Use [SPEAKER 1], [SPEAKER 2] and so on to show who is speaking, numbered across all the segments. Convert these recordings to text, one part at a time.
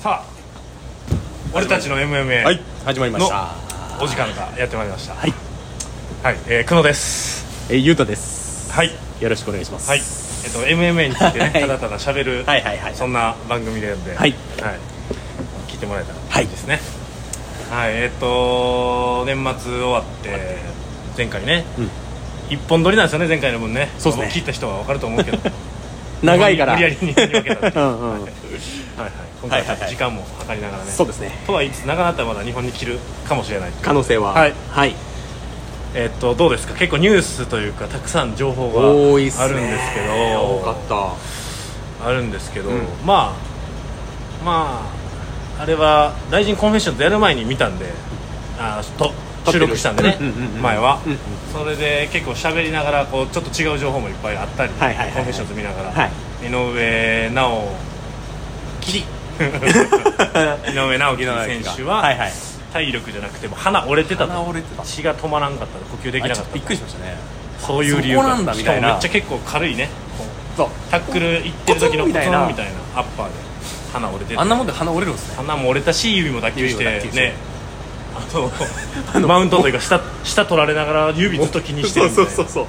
[SPEAKER 1] さあ俺たちの MMA
[SPEAKER 2] はい始まりま
[SPEAKER 1] の
[SPEAKER 2] した、
[SPEAKER 1] お時間がやってまいりましたはいはいえー、久野です
[SPEAKER 2] えーゆうたです
[SPEAKER 1] はい
[SPEAKER 2] よろしくお願いします
[SPEAKER 1] はいえっ、と MMA についてね
[SPEAKER 2] はい
[SPEAKER 1] ただただ喋る、
[SPEAKER 2] はいはいはい
[SPEAKER 1] そんな番組なんでは
[SPEAKER 2] はい
[SPEAKER 1] 聞いてもらえたらいいですねはい、えっ、と年末終わって前回ね、
[SPEAKER 2] うん
[SPEAKER 1] 一本撮りなんですよね前回の分ね
[SPEAKER 2] そうっすね
[SPEAKER 1] も聞いた人は分かると思うけど
[SPEAKER 2] 長いから
[SPEAKER 1] 無理やりに振り分けたっていううはい
[SPEAKER 2] んうん
[SPEAKER 1] はい今回はちょっ
[SPEAKER 2] はいはいは
[SPEAKER 1] と
[SPEAKER 2] い
[SPEAKER 1] 時間も計りながらね
[SPEAKER 2] そうですね
[SPEAKER 1] とは言いつつ長かったらまだ日本に来るかもしれない
[SPEAKER 2] 可能性は
[SPEAKER 1] はい
[SPEAKER 2] はい
[SPEAKER 1] えっとどうですか結構ニュースというかたくさん情報が
[SPEAKER 2] 多いっすね
[SPEAKER 1] あるんですけど
[SPEAKER 2] 多かった
[SPEAKER 1] あるんですけど、
[SPEAKER 2] うん
[SPEAKER 1] まあまああれは「大臣コンフェッション」とやる前に見たんであと
[SPEAKER 2] 撮って
[SPEAKER 1] 収
[SPEAKER 2] る
[SPEAKER 1] 録したんでね、
[SPEAKER 2] うんうんうん
[SPEAKER 1] 前は、
[SPEAKER 2] うんうん
[SPEAKER 1] それで結構喋りながらこうちょっと違う情報もいっぱいあったり、
[SPEAKER 2] はいはいはいはい
[SPEAKER 1] コンフェッションズ見ながら、
[SPEAKER 2] はい
[SPEAKER 1] 井上尚 樹井上尚樹選手は、
[SPEAKER 2] はいはい
[SPEAKER 1] 体力じゃなくてもう鼻折れてたと
[SPEAKER 2] 鼻折れてた
[SPEAKER 1] 血が止まらんかった呼吸できなかったと
[SPEAKER 2] びっくりしましたね
[SPEAKER 1] そういう理由
[SPEAKER 2] そこなんだみた
[SPEAKER 1] し
[SPEAKER 2] いな
[SPEAKER 1] かもめっちゃ結構軽いねこう
[SPEAKER 2] そう
[SPEAKER 1] タックル行ってる時のコ
[SPEAKER 2] コ
[SPEAKER 1] ツ
[SPEAKER 2] ツ
[SPEAKER 1] ン
[SPEAKER 2] ン
[SPEAKER 1] み
[SPEAKER 2] み
[SPEAKER 1] た
[SPEAKER 2] た
[SPEAKER 1] い
[SPEAKER 2] い
[SPEAKER 1] なア
[SPEAKER 2] な
[SPEAKER 1] ッパーで鼻折れてて
[SPEAKER 2] あんなもんで鼻折れるんですね
[SPEAKER 1] 鼻も折れたし指も脱臼して
[SPEAKER 2] 指も脱臼して
[SPEAKER 1] ねあ とマウントというか下下取られながら指ずっと気にしてるみたいな
[SPEAKER 2] そうそうそう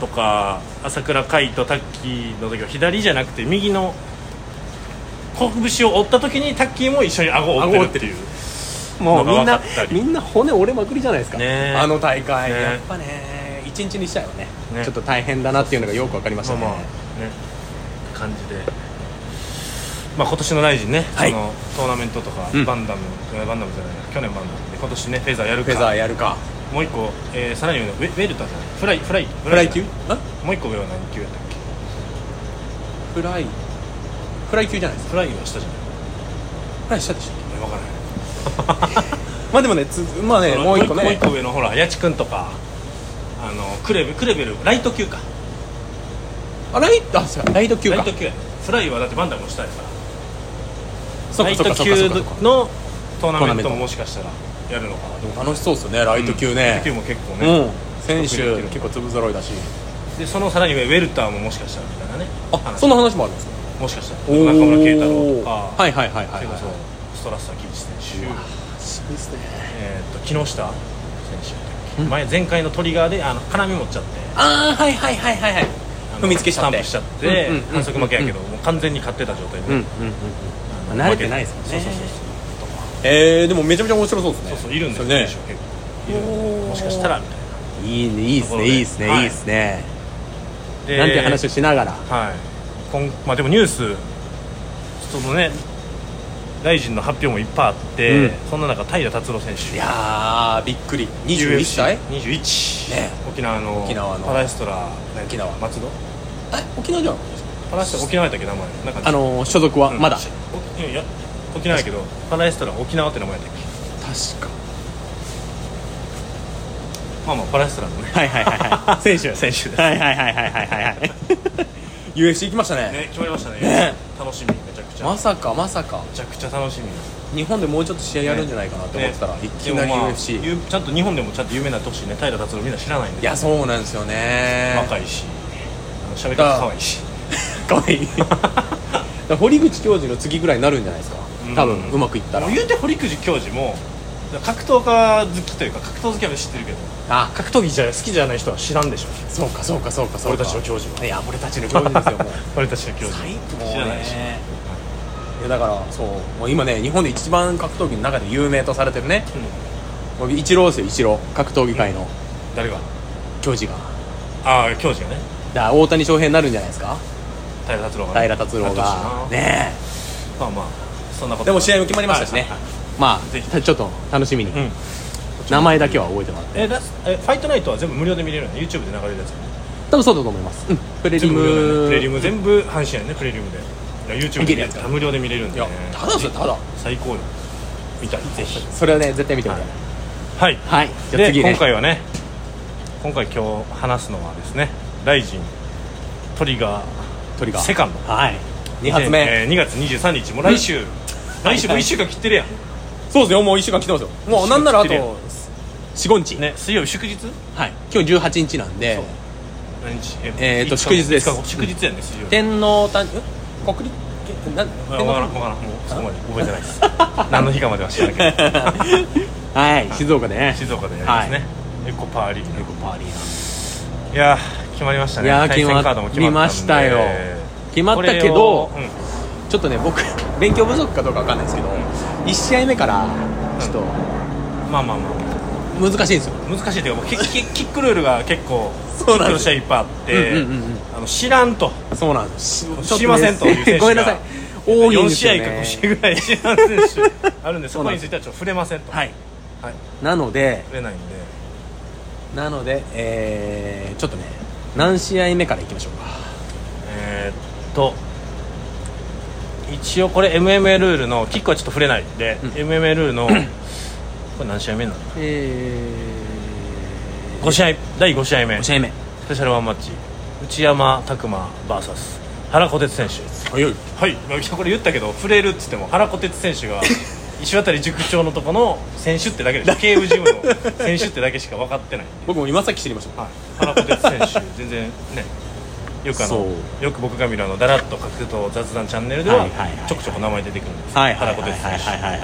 [SPEAKER 1] とか朝倉海とタッキーの時は左じゃなくて右の拳を折った時にタッキーも一緒に顎を折ってるっていう
[SPEAKER 2] そうもうみん
[SPEAKER 1] のが
[SPEAKER 2] な
[SPEAKER 1] 分かったり
[SPEAKER 2] みんな骨折れまくりじゃないですか
[SPEAKER 1] ねえ
[SPEAKER 2] あの大会
[SPEAKER 1] ねえ
[SPEAKER 2] やっぱね一日にしちゃうよね
[SPEAKER 1] ね
[SPEAKER 2] ちょっと大変だなっていうのがよくわかりました
[SPEAKER 1] まあ
[SPEAKER 2] ね
[SPEAKER 1] まあね感じで、まあ、今年の大臣ね、
[SPEAKER 2] はい
[SPEAKER 1] そのトーナメントとか、
[SPEAKER 2] うん
[SPEAKER 1] バンダムえバンダムじゃない去年バンダムで今年ねフェザーやる
[SPEAKER 2] フ
[SPEAKER 1] か
[SPEAKER 2] ェザーやるか
[SPEAKER 1] もう一個、えー、さらに上のウェウェルターじゃないフライフライフ
[SPEAKER 2] フライ級
[SPEAKER 1] じ
[SPEAKER 2] あ
[SPEAKER 1] ゃないもう一個上は何級やったっけ
[SPEAKER 2] フライフライ級じゃないですか
[SPEAKER 1] フライは下じゃない
[SPEAKER 2] フライしたでしょ
[SPEAKER 1] え分からない
[SPEAKER 2] まあでもねつまあねもう一個
[SPEAKER 1] もう一
[SPEAKER 2] ね
[SPEAKER 1] 個上のほら谷地君とかあのクレベクレベルライト級か
[SPEAKER 2] あライトあそうライト級
[SPEAKER 1] ライ
[SPEAKER 2] か
[SPEAKER 1] ト級やフライはだってバンダムの下やから
[SPEAKER 2] そ
[SPEAKER 1] ラ
[SPEAKER 2] っか
[SPEAKER 1] イ
[SPEAKER 2] そっ
[SPEAKER 1] ト
[SPEAKER 2] かそっ
[SPEAKER 1] 級
[SPEAKER 2] かそっかそっか
[SPEAKER 1] のトーナメン
[SPEAKER 2] トーナメン
[SPEAKER 1] ト
[SPEAKER 2] ト
[SPEAKER 1] ももしかしたらやるのかな
[SPEAKER 2] でも楽しそうですよねライト級ね
[SPEAKER 1] ライト級も結構ね、
[SPEAKER 2] うん選
[SPEAKER 1] 得意な
[SPEAKER 2] 手
[SPEAKER 1] 人
[SPEAKER 2] 結構粒揃いだし
[SPEAKER 1] でそのさらに上ウェルターももしかしたらみたいなね
[SPEAKER 2] あそんな話もあるんですか
[SPEAKER 1] もしかしたら中村慶太郎とか、
[SPEAKER 2] おーはいはいはいは
[SPEAKER 1] そ
[SPEAKER 2] い
[SPEAKER 1] れこ
[SPEAKER 2] はい
[SPEAKER 1] そストラッサーキーチ選手、
[SPEAKER 2] いいですね
[SPEAKER 1] えー、と木下選手だっけ前前回のトリガーであの絡み持っちゃって
[SPEAKER 2] ああはいはいはいはいはい
[SPEAKER 1] あの
[SPEAKER 2] 踏みつけちゃ
[SPEAKER 1] ス
[SPEAKER 2] っ
[SPEAKER 1] タン
[SPEAKER 2] て
[SPEAKER 1] プしちゃって、
[SPEAKER 2] うんうんうんうん
[SPEAKER 1] 反則負けやけど、もう完全に勝ってた状態
[SPEAKER 2] う
[SPEAKER 1] で、
[SPEAKER 2] んうんうん
[SPEAKER 1] あの
[SPEAKER 2] 慣れてないですもんね
[SPEAKER 1] 負けそうそうそう
[SPEAKER 2] えーでもめちゃめちゃ面白そうですね
[SPEAKER 1] そうそうそういるんですよ、
[SPEAKER 2] ね
[SPEAKER 1] 選手は結構いるんで
[SPEAKER 2] おー
[SPEAKER 1] もしかしたらみたいない
[SPEAKER 2] いねいいですねいいです
[SPEAKER 1] はい
[SPEAKER 2] ねいいですね
[SPEAKER 1] で
[SPEAKER 2] なんて話をしながら
[SPEAKER 1] はいこんまあ、でもニュースそのね大臣の発表もいっぱいあって、
[SPEAKER 2] うん
[SPEAKER 1] そんな中平良達郎選手
[SPEAKER 2] いやーびっくり21歳
[SPEAKER 1] ?21、
[SPEAKER 2] ね
[SPEAKER 1] 沖縄の
[SPEAKER 2] 沖縄の
[SPEAKER 1] パラエストラね
[SPEAKER 2] 沖縄
[SPEAKER 1] 松戸
[SPEAKER 2] え沖縄じゃん
[SPEAKER 1] パラエストラ沖縄やったっけ名前なんか
[SPEAKER 2] あのー所属は
[SPEAKER 1] うん
[SPEAKER 2] まだ
[SPEAKER 1] しおいや沖縄やけどパラエストラ沖縄って名前やったっけ
[SPEAKER 2] 確か
[SPEAKER 1] まあまあパラエストラのね
[SPEAKER 2] はいはいはいはい 選手
[SPEAKER 1] 選手です
[SPEAKER 2] はいはいはいはいはいはいはい UFC 行きましたね
[SPEAKER 1] ね決まりましたね
[SPEAKER 2] ね
[SPEAKER 1] 楽しみめちゃくちゃ
[SPEAKER 2] ま
[SPEAKER 1] め
[SPEAKER 2] さかまさか
[SPEAKER 1] ちゃくちゃ楽しみ
[SPEAKER 2] 日本でもうちょっと試合やるんじゃないかなって思ってたら、
[SPEAKER 1] ね
[SPEAKER 2] いきなり
[SPEAKER 1] でもまあ
[SPEAKER 2] UFC、
[SPEAKER 1] ゆちゃんと日本でもちゃんと有名になってほしいね平良達郎みんな知らないん
[SPEAKER 2] い
[SPEAKER 1] で
[SPEAKER 2] やそうなんですよね
[SPEAKER 1] 若いしあの喋り方可愛いし
[SPEAKER 2] かわいい だから堀口教授の次ぐらいになるんじゃないですか
[SPEAKER 1] うん
[SPEAKER 2] 多分うまくいったら
[SPEAKER 1] もう言うて堀口教授も格闘家好きというか格闘好きは知ってるけど
[SPEAKER 2] あ
[SPEAKER 1] 格闘技じゃ好きじゃない人は知らんで しょ
[SPEAKER 2] そうかそうかそうかそうか
[SPEAKER 1] 俺たちの教授はい
[SPEAKER 2] や俺たちの教授ですよもう
[SPEAKER 1] 俺たちの教授
[SPEAKER 2] 最高
[SPEAKER 1] 知らないし
[SPEAKER 2] ねいやだからそうもう今ね日本で一番格闘技の中で有名とされてるね
[SPEAKER 1] うん
[SPEAKER 2] もう一郎ですよ一郎格闘技界の
[SPEAKER 1] 誰が
[SPEAKER 2] 教授が
[SPEAKER 1] ああ教授がね
[SPEAKER 2] だから大谷翔平になるんじゃないですか
[SPEAKER 1] 平達郎がね
[SPEAKER 2] 平達郎が
[SPEAKER 1] なって
[SPEAKER 2] ね
[SPEAKER 1] ほしいなまあまあそんなこと
[SPEAKER 2] えでも試合も決まりましたしね
[SPEAKER 1] はいはいはい
[SPEAKER 2] ま
[SPEAKER 1] ぜひ
[SPEAKER 2] あたちょっと楽しみに、
[SPEAKER 1] うん
[SPEAKER 2] 名前だけは覚えてもらって
[SPEAKER 1] えだえファイトナイトは全部無料で見れるの YouTube で流れるやつ
[SPEAKER 2] 多分そうだと思います、うん、プレリ
[SPEAKER 1] 全部
[SPEAKER 2] ム
[SPEAKER 1] 無料でねプレリム全部阪神やねプレリムでいや YouTube
[SPEAKER 2] 見れる
[SPEAKER 1] で
[SPEAKER 2] やつか
[SPEAKER 1] 無料で見れるん
[SPEAKER 2] い
[SPEAKER 1] でね
[SPEAKER 2] やただそれただ
[SPEAKER 1] 最高よ見たいぜひ
[SPEAKER 2] それはね絶対見てみたい
[SPEAKER 1] はい
[SPEAKER 2] はい、じゃあ
[SPEAKER 1] で
[SPEAKER 2] 次ね
[SPEAKER 1] 今回はね今回今日話すのはですねライジントリガー
[SPEAKER 2] トリガー
[SPEAKER 1] セカンド
[SPEAKER 2] はい2発目、
[SPEAKER 1] えー2月23日もう来週来週もう1週間切ってるやん
[SPEAKER 2] そうですよもう1週間来てますよもうなんならあと45日、
[SPEAKER 1] ね水曜日祝日
[SPEAKER 2] はい今日18日なんで
[SPEAKER 1] そう何日
[SPEAKER 2] えーと
[SPEAKER 1] 5
[SPEAKER 2] 祝日です
[SPEAKER 1] 5日後祝日やね水曜日
[SPEAKER 2] 天皇誕ん国立な
[SPEAKER 1] 分からん分からんもうそこまで覚えてないです何の日かまでは知らなき ゃ
[SPEAKER 2] はい静岡ね
[SPEAKER 1] 静岡でやりますね、エコパーアリーナ
[SPEAKER 2] 結構パーリーない
[SPEAKER 1] やー決まりましたね
[SPEAKER 2] いやー
[SPEAKER 1] 対戦カードも決まったんで
[SPEAKER 2] 決まりましたよ決まったけど
[SPEAKER 1] これをうん
[SPEAKER 2] ちょっとね僕勉強不足かどうかわかんないですけど1試合目からちょっと
[SPEAKER 1] まあまあま
[SPEAKER 2] 難しいんですよ
[SPEAKER 1] あ難しいというかもうキキキックルールが結構
[SPEAKER 2] そうなんです
[SPEAKER 1] キックの試合いっぱいあって、
[SPEAKER 2] うんうんうんうん
[SPEAKER 1] あの知らんと
[SPEAKER 2] そうなんで
[SPEAKER 1] し
[SPEAKER 2] すちょっとね
[SPEAKER 1] 知りませんという選手が
[SPEAKER 2] ごめんなさい多いん
[SPEAKER 1] 4
[SPEAKER 2] です
[SPEAKER 1] 試
[SPEAKER 2] よ
[SPEAKER 1] 合
[SPEAKER 2] ね
[SPEAKER 1] か5試合ぐらい知らん選手あるんで
[SPEAKER 2] そ
[SPEAKER 1] そう
[SPEAKER 2] な
[SPEAKER 1] こ
[SPEAKER 2] んで
[SPEAKER 1] に
[SPEAKER 2] す
[SPEAKER 1] ついてはちょっと触れませんと、
[SPEAKER 2] はい
[SPEAKER 1] はい
[SPEAKER 2] なので
[SPEAKER 1] 触れないんで
[SPEAKER 2] なのでえーちょっとね何試合目からいきましょうか
[SPEAKER 1] えーっと一応これ MMA ルールのキックはちょっと触れないんで、
[SPEAKER 2] うん
[SPEAKER 1] MMA ルール のこれ何試合目なの
[SPEAKER 2] えー
[SPEAKER 1] 5試合第5試合目
[SPEAKER 2] 5
[SPEAKER 1] ス
[SPEAKER 2] 試合目
[SPEAKER 1] ペシャルワンマッチ内山拓磨 VS 原小鉄選手
[SPEAKER 2] 早い
[SPEAKER 1] はい、まあ、これ言ったけど触れるっつっても原小鉄選手 が石渡塾長のとこの選手ってだ けでしょ警部ジムの選手ってだけしか分かってないんで、
[SPEAKER 2] 僕も今さっき知りました
[SPEAKER 1] はい、原小鉄選手全然ねよくあ
[SPEAKER 2] そ
[SPEAKER 1] のよく僕が見るあのだらっと格闘雑談チャンネルでは
[SPEAKER 2] はいはいはい
[SPEAKER 1] ちょくちょく名前出てくるんです、
[SPEAKER 2] はいはいはい
[SPEAKER 1] 原小鉄
[SPEAKER 2] はい
[SPEAKER 1] 選
[SPEAKER 2] はいはいはい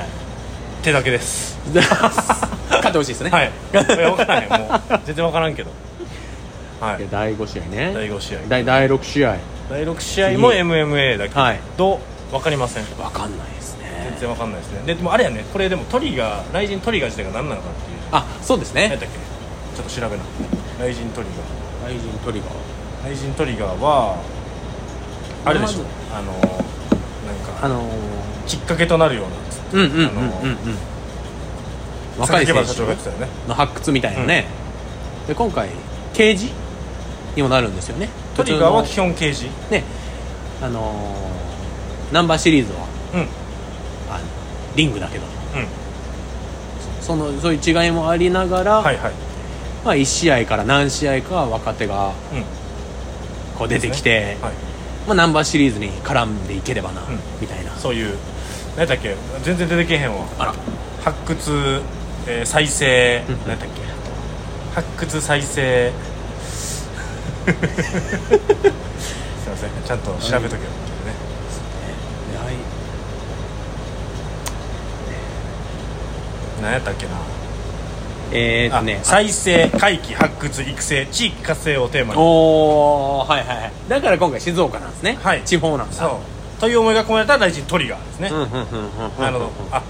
[SPEAKER 1] 手手だけです
[SPEAKER 2] 勝ってほしいですね
[SPEAKER 1] はいいや分からへんもう全然分からんけどはい
[SPEAKER 2] や
[SPEAKER 1] い
[SPEAKER 2] 第5試合ね
[SPEAKER 1] 第5試合
[SPEAKER 2] 第第6試合
[SPEAKER 1] 第6試合も
[SPEAKER 2] 次
[SPEAKER 1] MMA だけ
[SPEAKER 2] はい
[SPEAKER 1] ど分かりません
[SPEAKER 2] わかんないです
[SPEAKER 1] 全
[SPEAKER 2] ね
[SPEAKER 1] 然わかんないですねででもあれやねこれでもトリガー雷神トリガー自体が何なのかっていう
[SPEAKER 2] あそうです
[SPEAKER 1] 何やっ
[SPEAKER 2] ね
[SPEAKER 1] たっけちょっと調べな雷神トリガ
[SPEAKER 2] 雷神トリガー
[SPEAKER 1] ー雷神トリガーはあれでしょ
[SPEAKER 2] ま
[SPEAKER 1] あのなんか
[SPEAKER 2] あの
[SPEAKER 1] きっかけとなるような
[SPEAKER 2] ー、うんうんうん
[SPEAKER 1] あの
[SPEAKER 2] うんうん若い
[SPEAKER 1] 榊
[SPEAKER 2] 選
[SPEAKER 1] 原社長が言
[SPEAKER 2] 手
[SPEAKER 1] ってたよね
[SPEAKER 2] の発掘みたいなね、で今回刑事にもなるんですよね
[SPEAKER 1] トリガーは
[SPEAKER 2] 普
[SPEAKER 1] 基
[SPEAKER 2] 通
[SPEAKER 1] 本刑事
[SPEAKER 2] のねあのー、ナンバーシリーズは
[SPEAKER 1] うんうん
[SPEAKER 2] あのリングだけどそのそういう違いもありながら、
[SPEAKER 1] はいはい
[SPEAKER 2] まあ、1試合から何試合か若手が
[SPEAKER 1] うん
[SPEAKER 2] こう出てきて、
[SPEAKER 1] はい
[SPEAKER 2] まあ、ナンバーシリーズに絡んでいければな、
[SPEAKER 1] うん
[SPEAKER 2] みたいな
[SPEAKER 1] そういう何やったっけ全然出てけへんわ
[SPEAKER 2] あら
[SPEAKER 1] 発掘、えー再生
[SPEAKER 2] うん
[SPEAKER 1] 何やったっけ発掘再 生すいませんちゃんと調べとけよ、ね
[SPEAKER 2] はい
[SPEAKER 1] 何やったっけな
[SPEAKER 2] えー、っ
[SPEAKER 1] あ、
[SPEAKER 2] とね
[SPEAKER 1] 再生回帰発掘育成地域活性をテーマに
[SPEAKER 2] おーはいはいはいだから今回静岡なんですね、
[SPEAKER 1] はい
[SPEAKER 2] 地方なんだ
[SPEAKER 1] そうという思いが込められた大臣トリガーですね、
[SPEAKER 2] うんうんうんうんうん
[SPEAKER 1] なるほどあ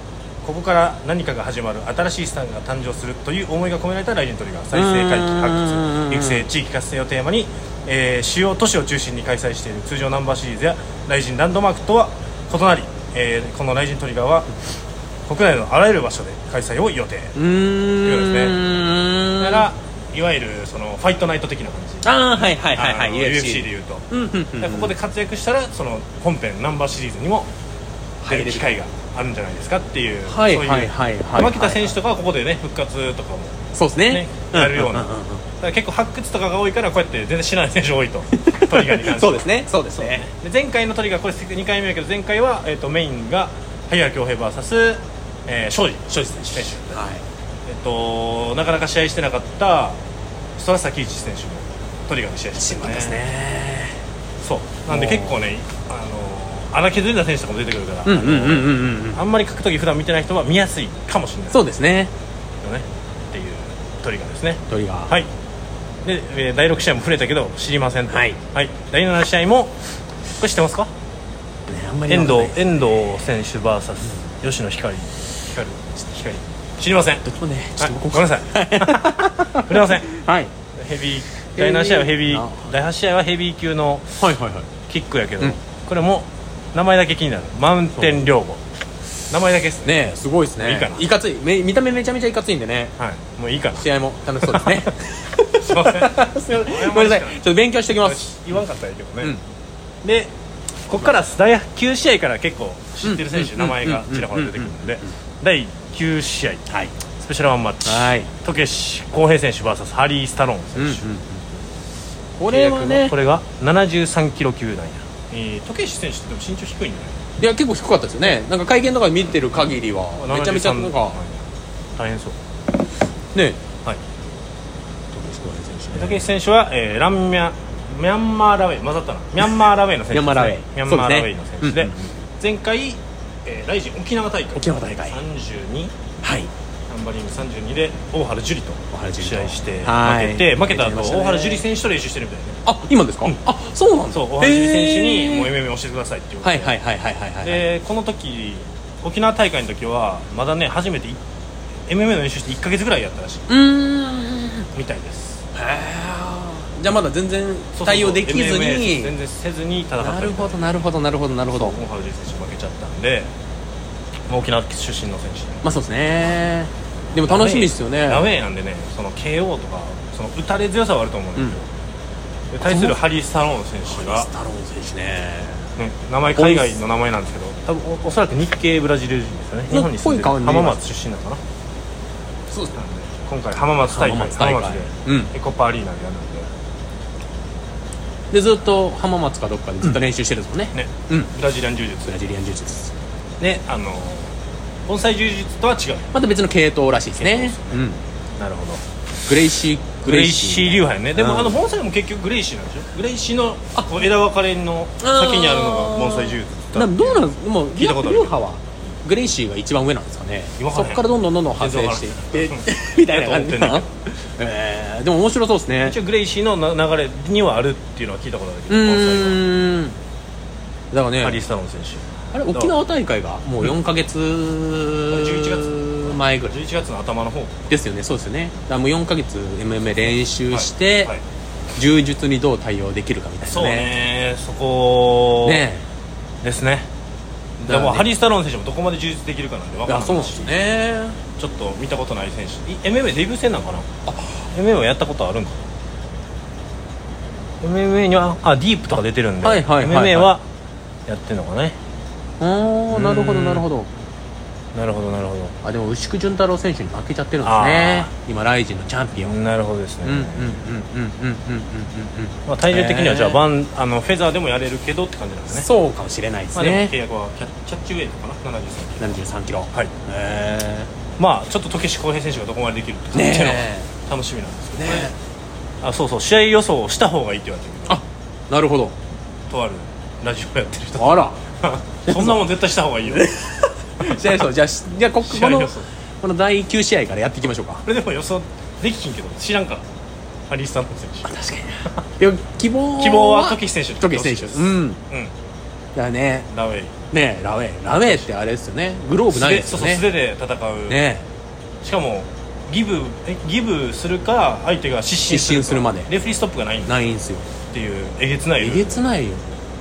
[SPEAKER 1] ここから何かが始まる新しい資産が誕生するという思いが込められたライジントリガー再生回帰
[SPEAKER 2] うん
[SPEAKER 1] 発掘育成地域活性をテーマに、えー主要都市を中心に開催している通常ナンバーシリーズやライジンランドマークとは異なり、えーこのライジントリガーは国内のあらゆる場所で開催を予定
[SPEAKER 2] うーん
[SPEAKER 1] いうことです
[SPEAKER 2] ね
[SPEAKER 1] だからいわゆるそのファイトナイト的な感じ
[SPEAKER 2] ああはいはいはいはい
[SPEAKER 1] あの UFC でいうと、
[SPEAKER 2] うんうんうん
[SPEAKER 1] でここで活躍したらその本編ナンバーシリーズにも出る機会があるんじゃないですかっていう、
[SPEAKER 2] はい
[SPEAKER 1] そういう、
[SPEAKER 2] はいはいはい
[SPEAKER 1] 牧田選手とかはここでね復活とかも
[SPEAKER 2] そうですね
[SPEAKER 1] ねやるような
[SPEAKER 2] うんん
[SPEAKER 1] だか
[SPEAKER 2] んん
[SPEAKER 1] ら結構発掘とかが多いからこうやって全然知らない選手多い とトリガーに関しては
[SPEAKER 2] そうですねそうですね
[SPEAKER 1] で前回のトリガーこれ2回目だけど前回は、えー、とメインが萩原恭平 VS えー庄司庄司選手選手
[SPEAKER 2] はい
[SPEAKER 1] えっとなかなか試合してなかった空崎一選手もトリガーで試合して
[SPEAKER 2] そうですね
[SPEAKER 1] そうなんで
[SPEAKER 2] もう
[SPEAKER 1] 結構ねあの穴削りな選手とかも出てくるから、
[SPEAKER 2] うんうんうんうんうんうん
[SPEAKER 1] あんまり格闘技普段見てない人は見やすいかもしれないです
[SPEAKER 2] そうですね
[SPEAKER 1] よねっていうトリガーですね
[SPEAKER 2] トリガー
[SPEAKER 1] はいで、えー第6試合も触れたけど知りませんと
[SPEAKER 2] はい
[SPEAKER 1] 第7試合もこれ知ってますか
[SPEAKER 2] ねあんまり
[SPEAKER 1] 遠藤
[SPEAKER 2] わかんない
[SPEAKER 1] 遠藤選手 VS 吉野ひかりひかるひかり知りません
[SPEAKER 2] どっちもねちょ
[SPEAKER 1] は
[SPEAKER 2] っ
[SPEAKER 1] い
[SPEAKER 2] と
[SPEAKER 1] ご
[SPEAKER 2] 僕
[SPEAKER 1] めんなさい 触れません
[SPEAKER 2] はい
[SPEAKER 1] ヘビー第7試合はヘビ
[SPEAKER 2] あ
[SPEAKER 1] ー第8試合はヘビー級の
[SPEAKER 2] はいはいはい
[SPEAKER 1] キックやけど、
[SPEAKER 2] うん
[SPEAKER 1] これも名前だけ気になるマウンテン両護名前だけですね
[SPEAKER 2] ねえすごいですね
[SPEAKER 1] いいかない
[SPEAKER 2] かついめ見た目めちゃめちゃいかついんでね
[SPEAKER 1] はいもういいかな
[SPEAKER 2] 試合も楽しそうですね
[SPEAKER 1] すいません
[SPEAKER 2] すいませんごめんなさいちょっと勉強してきます
[SPEAKER 1] 言わんかったらいいけどね、
[SPEAKER 2] うん
[SPEAKER 1] でここから第9試合から結構知ってる選手、
[SPEAKER 2] うん
[SPEAKER 1] 名前がちらほら出てくるので第9試合
[SPEAKER 2] はい
[SPEAKER 1] スペシャルワンマッチ
[SPEAKER 2] はい
[SPEAKER 1] 渡慶浩平選手 VS ハリー・スタローン
[SPEAKER 2] うんう
[SPEAKER 1] 選
[SPEAKER 2] ん
[SPEAKER 1] 手、
[SPEAKER 2] こ
[SPEAKER 1] 契
[SPEAKER 2] れ
[SPEAKER 1] 約の
[SPEAKER 2] はね
[SPEAKER 1] これが73キロ級なんやえー渡慶、選手ってでも身長低いんじゃない
[SPEAKER 2] いや結構低かったですよねなんか会見とか見てる限りはめちゃめちゃなんか
[SPEAKER 1] 73大変そう
[SPEAKER 2] ね
[SPEAKER 1] はい
[SPEAKER 2] 選
[SPEAKER 1] 竹内選手は、えー、ランミャミャンマーラウェイ混ざったなミャンマーラウェイの選手です、ね、
[SPEAKER 2] ミャンマーラウェ
[SPEAKER 1] ミャンマーラウェイ
[SPEAKER 2] イ
[SPEAKER 1] の選手で
[SPEAKER 2] そうですねうん
[SPEAKER 1] 前回、えー、ライジン沖縄大会
[SPEAKER 2] 沖縄大会
[SPEAKER 1] 32
[SPEAKER 2] はい
[SPEAKER 1] ナンバリング32で大原樹里
[SPEAKER 2] 大原
[SPEAKER 1] と
[SPEAKER 2] 樹里
[SPEAKER 1] 試
[SPEAKER 2] と
[SPEAKER 1] 合して
[SPEAKER 2] はい
[SPEAKER 1] 負けて負けた後
[SPEAKER 2] 負けちゃいましたね
[SPEAKER 1] 大原樹里選手と練習してるみたいで
[SPEAKER 2] あ今ですか、あそうなんだ
[SPEAKER 1] そう大原樹里選手にもう
[SPEAKER 2] へー
[SPEAKER 1] MMA 教えてくださいっていうことで
[SPEAKER 2] はいはいはいはいはいはい
[SPEAKER 1] でこの時沖縄大会の時はまだね初めてい MMA の練習して1か月ぐらいやったらしいう
[SPEAKER 2] ーんへ
[SPEAKER 1] みたいです
[SPEAKER 2] ーじゃあまだ全然
[SPEAKER 1] そうそうそう
[SPEAKER 2] 対応できず
[SPEAKER 1] MMA
[SPEAKER 2] に
[SPEAKER 1] 全然せずに戦った
[SPEAKER 2] なる
[SPEAKER 1] り
[SPEAKER 2] ほどなるほどなるほどなるほど
[SPEAKER 1] 大原樹里選手負けちゃったんでまあ沖縄出身の選手で
[SPEAKER 2] まあそうですねでも楽しみですよね
[SPEAKER 1] ラウェイなんでねその KO とかその打たれ強さはあると思うんですよ、で対するハリー・スタローン選手が
[SPEAKER 2] ス、タローン選手ね
[SPEAKER 1] ね、名前海外の名前なんですけど多分おおそらく日系ブラジル人ですよね日本に住んでる
[SPEAKER 2] ぽい顔に見え
[SPEAKER 1] 浜
[SPEAKER 2] ます
[SPEAKER 1] 松出身なのかな
[SPEAKER 2] そうですね
[SPEAKER 1] なんで今回浜松大会
[SPEAKER 2] 浜松大会
[SPEAKER 1] で、
[SPEAKER 2] う
[SPEAKER 1] エ
[SPEAKER 2] ん
[SPEAKER 1] コパアリーナでやるんで
[SPEAKER 2] でずっと浜松かどっかでずっと練習してるんですもんね、
[SPEAKER 1] ね
[SPEAKER 2] うん
[SPEAKER 1] ブラジリアン柔術
[SPEAKER 2] ブラジリアン柔術です
[SPEAKER 1] ねあの盆栽柔術とは違う
[SPEAKER 2] また別の系統らしいですねうん
[SPEAKER 1] なるほど
[SPEAKER 2] グレイシー
[SPEAKER 1] グレイシー流派やねでも、
[SPEAKER 2] うん
[SPEAKER 1] あの盆栽も結局グレイシーなんでしょグレイシーのこう枝分かれの先にあるのが盆栽柔術だ
[SPEAKER 2] などうなんもう
[SPEAKER 1] 聞いたことある
[SPEAKER 2] 流派はグレイシーが一番上なんですかね
[SPEAKER 1] わか
[SPEAKER 2] そ
[SPEAKER 1] んない
[SPEAKER 2] こからどんどんどんどん派生していっ
[SPEAKER 1] 全
[SPEAKER 2] て みたいな感じ
[SPEAKER 1] やと思
[SPEAKER 2] な
[SPEAKER 1] ってんねんけど
[SPEAKER 2] えーでも面白そうですね
[SPEAKER 1] 一応グレイシーのな流れにはあるっていうのは聞いたことあるけ
[SPEAKER 2] う
[SPEAKER 1] ど盆栽は
[SPEAKER 2] ーんだからね
[SPEAKER 1] ハリー・スタロン選手
[SPEAKER 2] あれ沖縄大会がもう4か月
[SPEAKER 1] 11
[SPEAKER 2] 前ぐらい
[SPEAKER 1] 11月の頭の方
[SPEAKER 2] ですよねそうですよねだからもう4か月 MMA 練習し
[SPEAKER 1] は
[SPEAKER 2] て、
[SPEAKER 1] いはい
[SPEAKER 2] 柔術にどう対応できるかみたい
[SPEAKER 1] そう
[SPEAKER 2] なね
[SPEAKER 1] ねそこ
[SPEAKER 2] ね
[SPEAKER 1] ですねで
[SPEAKER 2] だからね
[SPEAKER 1] もハリー・スタローン選手もどこまで充実できるかなんて分
[SPEAKER 2] い
[SPEAKER 1] かん
[SPEAKER 2] や
[SPEAKER 1] ない
[SPEAKER 2] そうなんですね
[SPEAKER 1] ちょっと見たことない選手い MMA デビュー戦なのかな MMA やったことあるんかな MMA にはあディープとか出てるんで、
[SPEAKER 2] はいはいはいはい
[SPEAKER 1] MMA はやってんのかね
[SPEAKER 2] おーなるほどなるほど
[SPEAKER 1] なるほどなるほ
[SPEAKER 2] あでも牛久潤太郎選手に負けちゃってるんですね
[SPEAKER 1] あ
[SPEAKER 2] 今ライジンのチャンピオン、
[SPEAKER 1] どなるほどですね、
[SPEAKER 2] うんうんうんうんうんうんうんうん
[SPEAKER 1] まあ、体重的にはじゃあ,、
[SPEAKER 2] ね
[SPEAKER 1] バンあのフェザーでもやれるけどって感じなんですね
[SPEAKER 2] そうかもしれないです
[SPEAKER 1] まあ、でも契
[SPEAKER 2] ね、
[SPEAKER 1] 約はキャッキャッチウェイトかな7 3キロ
[SPEAKER 2] 7 3キロ
[SPEAKER 1] はい
[SPEAKER 2] へ
[SPEAKER 1] まあちょっと時志浩平選手がどこまでできるって
[SPEAKER 2] え
[SPEAKER 1] いうの
[SPEAKER 2] ね
[SPEAKER 1] が楽しみなんですけ
[SPEAKER 2] え
[SPEAKER 1] ど
[SPEAKER 2] ね
[SPEAKER 1] ねあそうそう試合予想をした方がいいって言われてるけど
[SPEAKER 2] あなるほど
[SPEAKER 1] とあるラジオやってる人
[SPEAKER 2] あら
[SPEAKER 1] そんなもん絶対した方がいいよ
[SPEAKER 2] じゃあそうじゃあしじゃあここ
[SPEAKER 1] 試合
[SPEAKER 2] の
[SPEAKER 1] 予想
[SPEAKER 2] この第9試合からやっていきましょうか
[SPEAKER 1] これでも予想できひんけど知らんからハリー・スタンプ選手
[SPEAKER 2] 確かにいや希望
[SPEAKER 1] 希望は時志選手
[SPEAKER 2] 時選手
[SPEAKER 1] です
[SPEAKER 2] うん
[SPEAKER 1] うん
[SPEAKER 2] だからね
[SPEAKER 1] ラウェイ
[SPEAKER 2] ねえラウェイラウェイってあれですよねグローブないです
[SPEAKER 1] 素
[SPEAKER 2] よ
[SPEAKER 1] 手そうそう素
[SPEAKER 2] ね
[SPEAKER 1] 手で戦う、
[SPEAKER 2] ね
[SPEAKER 1] しかもギブえギブするか相手が失神するか
[SPEAKER 2] 失神するまで
[SPEAKER 1] レフェリーストップがないん
[SPEAKER 2] え
[SPEAKER 1] だ
[SPEAKER 2] ないんすよ
[SPEAKER 1] っていうえげつない
[SPEAKER 2] えげつないよ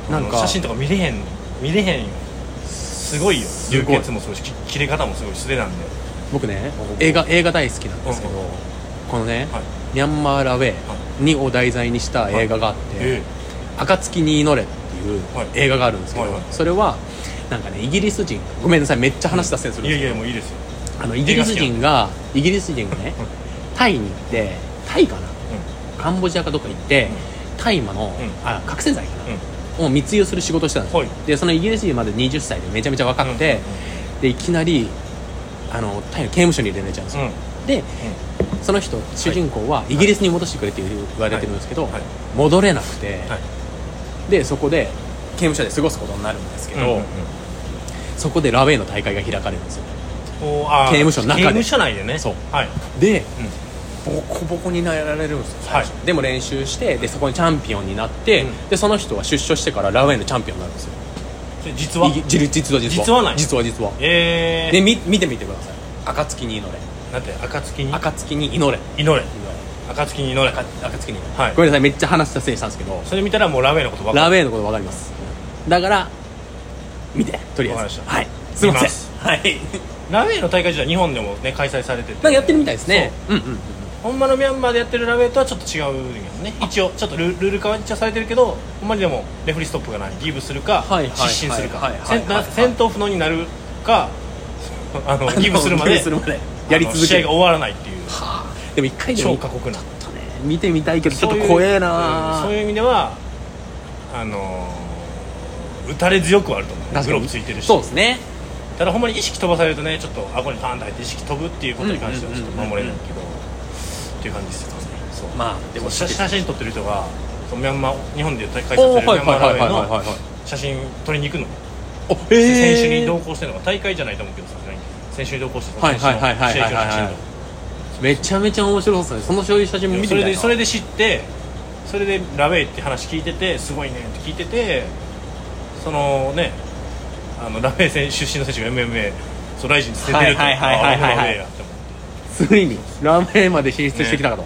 [SPEAKER 2] なん
[SPEAKER 1] あの
[SPEAKER 2] か
[SPEAKER 1] 写真とか見れへん見れへんよすごいよ
[SPEAKER 2] す
[SPEAKER 1] 流
[SPEAKER 2] ごい
[SPEAKER 1] 血もすごいしき切れ方もすごい素手なんで
[SPEAKER 2] 僕ね映画映画大好きなんですけど、
[SPEAKER 1] うん
[SPEAKER 2] このね、
[SPEAKER 1] はい
[SPEAKER 2] ミャンマーラウェイにを題材にした映画があっ
[SPEAKER 1] え
[SPEAKER 2] て「暁に祈れ」っていう
[SPEAKER 1] はい
[SPEAKER 2] 映画があるんですけど、
[SPEAKER 1] はいはい
[SPEAKER 2] それはなんかねイギリス人ごめんなさいめっちゃ話脱線す
[SPEAKER 1] え
[SPEAKER 2] るん
[SPEAKER 1] い
[SPEAKER 2] で
[SPEAKER 1] やい
[SPEAKER 2] すけど
[SPEAKER 1] やもういいですよ
[SPEAKER 2] あのイギリス人がイギリス人がねタイに行ってタイかなカンボジアかどっか行って大麻
[SPEAKER 1] う
[SPEAKER 2] の、
[SPEAKER 1] ん
[SPEAKER 2] あ覚醒剤かな、を密輸する仕事をしてたんですよ、
[SPEAKER 1] はい
[SPEAKER 2] でそのイギリス人まで20歳でめちゃめちゃ若くて、でいきなりあのタイの刑務所に入れられちゃうんです
[SPEAKER 1] うん
[SPEAKER 2] よ、
[SPEAKER 1] うん
[SPEAKER 2] でその人主人公はイギリスに戻してくれって言われてるんですけど、
[SPEAKER 1] はいはい
[SPEAKER 2] 戻れなくて、
[SPEAKER 1] はい
[SPEAKER 2] でそこで刑務所で過ごすことになるんですけど、
[SPEAKER 1] うんうんうん
[SPEAKER 2] そこでラウェイの大会が開かれるんですよ
[SPEAKER 1] おあー
[SPEAKER 2] 刑務所の中で
[SPEAKER 1] 刑務所内でね
[SPEAKER 2] そう
[SPEAKER 1] はい
[SPEAKER 2] で、ボコボコになられるんですよ最初、
[SPEAKER 1] は
[SPEAKER 2] でも練習してでそこにチャンピオンになって、
[SPEAKER 1] うん
[SPEAKER 2] でその人は出所してからラウェイのチャンピオンになるんですよ
[SPEAKER 1] それ実はい
[SPEAKER 2] ぎ実実は実は
[SPEAKER 1] 実はない
[SPEAKER 2] 実は実は
[SPEAKER 1] え
[SPEAKER 2] で
[SPEAKER 1] え
[SPEAKER 2] み見てみてください暁に祈れ
[SPEAKER 1] なんて暁に
[SPEAKER 2] 暁に祈れ
[SPEAKER 1] 祈れ暁に祈れ
[SPEAKER 2] あ暁に祈れ、
[SPEAKER 1] はい
[SPEAKER 2] ごめんなさいめっちゃ話したせいにしたんですけど
[SPEAKER 1] それ見たらもうラーメンのことばっか
[SPEAKER 2] ラウェイのことわかりますだから見てとりあえず
[SPEAKER 1] わか
[SPEAKER 2] はい
[SPEAKER 1] りました
[SPEAKER 2] すいま
[SPEAKER 1] 見
[SPEAKER 2] せ
[SPEAKER 1] ます
[SPEAKER 2] んはい
[SPEAKER 1] ラーメンの大会自体日本でもね開催されてて
[SPEAKER 2] なんかやってるみたいですねうんうん
[SPEAKER 1] ほんまのミャンマーでやってるラーメンとはちょっと違うけどね一応ちょっとルルール化は一応されてるけどほんまにでもレフェリーストップがないギブするか
[SPEAKER 2] はいはいはい
[SPEAKER 1] 失神するか
[SPEAKER 2] はいはい
[SPEAKER 1] 戦
[SPEAKER 2] はい
[SPEAKER 1] な戦闘不能になるかあ のギブするまで
[SPEAKER 2] ギブするまでやり続け
[SPEAKER 1] あ
[SPEAKER 2] る
[SPEAKER 1] の試合が終わらないっていう
[SPEAKER 2] はあでも一回でも
[SPEAKER 1] 超過酷な
[SPEAKER 2] ちょっとね見てみたいけどちょっ
[SPEAKER 1] そうい
[SPEAKER 2] と
[SPEAKER 1] う
[SPEAKER 2] 怖え
[SPEAKER 1] うん
[SPEAKER 2] な
[SPEAKER 1] そういう意味ではあのー打たれ強くはあると思う
[SPEAKER 2] 確かに
[SPEAKER 1] グローブついてるし
[SPEAKER 2] そうですね
[SPEAKER 1] ただほんまに意識飛ばされるとねちょっと顎にパーンと入って意識飛ぶっていうことに関してはちょっと守れないけどっていう感じですよねそう
[SPEAKER 2] まあで
[SPEAKER 1] で
[SPEAKER 2] も
[SPEAKER 1] も
[SPEAKER 2] 知
[SPEAKER 1] 写
[SPEAKER 2] ってる
[SPEAKER 1] 写真撮ってる人がそのミャンマー日本で開催され
[SPEAKER 2] お
[SPEAKER 1] る
[SPEAKER 2] ー
[SPEAKER 1] ミ
[SPEAKER 2] はい
[SPEAKER 1] ャンマ
[SPEAKER 2] はい
[SPEAKER 1] ーラ
[SPEAKER 2] は
[SPEAKER 1] ウ
[SPEAKER 2] いは
[SPEAKER 1] ェイ
[SPEAKER 2] いはい
[SPEAKER 1] の
[SPEAKER 2] はい
[SPEAKER 1] 写真撮りに行くの
[SPEAKER 2] おえー
[SPEAKER 1] 選手に同行してるのが大会じゃないと思うけどさすがに選手に同行してその選手の
[SPEAKER 2] はいはいはいはいはい
[SPEAKER 1] 試合
[SPEAKER 2] はい
[SPEAKER 1] 中の写真とか
[SPEAKER 2] めちゃめちゃ面白そうですねそのそういう写真も見て
[SPEAKER 1] そ
[SPEAKER 2] み
[SPEAKER 1] れ
[SPEAKER 2] たい
[SPEAKER 1] で
[SPEAKER 2] な
[SPEAKER 1] それで知ってそれでラベイって話聞いててすごいねって聞いててそのねあのラベイ選出身の選手が MMA そうライジンに捨ててると
[SPEAKER 2] はいはいはいはいはい
[SPEAKER 1] あラベイやって思って
[SPEAKER 2] ついにラーメンまで進出してきたかと、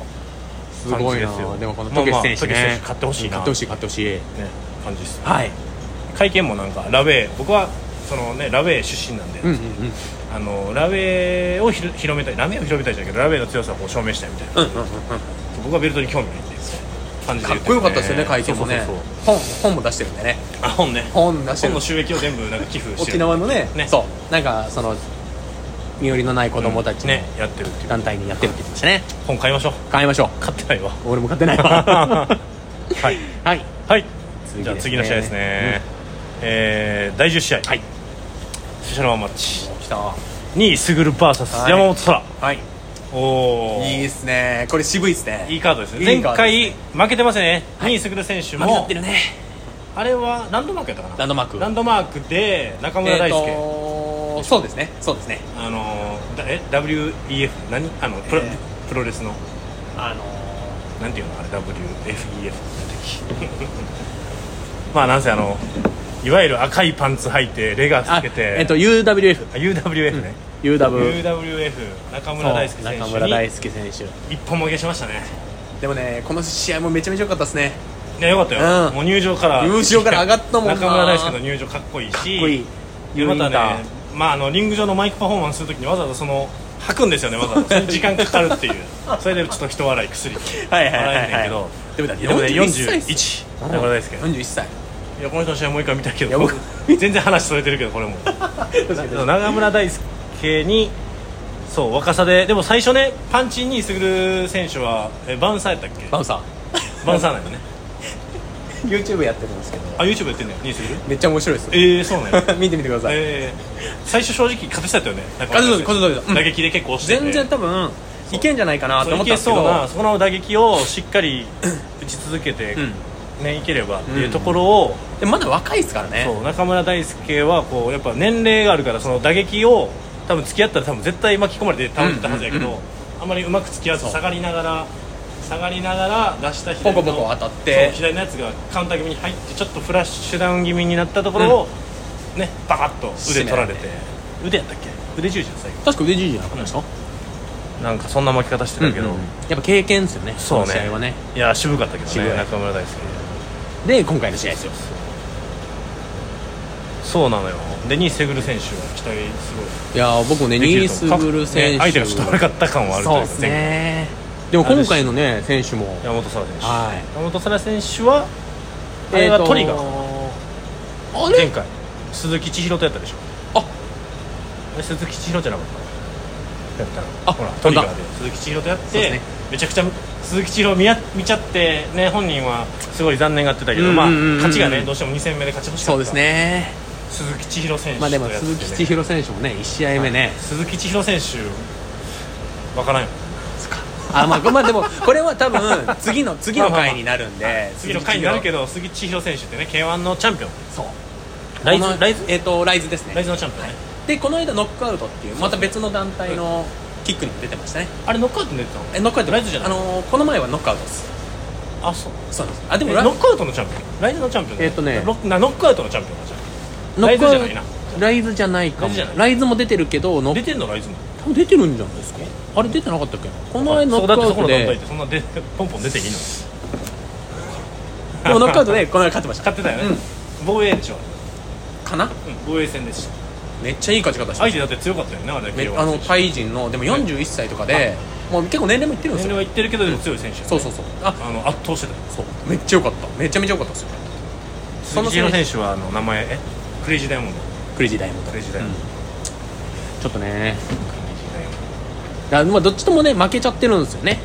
[SPEAKER 2] すご
[SPEAKER 1] 感
[SPEAKER 2] い
[SPEAKER 1] じです
[SPEAKER 2] な
[SPEAKER 1] よ
[SPEAKER 2] でもこの
[SPEAKER 1] まあ
[SPEAKER 2] ト
[SPEAKER 1] ま
[SPEAKER 2] ケ
[SPEAKER 1] あ
[SPEAKER 2] ス選
[SPEAKER 1] トケ
[SPEAKER 2] 手ね、
[SPEAKER 1] ス選手買ってほしいな
[SPEAKER 2] 買ってほしい買ってほしい
[SPEAKER 1] ね感じです
[SPEAKER 2] はい
[SPEAKER 1] 会見もなんかラベイ僕はそのねラベイ出身なんで、
[SPEAKER 2] うんうんうん
[SPEAKER 1] あのラベイをひろ広めたいラベイを広めたいじゃないけどラベイの強さをこう証明したいみたいな、
[SPEAKER 2] うんうんうん
[SPEAKER 1] 僕はベルトに興味ないっていう感じで
[SPEAKER 2] か
[SPEAKER 1] 言
[SPEAKER 2] ってこよかったですよね会見もね
[SPEAKER 1] そうそうそう
[SPEAKER 2] 本本も出してるんでね
[SPEAKER 1] あ本ね
[SPEAKER 2] 本出して
[SPEAKER 1] 本
[SPEAKER 2] る
[SPEAKER 1] の収益を全部なんか寄付して
[SPEAKER 2] 沖
[SPEAKER 1] る
[SPEAKER 2] 縄のね
[SPEAKER 1] ね
[SPEAKER 2] そうなんかその身寄りのない子供たちの
[SPEAKER 1] ねやってるっていう
[SPEAKER 2] 団体にやってるって言ってましたね
[SPEAKER 1] 本買いましょう
[SPEAKER 2] 買いましょう
[SPEAKER 1] 買ってない わ
[SPEAKER 2] 俺も買ってな いわ
[SPEAKER 1] はい、
[SPEAKER 2] はい
[SPEAKER 1] はい、
[SPEAKER 2] 次ですね
[SPEAKER 1] じゃあ次の試合ですね、えー第10試合、
[SPEAKER 2] はい
[SPEAKER 1] スペシャルワンマッチ
[SPEAKER 2] 来た
[SPEAKER 1] 2位すぐる VS 山本空、
[SPEAKER 2] はい
[SPEAKER 1] おお
[SPEAKER 2] いいっすねこれ渋いっすね
[SPEAKER 1] いいカードですね
[SPEAKER 2] いいカ
[SPEAKER 1] 前
[SPEAKER 2] ード
[SPEAKER 1] 回
[SPEAKER 2] です
[SPEAKER 1] 負けてますね、2位すぐる選手
[SPEAKER 2] 負けちゃっ
[SPEAKER 1] も
[SPEAKER 2] てるね
[SPEAKER 1] あれはランドマークやったかな
[SPEAKER 2] ランドマーク
[SPEAKER 1] ランドマークで中村大輔、
[SPEAKER 2] えーとそうですねそうですね
[SPEAKER 1] あのーだえ WEF 何あのプロ,、
[SPEAKER 2] えー
[SPEAKER 1] プロレスの
[SPEAKER 2] あの
[SPEAKER 1] なんていうのあれ WFEF まあなんせあのいわゆる赤いパンツ履いてレガー
[SPEAKER 2] あ
[SPEAKER 1] つけて
[SPEAKER 2] えっと UWF
[SPEAKER 1] あ UWF ね、
[SPEAKER 2] UW
[SPEAKER 1] UWF 中
[SPEAKER 2] そ
[SPEAKER 1] 村大輔
[SPEAKER 2] う
[SPEAKER 1] 選
[SPEAKER 2] 中
[SPEAKER 1] 手
[SPEAKER 2] 村
[SPEAKER 1] に
[SPEAKER 2] 大輔選手
[SPEAKER 1] 一本負けしましたね
[SPEAKER 2] でもねこの試合もめちゃめちゃ良かったですね
[SPEAKER 1] いやよかったよ、
[SPEAKER 2] うん
[SPEAKER 1] もう入場から
[SPEAKER 2] 入場から上がったもんな
[SPEAKER 1] 中村大輔の入場かっこいいし
[SPEAKER 2] かっこいい
[SPEAKER 1] でまた
[SPEAKER 2] ユーインタ
[SPEAKER 1] ね
[SPEAKER 2] ー
[SPEAKER 1] まああのリング上のマイクパフォーマンスするときにわざわざそ の吐くんですよねわざわざそれに時間かかる っていうそれでちょっと人笑い薬
[SPEAKER 2] はいはいはい
[SPEAKER 1] 笑
[SPEAKER 2] は
[SPEAKER 1] えんねんけ
[SPEAKER 2] い
[SPEAKER 1] ど
[SPEAKER 2] でもだ
[SPEAKER 1] でもね
[SPEAKER 2] 41歳っす
[SPEAKER 1] 41中村大輔
[SPEAKER 2] 41歳
[SPEAKER 1] いやこの人の試合もう一回見たいけ
[SPEAKER 2] いや
[SPEAKER 1] ど
[SPEAKER 2] 僕
[SPEAKER 1] 全然話それてるけどこれも 長村大輔にそう若さででも最初ねパンチにすぐる選手はえバウンサーやったっけ
[SPEAKER 2] バウさ
[SPEAKER 1] バウンサーなんよね
[SPEAKER 2] ん YouTube やってるんですけど
[SPEAKER 1] あ YouTube やってんのよにすぐる
[SPEAKER 2] めっちゃ面白いですよ
[SPEAKER 1] ええー、そうなんや
[SPEAKER 2] 見てみてください
[SPEAKER 1] えー、最初正直勝てそうやったよね
[SPEAKER 2] 勝てそう勝てそううん
[SPEAKER 1] 打撃で結構押してて
[SPEAKER 2] 全然多分いけんじゃないかなと
[SPEAKER 1] そう
[SPEAKER 2] 思
[SPEAKER 1] い
[SPEAKER 2] った
[SPEAKER 1] け
[SPEAKER 2] んですけ
[SPEAKER 1] そうな
[SPEAKER 2] ど
[SPEAKER 1] そこの打撃をしっか り打ち続けて、ねいければっていうところを、
[SPEAKER 2] でまだ若いですからね
[SPEAKER 1] そう中村大輔はこうやっぱ年齢があるからその打撃を多分付き合ったら多分絶対巻き込まれて倒れてたはずやけど、
[SPEAKER 2] うんうんう
[SPEAKER 1] あんまりうまく付き合わず
[SPEAKER 2] そう
[SPEAKER 1] 下がりながら下がりながら出した左の
[SPEAKER 2] ボコボコ当たって
[SPEAKER 1] そう左のやつがカウンター気味に入ってちょっとフラッシュダウン気味になったところを、ねバカッと腕取られて
[SPEAKER 2] 締め
[SPEAKER 1] 腕やったっけ腕十字の最後
[SPEAKER 2] 確か腕じいじゃなかったでしょ
[SPEAKER 1] なんかそんな巻き方してたけど、
[SPEAKER 2] やっぱ経験ですよね
[SPEAKER 1] そうね
[SPEAKER 2] この試合はね
[SPEAKER 1] いや渋かったけど
[SPEAKER 2] 渋
[SPEAKER 1] ね
[SPEAKER 2] い
[SPEAKER 1] 中村大輔
[SPEAKER 2] で今回の試合ですよ
[SPEAKER 1] そうなのよで2位セグル選手は期待すごい
[SPEAKER 2] いやー僕もね
[SPEAKER 1] でき
[SPEAKER 2] ニー
[SPEAKER 1] ると
[SPEAKER 2] ス
[SPEAKER 1] 思う
[SPEAKER 2] ブル選手、
[SPEAKER 1] ね相手がちょっと悪かった感はあると
[SPEAKER 2] そう
[SPEAKER 1] いう
[SPEAKER 2] で
[SPEAKER 1] か
[SPEAKER 2] すねでも今回のね選手も
[SPEAKER 1] 山本沙羅選手、
[SPEAKER 2] はい
[SPEAKER 1] 山本沙羅選手はあれはトリガー、
[SPEAKER 2] ーあ
[SPEAKER 1] 前
[SPEAKER 2] れ
[SPEAKER 1] 回鈴木千尋とやったでしょ
[SPEAKER 2] あ
[SPEAKER 1] あれ鈴木千尋じゃなかったやったの
[SPEAKER 2] あ
[SPEAKER 1] ほらト
[SPEAKER 2] 本
[SPEAKER 1] リ
[SPEAKER 2] 当
[SPEAKER 1] ガ
[SPEAKER 2] だ
[SPEAKER 1] ーで鈴木千尋とやって、
[SPEAKER 2] そうですね
[SPEAKER 1] めちゃくちゃ鈴木千尋見や見ちゃってね本人はすごい残念がってたけど、
[SPEAKER 2] うんうん
[SPEAKER 1] まあ
[SPEAKER 2] うんうん
[SPEAKER 1] 勝ちがねどうしても2戦目で勝ち欲しか
[SPEAKER 2] そ
[SPEAKER 1] った
[SPEAKER 2] うですね
[SPEAKER 1] 鈴木千尋選手
[SPEAKER 2] まあでも
[SPEAKER 1] とやってて
[SPEAKER 2] 鈴木千尋選手もね1試合目ね、
[SPEAKER 1] 鈴木千尋選手わからんよ
[SPEAKER 2] あまあまあ でもこれは多分次の次の回になるんで、
[SPEAKER 1] 次の回になるけ
[SPEAKER 2] ど
[SPEAKER 1] ど鈴木千尋選手ってね k 1のチャンピオン
[SPEAKER 2] そう
[SPEAKER 1] ライズ
[SPEAKER 2] この
[SPEAKER 1] ライズ
[SPEAKER 2] えっ、とライズです
[SPEAKER 1] ライ
[SPEAKER 2] ね
[SPEAKER 1] ズのチャンピオンね、
[SPEAKER 2] でこの間ノックアウトっていうまた別の団体のキックにも出てましたね
[SPEAKER 1] あれノックアウトに出てたの
[SPEAKER 2] えノックアウト
[SPEAKER 1] ライズじゃない
[SPEAKER 2] あのーこの前はノックアウトです
[SPEAKER 1] あそう
[SPEAKER 2] そうなんですあで
[SPEAKER 1] で
[SPEAKER 2] も
[SPEAKER 1] も
[SPEAKER 2] ラ
[SPEAKER 1] ノックアウトのチャンピオンライズのチャンピオンだよ
[SPEAKER 2] えっとね
[SPEAKER 1] ロックなノックアウトのチャンピオンだじゃん
[SPEAKER 2] ノックアウト
[SPEAKER 1] ライズじゃないなライズ
[SPEAKER 2] ライズじゃないかも
[SPEAKER 1] じゃない
[SPEAKER 2] ライズも出てるけどノッ
[SPEAKER 1] 出てんのライズも
[SPEAKER 2] 多分出てるんじゃないですかあれ出てなかったっけなこの前ノ
[SPEAKER 1] そう
[SPEAKER 2] ッ
[SPEAKER 1] だっ
[SPEAKER 2] ク
[SPEAKER 1] てそ
[SPEAKER 2] アウ
[SPEAKER 1] こ
[SPEAKER 2] ト
[SPEAKER 1] の団体っ
[SPEAKER 2] で
[SPEAKER 1] てそんなで ポンポン出ていいの
[SPEAKER 2] でもノックアウ トでこの間勝ってまし た
[SPEAKER 1] 勝ってたよね、
[SPEAKER 2] うん
[SPEAKER 1] 防衛でしょ、
[SPEAKER 2] かな
[SPEAKER 1] うん、防衛戦でした
[SPEAKER 2] めっちゃいい勝ち方して
[SPEAKER 1] 相
[SPEAKER 2] まし
[SPEAKER 1] 手だって強かったよねあれ
[SPEAKER 2] ため
[SPEAKER 1] KO
[SPEAKER 2] あのタイ人のでも41歳とかでもう結構年齢もいってるん
[SPEAKER 1] 年
[SPEAKER 2] です
[SPEAKER 1] 齢
[SPEAKER 2] よ
[SPEAKER 1] は言ってるけどでも強い選手、
[SPEAKER 2] そうそうそうあ
[SPEAKER 1] あの圧倒してた
[SPEAKER 2] そうめっちゃ良かっためちゃめちゃ良かったですよ
[SPEAKER 1] そ
[SPEAKER 2] そ
[SPEAKER 1] の
[SPEAKER 2] の
[SPEAKER 1] 選
[SPEAKER 2] 選手
[SPEAKER 1] 手はあの名前えクレイジーダイヤモンド
[SPEAKER 2] クレイジーダイヤモンド
[SPEAKER 1] クレイジーダイヤモンド、ク
[SPEAKER 2] ちょっとね
[SPEAKER 1] レイジーダイヤモンド
[SPEAKER 2] だまあどっちともね負けちゃってるんですよね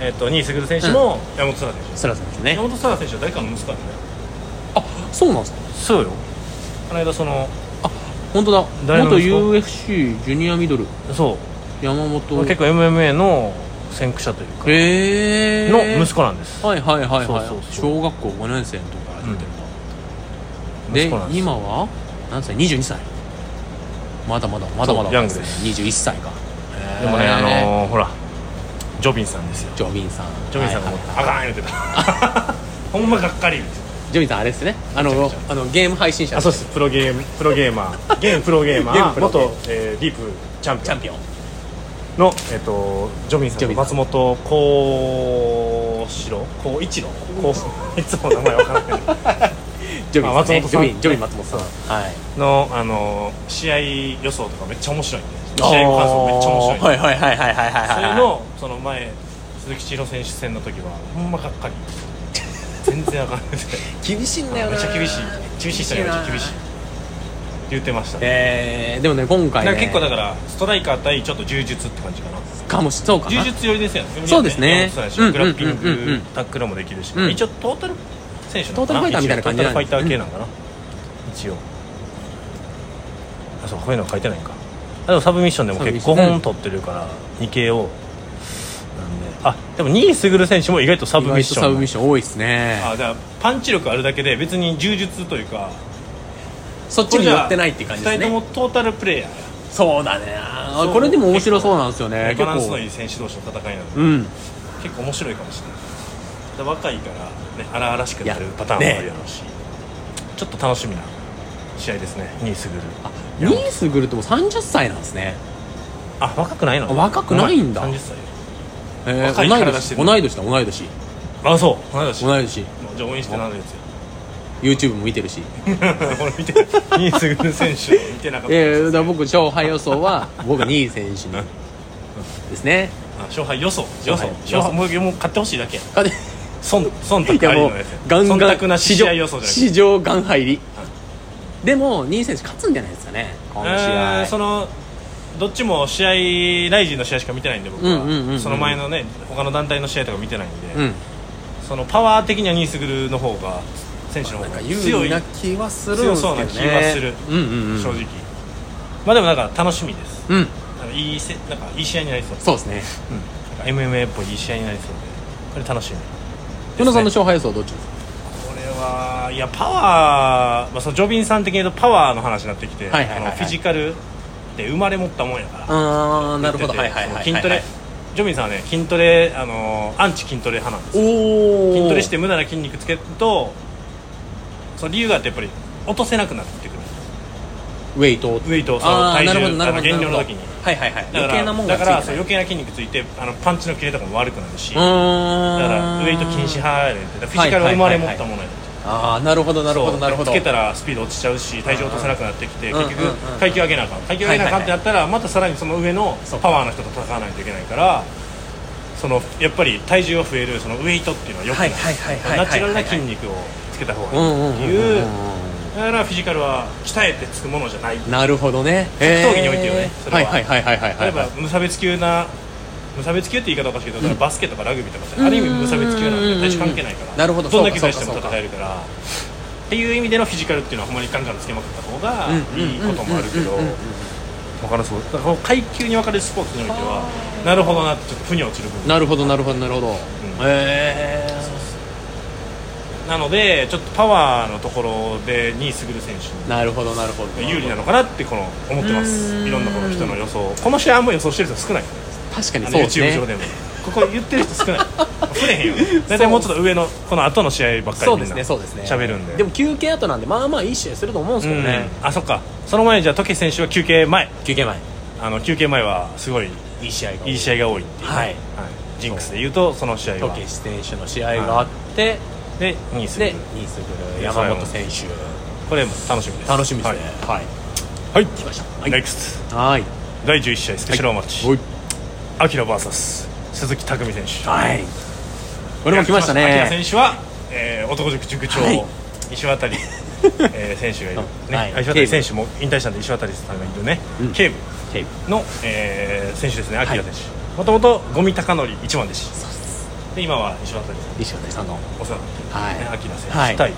[SPEAKER 1] えっと2位卓選手も山本沙羅選
[SPEAKER 2] スラさんです
[SPEAKER 1] 手
[SPEAKER 2] ね
[SPEAKER 1] 山本沙羅選手は誰かの息子だね
[SPEAKER 2] あそうなんですか
[SPEAKER 1] そうよこの間その
[SPEAKER 2] 本当だ
[SPEAKER 1] 誰の
[SPEAKER 2] 元
[SPEAKER 1] 息子
[SPEAKER 2] UFC ジュニアミドル
[SPEAKER 1] そう
[SPEAKER 2] 山本
[SPEAKER 1] 結構 MMA の先駆者というか
[SPEAKER 2] へえー、
[SPEAKER 1] の息子なんです
[SPEAKER 2] はいはいはいはい
[SPEAKER 1] そうそうそう
[SPEAKER 2] 小学校5年生の時から出てる
[SPEAKER 1] 息
[SPEAKER 2] んだ、
[SPEAKER 1] 子なんで
[SPEAKER 2] です今は何歳22歳まだまだまだまだ
[SPEAKER 1] そうヤングです
[SPEAKER 2] 21歳か
[SPEAKER 1] でもね、
[SPEAKER 2] へー
[SPEAKER 1] あのーほらジョビンさんですよ
[SPEAKER 2] ジョミンさん
[SPEAKER 1] ジョビンさんが
[SPEAKER 2] はい
[SPEAKER 1] もう
[SPEAKER 2] はい
[SPEAKER 1] 「あかん」言うてた ほんまがっかり言うて
[SPEAKER 2] ジョミンさんあれですねあのあのゲーム配信者
[SPEAKER 1] あそうですプロゲームプロゲーマー現プロゲーマ
[SPEAKER 2] 現
[SPEAKER 1] ー
[SPEAKER 2] プロゲーマー
[SPEAKER 1] 元、えーディープチャンピ
[SPEAKER 2] チ
[SPEAKER 1] オ
[SPEAKER 2] ャ
[SPEAKER 1] ン
[SPEAKER 2] ンピオン
[SPEAKER 1] の、えっとジョビンさ
[SPEAKER 2] ジ
[SPEAKER 1] んと
[SPEAKER 2] ョビンさん
[SPEAKER 1] 松本幸四郎幸一郎 幸いつも名前わからない
[SPEAKER 2] ジョミンさん,、ね、
[SPEAKER 1] あ松本
[SPEAKER 2] ジ
[SPEAKER 1] さ
[SPEAKER 2] ョ
[SPEAKER 1] ん
[SPEAKER 2] ミンジョミン松本さん
[SPEAKER 1] そ
[SPEAKER 2] はい
[SPEAKER 1] の、あのー試合予想とかめっちゃ面白いんで試合感想めっちゃ面白いんで
[SPEAKER 2] はいはいはいはいはいはい
[SPEAKER 1] そ
[SPEAKER 2] は
[SPEAKER 1] れ
[SPEAKER 2] い
[SPEAKER 1] のその前鈴木千尋選手戦の時はほんまがっかり全然あかん ない
[SPEAKER 2] 厳しいんだよな
[SPEAKER 1] めっちゃ厳しい厳しい人にはめっちゃ厳しいって言ってました、
[SPEAKER 2] えー、でもね今回
[SPEAKER 1] な
[SPEAKER 2] ね
[SPEAKER 1] んか結構だからストライカー対ちょっと柔術って感じかな
[SPEAKER 2] かもしそうか
[SPEAKER 1] 柔
[SPEAKER 2] な
[SPEAKER 1] 術寄りですよね
[SPEAKER 2] そうですね
[SPEAKER 1] そうだし
[SPEAKER 2] うんうん
[SPEAKER 1] グラッピン
[SPEAKER 2] うんう
[SPEAKER 1] グ
[SPEAKER 2] ん
[SPEAKER 1] タックルもできるし、
[SPEAKER 2] うん
[SPEAKER 1] 一応トータル選手なのか
[SPEAKER 2] トータルファイターみたいな感じ
[SPEAKER 1] な
[SPEAKER 2] なんん
[SPEAKER 1] ト
[SPEAKER 2] で
[SPEAKER 1] ー
[SPEAKER 2] す
[SPEAKER 1] タルファイター系なんかな、一応あそうこういうのは書いてないんかあでもサブミッションでも結構
[SPEAKER 2] サブミッシ
[SPEAKER 1] 5
[SPEAKER 2] ョン
[SPEAKER 1] 本取ってるから 2KO なんであでも2位優選手も意外とサ
[SPEAKER 2] サ
[SPEAKER 1] ブミッション
[SPEAKER 2] サブミッション多いですね
[SPEAKER 1] あじゃあパンチ力あるだけで別に柔術というか
[SPEAKER 2] そっちに寄ってないっていう感じです
[SPEAKER 1] 2人
[SPEAKER 2] ね
[SPEAKER 1] ともトータルプレーヤー
[SPEAKER 2] そうだねあー
[SPEAKER 1] そう
[SPEAKER 2] これでも面白そうなんですよね
[SPEAKER 1] バ
[SPEAKER 2] 結
[SPEAKER 1] ランスのい
[SPEAKER 2] 構
[SPEAKER 1] い選手同士の戦いなので
[SPEAKER 2] うん
[SPEAKER 1] 結構面白いかもしれないで若いからね荒々しくなる
[SPEAKER 2] いや
[SPEAKER 1] パターンもあ
[SPEAKER 2] ね
[SPEAKER 1] るやろうし、ちょっと楽しみな試合ですね2位すぐる
[SPEAKER 2] あニースグルってもう30歳なんですね
[SPEAKER 1] あ若くないの
[SPEAKER 2] あ若くないんだ
[SPEAKER 1] うまい30歳
[SPEAKER 2] えー
[SPEAKER 1] 若い
[SPEAKER 2] 同い
[SPEAKER 1] 体して
[SPEAKER 2] 年
[SPEAKER 1] る
[SPEAKER 2] 同い年だ同い年
[SPEAKER 1] あそう同い年
[SPEAKER 2] 同い年
[SPEAKER 1] じゃあ応援してなんですよ
[SPEAKER 2] YouTube も見てるし
[SPEAKER 1] 俺見て2位すぐる選手見てなかった
[SPEAKER 2] えー、だから僕勝敗予想 は僕は2位選手にですね
[SPEAKER 1] あ勝敗予想予想
[SPEAKER 2] 勝敗
[SPEAKER 1] 予想もうもう買ってほしいだけや
[SPEAKER 2] かで
[SPEAKER 1] 損損得
[SPEAKER 2] い
[SPEAKER 1] あ
[SPEAKER 2] や
[SPEAKER 1] り
[SPEAKER 2] もう
[SPEAKER 1] のやつや
[SPEAKER 2] ガンガ
[SPEAKER 1] 忖度な
[SPEAKER 2] ン
[SPEAKER 1] し試合予想じゃなくて
[SPEAKER 2] 市場ガン入りでも2位選手勝つんじゃないですかね今試合、
[SPEAKER 1] えーそのどっちも試合ライジンの試合しか見てないんで僕は、
[SPEAKER 2] うんうんうんうん
[SPEAKER 1] その前のね他の団体の試合とか見てないんで、
[SPEAKER 2] うん
[SPEAKER 1] そのパワー的にはニースグルの方が選手の方
[SPEAKER 2] なん
[SPEAKER 1] が
[SPEAKER 2] か
[SPEAKER 1] 強
[SPEAKER 2] 有
[SPEAKER 1] い
[SPEAKER 2] 利
[SPEAKER 1] 正
[SPEAKER 2] な気はするんですけどね
[SPEAKER 1] 強そうな気はする
[SPEAKER 2] うんうんうん
[SPEAKER 1] 直、まあでもなんか楽しみです
[SPEAKER 2] うん、
[SPEAKER 1] なんかいいせなんかいい試合になりそう
[SPEAKER 2] そうですね
[SPEAKER 1] なんか MMA っぽいいい試合になりそうでこれ楽しみ
[SPEAKER 2] 宇野さんの勝敗予想はどっちですか
[SPEAKER 1] これはいやパワー、まあ、そのジョビンさん的に言うとパワーの話になってきて、
[SPEAKER 2] はいはいはいはい
[SPEAKER 1] あのフィジカルって生まれ持ったもんやから
[SPEAKER 2] ああなるほどはいはいはいはい
[SPEAKER 1] 筋トレジョビンさんはね筋トレあのーアンチ筋トレ派なんです
[SPEAKER 2] おお
[SPEAKER 1] 筋トレして無駄な筋肉つけるとその理由があってやっぱり落とせなくなってくる
[SPEAKER 2] ウェイトを
[SPEAKER 1] ウェイトをその
[SPEAKER 2] あー
[SPEAKER 1] 体
[SPEAKER 2] なるほど
[SPEAKER 1] 重
[SPEAKER 2] な
[SPEAKER 1] あ
[SPEAKER 2] る
[SPEAKER 1] の
[SPEAKER 2] ほど
[SPEAKER 1] 減量の
[SPEAKER 2] なる
[SPEAKER 1] 時
[SPEAKER 2] ほど
[SPEAKER 1] に
[SPEAKER 2] はいはいは
[SPEAKER 1] だ
[SPEAKER 2] い
[SPEAKER 1] から
[SPEAKER 2] 余計なもん
[SPEAKER 1] だ
[SPEAKER 2] がつい
[SPEAKER 1] か
[SPEAKER 2] て
[SPEAKER 1] ら
[SPEAKER 2] ない
[SPEAKER 1] そう余計な筋肉ついてあのパンチの切れとかも悪くなるし
[SPEAKER 2] う
[SPEAKER 1] だ
[SPEAKER 2] ーん
[SPEAKER 1] からウェイト禁止派やねんってだからフィジカルは生まれ持ったものやねん
[SPEAKER 2] ああなるほどなるほ
[SPEAKER 1] そ
[SPEAKER 2] ど
[SPEAKER 1] う
[SPEAKER 2] なるほど
[SPEAKER 1] つけたらスピード落ちちゃうし体重落とせなくなってきて
[SPEAKER 2] うん
[SPEAKER 1] 結
[SPEAKER 2] うん
[SPEAKER 1] 局
[SPEAKER 2] うん
[SPEAKER 1] 階級上げなあかん階級上げなあかんってなったらまたさらにその上のパワーの人と戦わないといけないからそのやっぱり体重が増えるそのウエイトっていうのはよくない
[SPEAKER 2] はいはいはいはいは
[SPEAKER 1] ナ
[SPEAKER 2] い
[SPEAKER 1] チュラルな筋肉をつけた方
[SPEAKER 2] う
[SPEAKER 1] がい
[SPEAKER 2] ん
[SPEAKER 1] い
[SPEAKER 2] うん
[SPEAKER 1] って
[SPEAKER 2] うん
[SPEAKER 1] いううんだからフィジカルは鍛えてつくものじゃない
[SPEAKER 2] なるほどね格
[SPEAKER 1] 闘技においてよねそれは
[SPEAKER 2] はいはいはいはいはいは
[SPEAKER 1] 例え
[SPEAKER 2] い
[SPEAKER 1] ば無差別級な無差別級って言い方おかしいけど、だからバスケとかラグビーとかってある意味無差別級なんで
[SPEAKER 2] うん
[SPEAKER 1] 体重関係ないから
[SPEAKER 2] なるほど
[SPEAKER 1] どんだけ
[SPEAKER 2] そう
[SPEAKER 1] 出
[SPEAKER 2] か
[SPEAKER 1] し
[SPEAKER 2] そう
[SPEAKER 1] て
[SPEAKER 2] か
[SPEAKER 1] も戦えるからっていう意味でのフィジカルっていうのはほんまにガンガンつけまくった方が
[SPEAKER 2] うん
[SPEAKER 1] いいこともあるけど
[SPEAKER 2] うんうんうんうん
[SPEAKER 1] 分からそうだからこの階級に分かれるスポーツにおいてはなるほどなってちょっと腑に落ちる部分
[SPEAKER 2] なるほどなるほどなるほどへえ
[SPEAKER 1] なのでちょっとパワーのところでに優る選手
[SPEAKER 2] なるほどなるほど
[SPEAKER 1] に有利なのかなってこの思ってます
[SPEAKER 2] うん
[SPEAKER 1] いろんなこの人の予想この試合あんま予想してる人少ない
[SPEAKER 2] 確かに
[SPEAKER 1] あ
[SPEAKER 2] そう
[SPEAKER 1] の
[SPEAKER 2] です
[SPEAKER 1] YouTube 上
[SPEAKER 2] ね
[SPEAKER 1] でも、ここ言ってる人少ない触れへん よ大体もうちょっと上のこの後の試合ばっかり
[SPEAKER 2] そ
[SPEAKER 1] み
[SPEAKER 2] う
[SPEAKER 1] ん
[SPEAKER 2] です
[SPEAKER 1] な
[SPEAKER 2] ねそうですね
[SPEAKER 1] 喋るんで
[SPEAKER 2] でも休憩後なんでまあまあいい試合すると思うんで
[SPEAKER 1] う
[SPEAKER 2] すけど
[SPEAKER 1] ん
[SPEAKER 2] ね
[SPEAKER 1] あそっかその前にじゃあ時選手は休憩前
[SPEAKER 2] 休憩前
[SPEAKER 1] あの休憩前はすごい
[SPEAKER 2] いい試合が
[SPEAKER 1] いい試合が多いっていう、
[SPEAKER 2] はい
[SPEAKER 1] ジンクスで言うとその試合
[SPEAKER 2] ト
[SPEAKER 1] は
[SPEAKER 2] ケシ選手の試合があって
[SPEAKER 1] でニース
[SPEAKER 2] でニースグル山本選手
[SPEAKER 1] これも楽しみです
[SPEAKER 2] 楽しみですねはい
[SPEAKER 1] はい、
[SPEAKER 2] 来ましたは
[SPEAKER 1] はい、
[SPEAKER 2] い
[SPEAKER 1] NEXT
[SPEAKER 2] はい
[SPEAKER 1] 第11試合スペシャルマッチ、
[SPEAKER 2] はい
[SPEAKER 1] アキラ VS 鈴木拓海選手
[SPEAKER 2] はいこれも来ました
[SPEAKER 1] いやアキラ
[SPEAKER 2] ね
[SPEAKER 1] 選手は、えー、男塾塾長、
[SPEAKER 2] はい
[SPEAKER 1] 石渡、 えー、選手がいる、ね
[SPEAKER 2] はい
[SPEAKER 1] あ石渡選手も引退したんで石渡さんがいるね、
[SPEAKER 2] うん
[SPEAKER 1] 警部
[SPEAKER 2] テープ
[SPEAKER 1] の、えー選手ですね、アキラ選手もともと五味高則一番弟子
[SPEAKER 2] そうです
[SPEAKER 1] で今は石渡さん
[SPEAKER 2] 西畑さんの
[SPEAKER 1] お世話になって
[SPEAKER 2] はい
[SPEAKER 1] るねアキラ選手、
[SPEAKER 2] はい
[SPEAKER 1] 対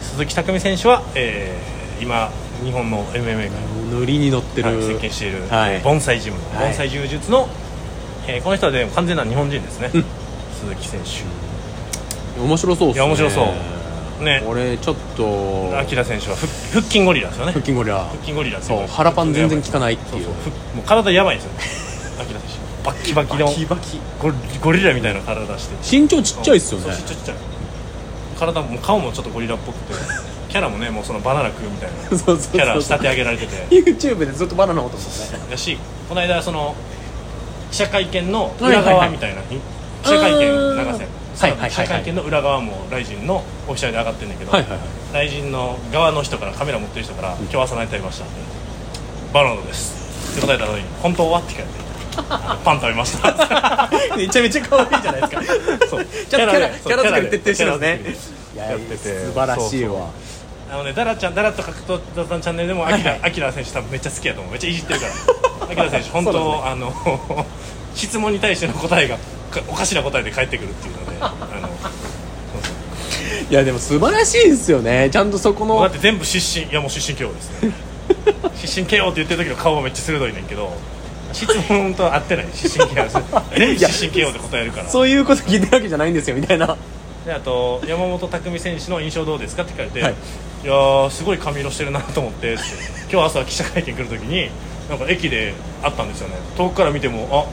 [SPEAKER 1] 鈴木拓海選手は、えー今日本の MMA が
[SPEAKER 2] 乗りに乗ってる、
[SPEAKER 1] はい、設計している、
[SPEAKER 2] はい
[SPEAKER 1] 盆栽ジムの
[SPEAKER 2] はい
[SPEAKER 1] 盆栽柔術の、えーこの人は、ね、完全な日本人ですね、
[SPEAKER 2] うん
[SPEAKER 1] 鈴木選手
[SPEAKER 2] 面白そうですね
[SPEAKER 1] いや面白そうね
[SPEAKER 2] 俺ちょっと
[SPEAKER 1] アキラ選手は腹腹筋ゴリラですよね
[SPEAKER 2] 腹筋ゴリラ
[SPEAKER 1] 腹筋ゴリラってい
[SPEAKER 2] そう腹パン全然効かないって
[SPEAKER 1] そう
[SPEAKER 2] い
[SPEAKER 1] そううふもう体やばいんですよねアキラ選手バッキバキの
[SPEAKER 2] バキ
[SPEAKER 1] ゴリゴリラみたいな体して
[SPEAKER 2] 身長ちっちゃいっすよね
[SPEAKER 1] そうちっちゃい体も顔もちょっとゴリラっぽくてキャラもねもうそのバナナ食うみたいな
[SPEAKER 2] そうそうそう
[SPEAKER 1] キャラ仕立て上げられてて
[SPEAKER 2] YouTube でずっとバナナの音ですね
[SPEAKER 1] だしこの間その記者会見の
[SPEAKER 2] はい
[SPEAKER 1] 裏
[SPEAKER 2] はいはい
[SPEAKER 1] 側みたいな、記者会見流せ
[SPEAKER 2] あーはいはいはいはい
[SPEAKER 1] 記者会見の裏側もライジンのオフィシャルで上がってるんだけど、
[SPEAKER 2] はいはいはい
[SPEAKER 1] ライジンの側の人からカメラ持ってる人から「今日朝何食べました?」って「バナナです」って答えたのに「本当は?」って聞かれてあ の「パン食べました」
[SPEAKER 2] めちゃめちゃ可愛いじゃないですか
[SPEAKER 1] そう
[SPEAKER 2] ちょっとキャラ
[SPEAKER 1] そう
[SPEAKER 2] キャラ作り徹底してますね
[SPEAKER 1] キャラ作り
[SPEAKER 2] い や
[SPEAKER 1] やってて
[SPEAKER 2] 素晴らしいわ
[SPEAKER 1] あのね、ダラちゃん、ダラと格闘技のチャンネルでも、アキ
[SPEAKER 2] は
[SPEAKER 1] ラ
[SPEAKER 2] い、
[SPEAKER 1] アキラ選手多分めっちゃ好きやと思う。めっちゃいじってる から。アキラ選手、本当、
[SPEAKER 2] そうで
[SPEAKER 1] あの、 質問に対しての答えが、かおかしな答えで返ってくるっていうので、あの、
[SPEAKER 2] いやでも素晴らしいですよねちゃんとそこ
[SPEAKER 1] だ
[SPEAKER 2] の
[SPEAKER 1] って全部失神、いやもう失神 KO ですね。失神 KO って言ってる時の顔はめっちゃ鋭いねんけど、質問と合ってない。失神 KO です。全部失神 KO で答えるから。
[SPEAKER 2] そういうこと聞いてるわけじゃないんですよみたいな
[SPEAKER 1] であと山本拓実選手の印象どうですかって聞かれて、
[SPEAKER 2] はい
[SPEAKER 1] い、やーすごい髪色してるなと思ってって今日朝記者会見来るときになんか駅で会ったんですよね遠くから見ても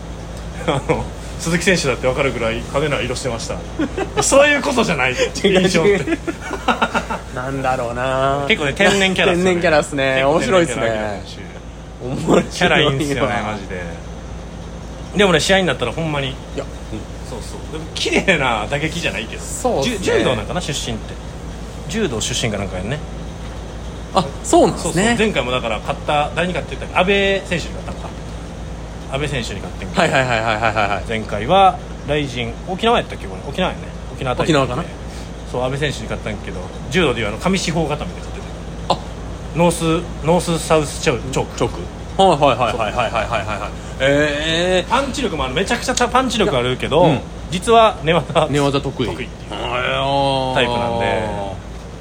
[SPEAKER 1] ああの鈴木選手だって分かるぐらい派手な色してま したそういうことじゃない印象って
[SPEAKER 2] なんだろうな
[SPEAKER 1] 結構ね 天然キャラっすよね
[SPEAKER 2] 天然キャラっすね面白いっす
[SPEAKER 1] 天然キャラアキラ選手
[SPEAKER 2] ね面白いわ
[SPEAKER 1] キャラいいんすよねマジででもね試合になったらほんまに
[SPEAKER 2] いや
[SPEAKER 1] そうそうでも綺麗な打撃じゃないけど
[SPEAKER 2] そうっすね
[SPEAKER 1] じゅ柔道なんかな出身って柔道出身かなんかやんね
[SPEAKER 2] あそうなんで
[SPEAKER 1] そう
[SPEAKER 2] す
[SPEAKER 1] そう、
[SPEAKER 2] ね
[SPEAKER 1] 前回もだから勝った誰に勝って言ったっけ安倍選手に勝ったのか安倍選手に勝ってんけど
[SPEAKER 2] はいはいはいはいはいはいはい
[SPEAKER 1] 前回は雷神沖縄やったっけこれ沖縄やね沖縄大会で
[SPEAKER 2] 沖縄かな
[SPEAKER 1] そう安倍選手に勝ったんやけど柔道でいうあの紙四方固めで勝ってた
[SPEAKER 2] あ
[SPEAKER 1] ノースノースサウスチョークチョーク
[SPEAKER 2] チョークはいはいはいはいはいはいはいはいえ
[SPEAKER 1] パンチ力もあるめちゃくちゃパンチ力あるけど、
[SPEAKER 2] うん
[SPEAKER 1] 実は寝技
[SPEAKER 2] え寝技得意
[SPEAKER 1] 得意っていうイ
[SPEAKER 2] タ
[SPEAKER 1] プなんで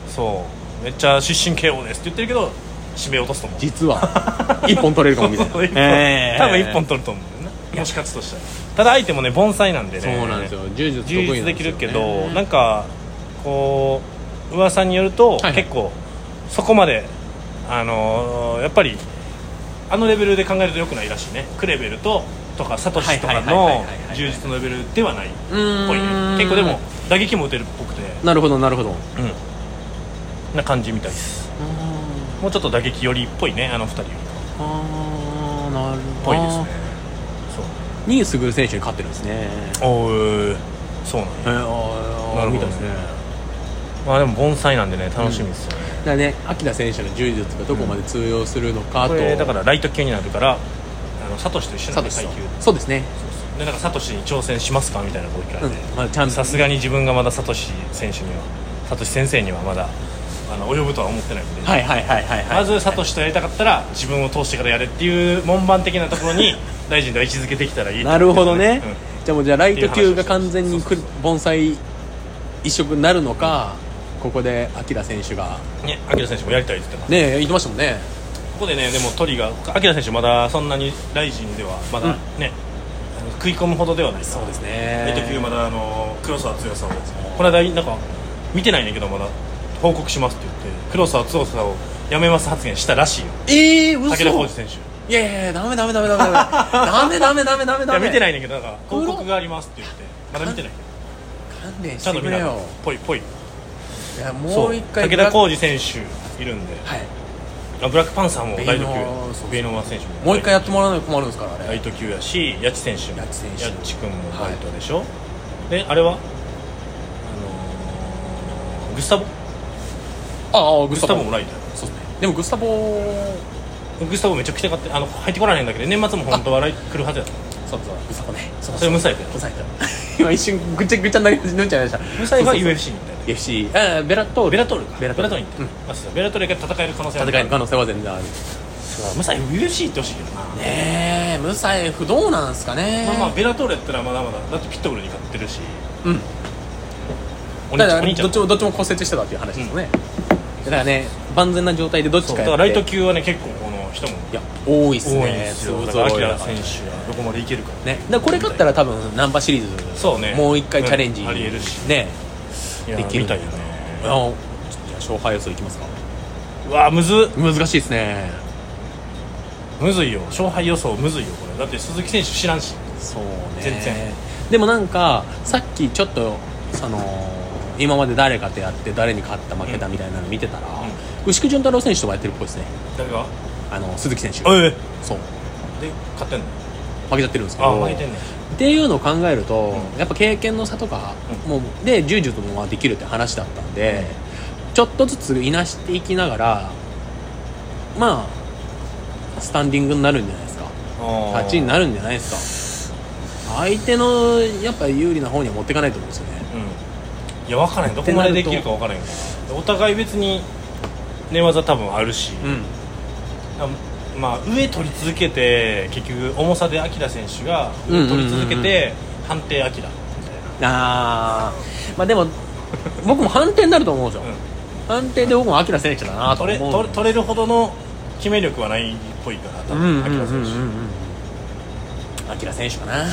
[SPEAKER 1] そうめっちゃ出身 KO ですって言ってるけど締め落とすと思う
[SPEAKER 2] 実は一本取れるか もみたいな
[SPEAKER 1] そう一本
[SPEAKER 2] ええ
[SPEAKER 1] 多分一本取ると思うんだよねもし勝つとしたらただ相手もね盆栽なんでね
[SPEAKER 2] そうなんですよ柔術得
[SPEAKER 1] 充
[SPEAKER 2] 意なん
[SPEAKER 1] 実できるけど、
[SPEAKER 2] な
[SPEAKER 1] なんんかこう噂によると、
[SPEAKER 2] はいはい
[SPEAKER 1] 結構そこまであのーやっぱりあのレベルで考えるとよくないらしいねクレベルととかサトシとか
[SPEAKER 2] はいはいはい
[SPEAKER 1] の
[SPEAKER 2] はいはい
[SPEAKER 1] 充実のレベルではないっ
[SPEAKER 2] うーん
[SPEAKER 1] ぽいね結構でも打撃も打てるっぽくて
[SPEAKER 2] なるほどなるほど
[SPEAKER 1] うんな感じみたいです
[SPEAKER 2] あ
[SPEAKER 1] もうちょっと打撃寄りっぽいねあの二人よりは
[SPEAKER 2] あなる
[SPEAKER 1] っぽ
[SPEAKER 2] ほど
[SPEAKER 1] いですねそう
[SPEAKER 2] 新すぐる選手に勝ってるんですね
[SPEAKER 1] おーそうなんや
[SPEAKER 2] ええああ
[SPEAKER 1] なるほどね
[SPEAKER 2] みたいですねだ
[SPEAKER 1] まあでも盆栽なんでね楽しみですよね、
[SPEAKER 2] からね明選手の柔術がどこまで通用するのか
[SPEAKER 1] ことれだからライト級になるからあのサトシと一緒な
[SPEAKER 2] サ
[SPEAKER 1] ん
[SPEAKER 2] ト
[SPEAKER 1] で
[SPEAKER 2] シ
[SPEAKER 1] 階
[SPEAKER 2] さ
[SPEAKER 1] 級
[SPEAKER 2] んそうですね
[SPEAKER 1] でなんかサトシに挑戦しますかみたいなこと聞か
[SPEAKER 2] う
[SPEAKER 1] れ
[SPEAKER 2] ん
[SPEAKER 1] て
[SPEAKER 2] まあちゃんと
[SPEAKER 1] さすがに自分がまだサトシ選手にはサトシ先生にはまだあの及ぶとは思ってないんで、
[SPEAKER 2] はいはいはいはいはい
[SPEAKER 1] まずサトシとやりたかったら自分を通してからやれっていう門番的なところ に大臣では位置づけできたらいいと
[SPEAKER 2] なるほどね、
[SPEAKER 1] うん
[SPEAKER 2] じゃあもうじゃあライト級が完全にくる盆栽一色になるのか、ここで明選手が
[SPEAKER 1] ねアキラ選手もやりたいって言ってます
[SPEAKER 2] ねえ言ってましたもんね
[SPEAKER 1] ここでねでもトリがアキラ選手まだそんなにライジンではまだね、あの食い込むほどではないそうです
[SPEAKER 2] ね
[SPEAKER 1] えっと、まだあの黒沢強さをこの間なんか見てないんだけどまだ報告しますって言って黒沢強さをやめます発言したらしいよ
[SPEAKER 2] えー、嘘
[SPEAKER 1] 武田浩二選手い
[SPEAKER 2] いやいやいやダメダメダメダ メダメダメダメダメダメダ
[SPEAKER 1] や
[SPEAKER 2] メ
[SPEAKER 1] 見てないいんだけどなんか報告がありますって言ってまだ見てない
[SPEAKER 2] 勘弁
[SPEAKER 1] ち
[SPEAKER 2] し
[SPEAKER 1] ゃん
[SPEAKER 2] て
[SPEAKER 1] と
[SPEAKER 2] く
[SPEAKER 1] 見
[SPEAKER 2] れ
[SPEAKER 1] な
[SPEAKER 2] よ
[SPEAKER 1] ぽいぽい
[SPEAKER 2] いやも
[SPEAKER 1] そうう
[SPEAKER 2] 一回
[SPEAKER 1] 武田
[SPEAKER 2] ブラ
[SPEAKER 1] 浩二選手いるんで
[SPEAKER 2] はい
[SPEAKER 1] あブラックパンサーも大
[SPEAKER 2] ベイ
[SPEAKER 1] 特
[SPEAKER 2] ノーそうそう
[SPEAKER 1] 級ベイノーマン選手も
[SPEAKER 2] もう一回やってもらわないと困るんですからあれ、
[SPEAKER 1] ライト級やし八千選手
[SPEAKER 2] 谷地選手
[SPEAKER 1] 谷地君もライトでしょ、であれはあのーグスタボ
[SPEAKER 2] ああグ
[SPEAKER 1] グ
[SPEAKER 2] ス
[SPEAKER 1] ス
[SPEAKER 2] タ
[SPEAKER 1] タ
[SPEAKER 2] ボ
[SPEAKER 1] ボもライトや
[SPEAKER 2] そうですねでもグスタボ
[SPEAKER 1] グスタボめちゃくちゃ買ってあの入ってこらへんだけど年末も本当は来るはずやった
[SPEAKER 2] そうそうグスタボねそう
[SPEAKER 1] それムサイクや
[SPEAKER 2] うさい今一瞬ぐちゃぐちゃになりなっちゃいました
[SPEAKER 1] ムサイは
[SPEAKER 2] そうそう
[SPEAKER 1] UFC に行ったよね
[SPEAKER 2] UFC ああベラトール
[SPEAKER 1] ベラトールかベ
[SPEAKER 2] ベラ
[SPEAKER 1] ラト
[SPEAKER 2] トー
[SPEAKER 1] ー
[SPEAKER 2] ル
[SPEAKER 1] ルに行ったよあそうだベラトールが戦える可能性ある
[SPEAKER 2] 戦える可能性は全然あるね
[SPEAKER 1] そうムサイ UFC 行ってほしいけどな、
[SPEAKER 2] えムサエフどうなんすかね
[SPEAKER 1] まあまあベラトールやったらまだまだだってピットブルに勝ってるし
[SPEAKER 2] うん
[SPEAKER 1] お兄
[SPEAKER 2] だ
[SPEAKER 1] ち
[SPEAKER 2] か
[SPEAKER 1] ゃんお
[SPEAKER 2] ら
[SPEAKER 1] 兄ちゃ
[SPEAKER 2] ど
[SPEAKER 1] ん
[SPEAKER 2] っちもどっちも骨折してたっていう話ですよね、だからね万全な状態でどっち
[SPEAKER 1] そう
[SPEAKER 2] かや
[SPEAKER 1] だ
[SPEAKER 2] って
[SPEAKER 1] からライト級はね結構この人も
[SPEAKER 2] いや多いっすね
[SPEAKER 1] 多いんですよ、だ
[SPEAKER 2] す
[SPEAKER 1] か
[SPEAKER 2] ご
[SPEAKER 1] ら
[SPEAKER 2] い
[SPEAKER 1] アキ
[SPEAKER 2] 多い
[SPEAKER 1] ラ選手はどこまでいけるか
[SPEAKER 2] ね、だからこれ勝ったら多分ナンバシリーズ
[SPEAKER 1] そうね
[SPEAKER 2] もう一回チャレンジ、
[SPEAKER 1] うんありえるし
[SPEAKER 2] ね
[SPEAKER 1] いや
[SPEAKER 2] できる
[SPEAKER 1] みたいよね
[SPEAKER 2] あの勝敗予想いきますか
[SPEAKER 1] うわむず
[SPEAKER 2] 難しいですね
[SPEAKER 1] むずいよ勝敗予想むずいよこれだって鈴木選手知らんし
[SPEAKER 2] そうね
[SPEAKER 1] 全然
[SPEAKER 2] でもなんかさっきちょっとその今まで誰かとやって誰に勝った負けたみたいなの見てたら、
[SPEAKER 1] ん
[SPEAKER 2] 牛久潤太郎選手とかやってるっぽいですね
[SPEAKER 1] 誰が
[SPEAKER 2] あの鈴木選手
[SPEAKER 1] ええ
[SPEAKER 2] そう
[SPEAKER 1] で勝ってんの
[SPEAKER 2] 負けちゃってるんですけど
[SPEAKER 1] あ負けてんね
[SPEAKER 2] っていうのを考えると、
[SPEAKER 1] うん
[SPEAKER 2] やっぱ経験の差とか、
[SPEAKER 1] う
[SPEAKER 2] もうで柔術もまあできるって話だったんで、ちょっとずついなしていきながらまあスタンディングになるんじゃないですか勝ちに
[SPEAKER 1] る
[SPEAKER 2] なるんじゃないですか相手のやっぱ有利な方には持っていかないと思うんですよね
[SPEAKER 1] うんいや分からへんどこまでできるか分からへんからお互い別に寝技多分あるし、
[SPEAKER 2] うん
[SPEAKER 1] あまあ上取り続けて結局重さで明選手が上取り続け
[SPEAKER 2] うんうんうん
[SPEAKER 1] て判定明みたいな
[SPEAKER 2] あーまあでも僕も判定になると思うんですよ、
[SPEAKER 1] うん
[SPEAKER 2] 判定で僕も明選手だなと
[SPEAKER 1] 取
[SPEAKER 2] 思
[SPEAKER 1] れ
[SPEAKER 2] う
[SPEAKER 1] 取れ取れるほどの決め力はないっぽいから多分明選手
[SPEAKER 2] アキラ選手かなだか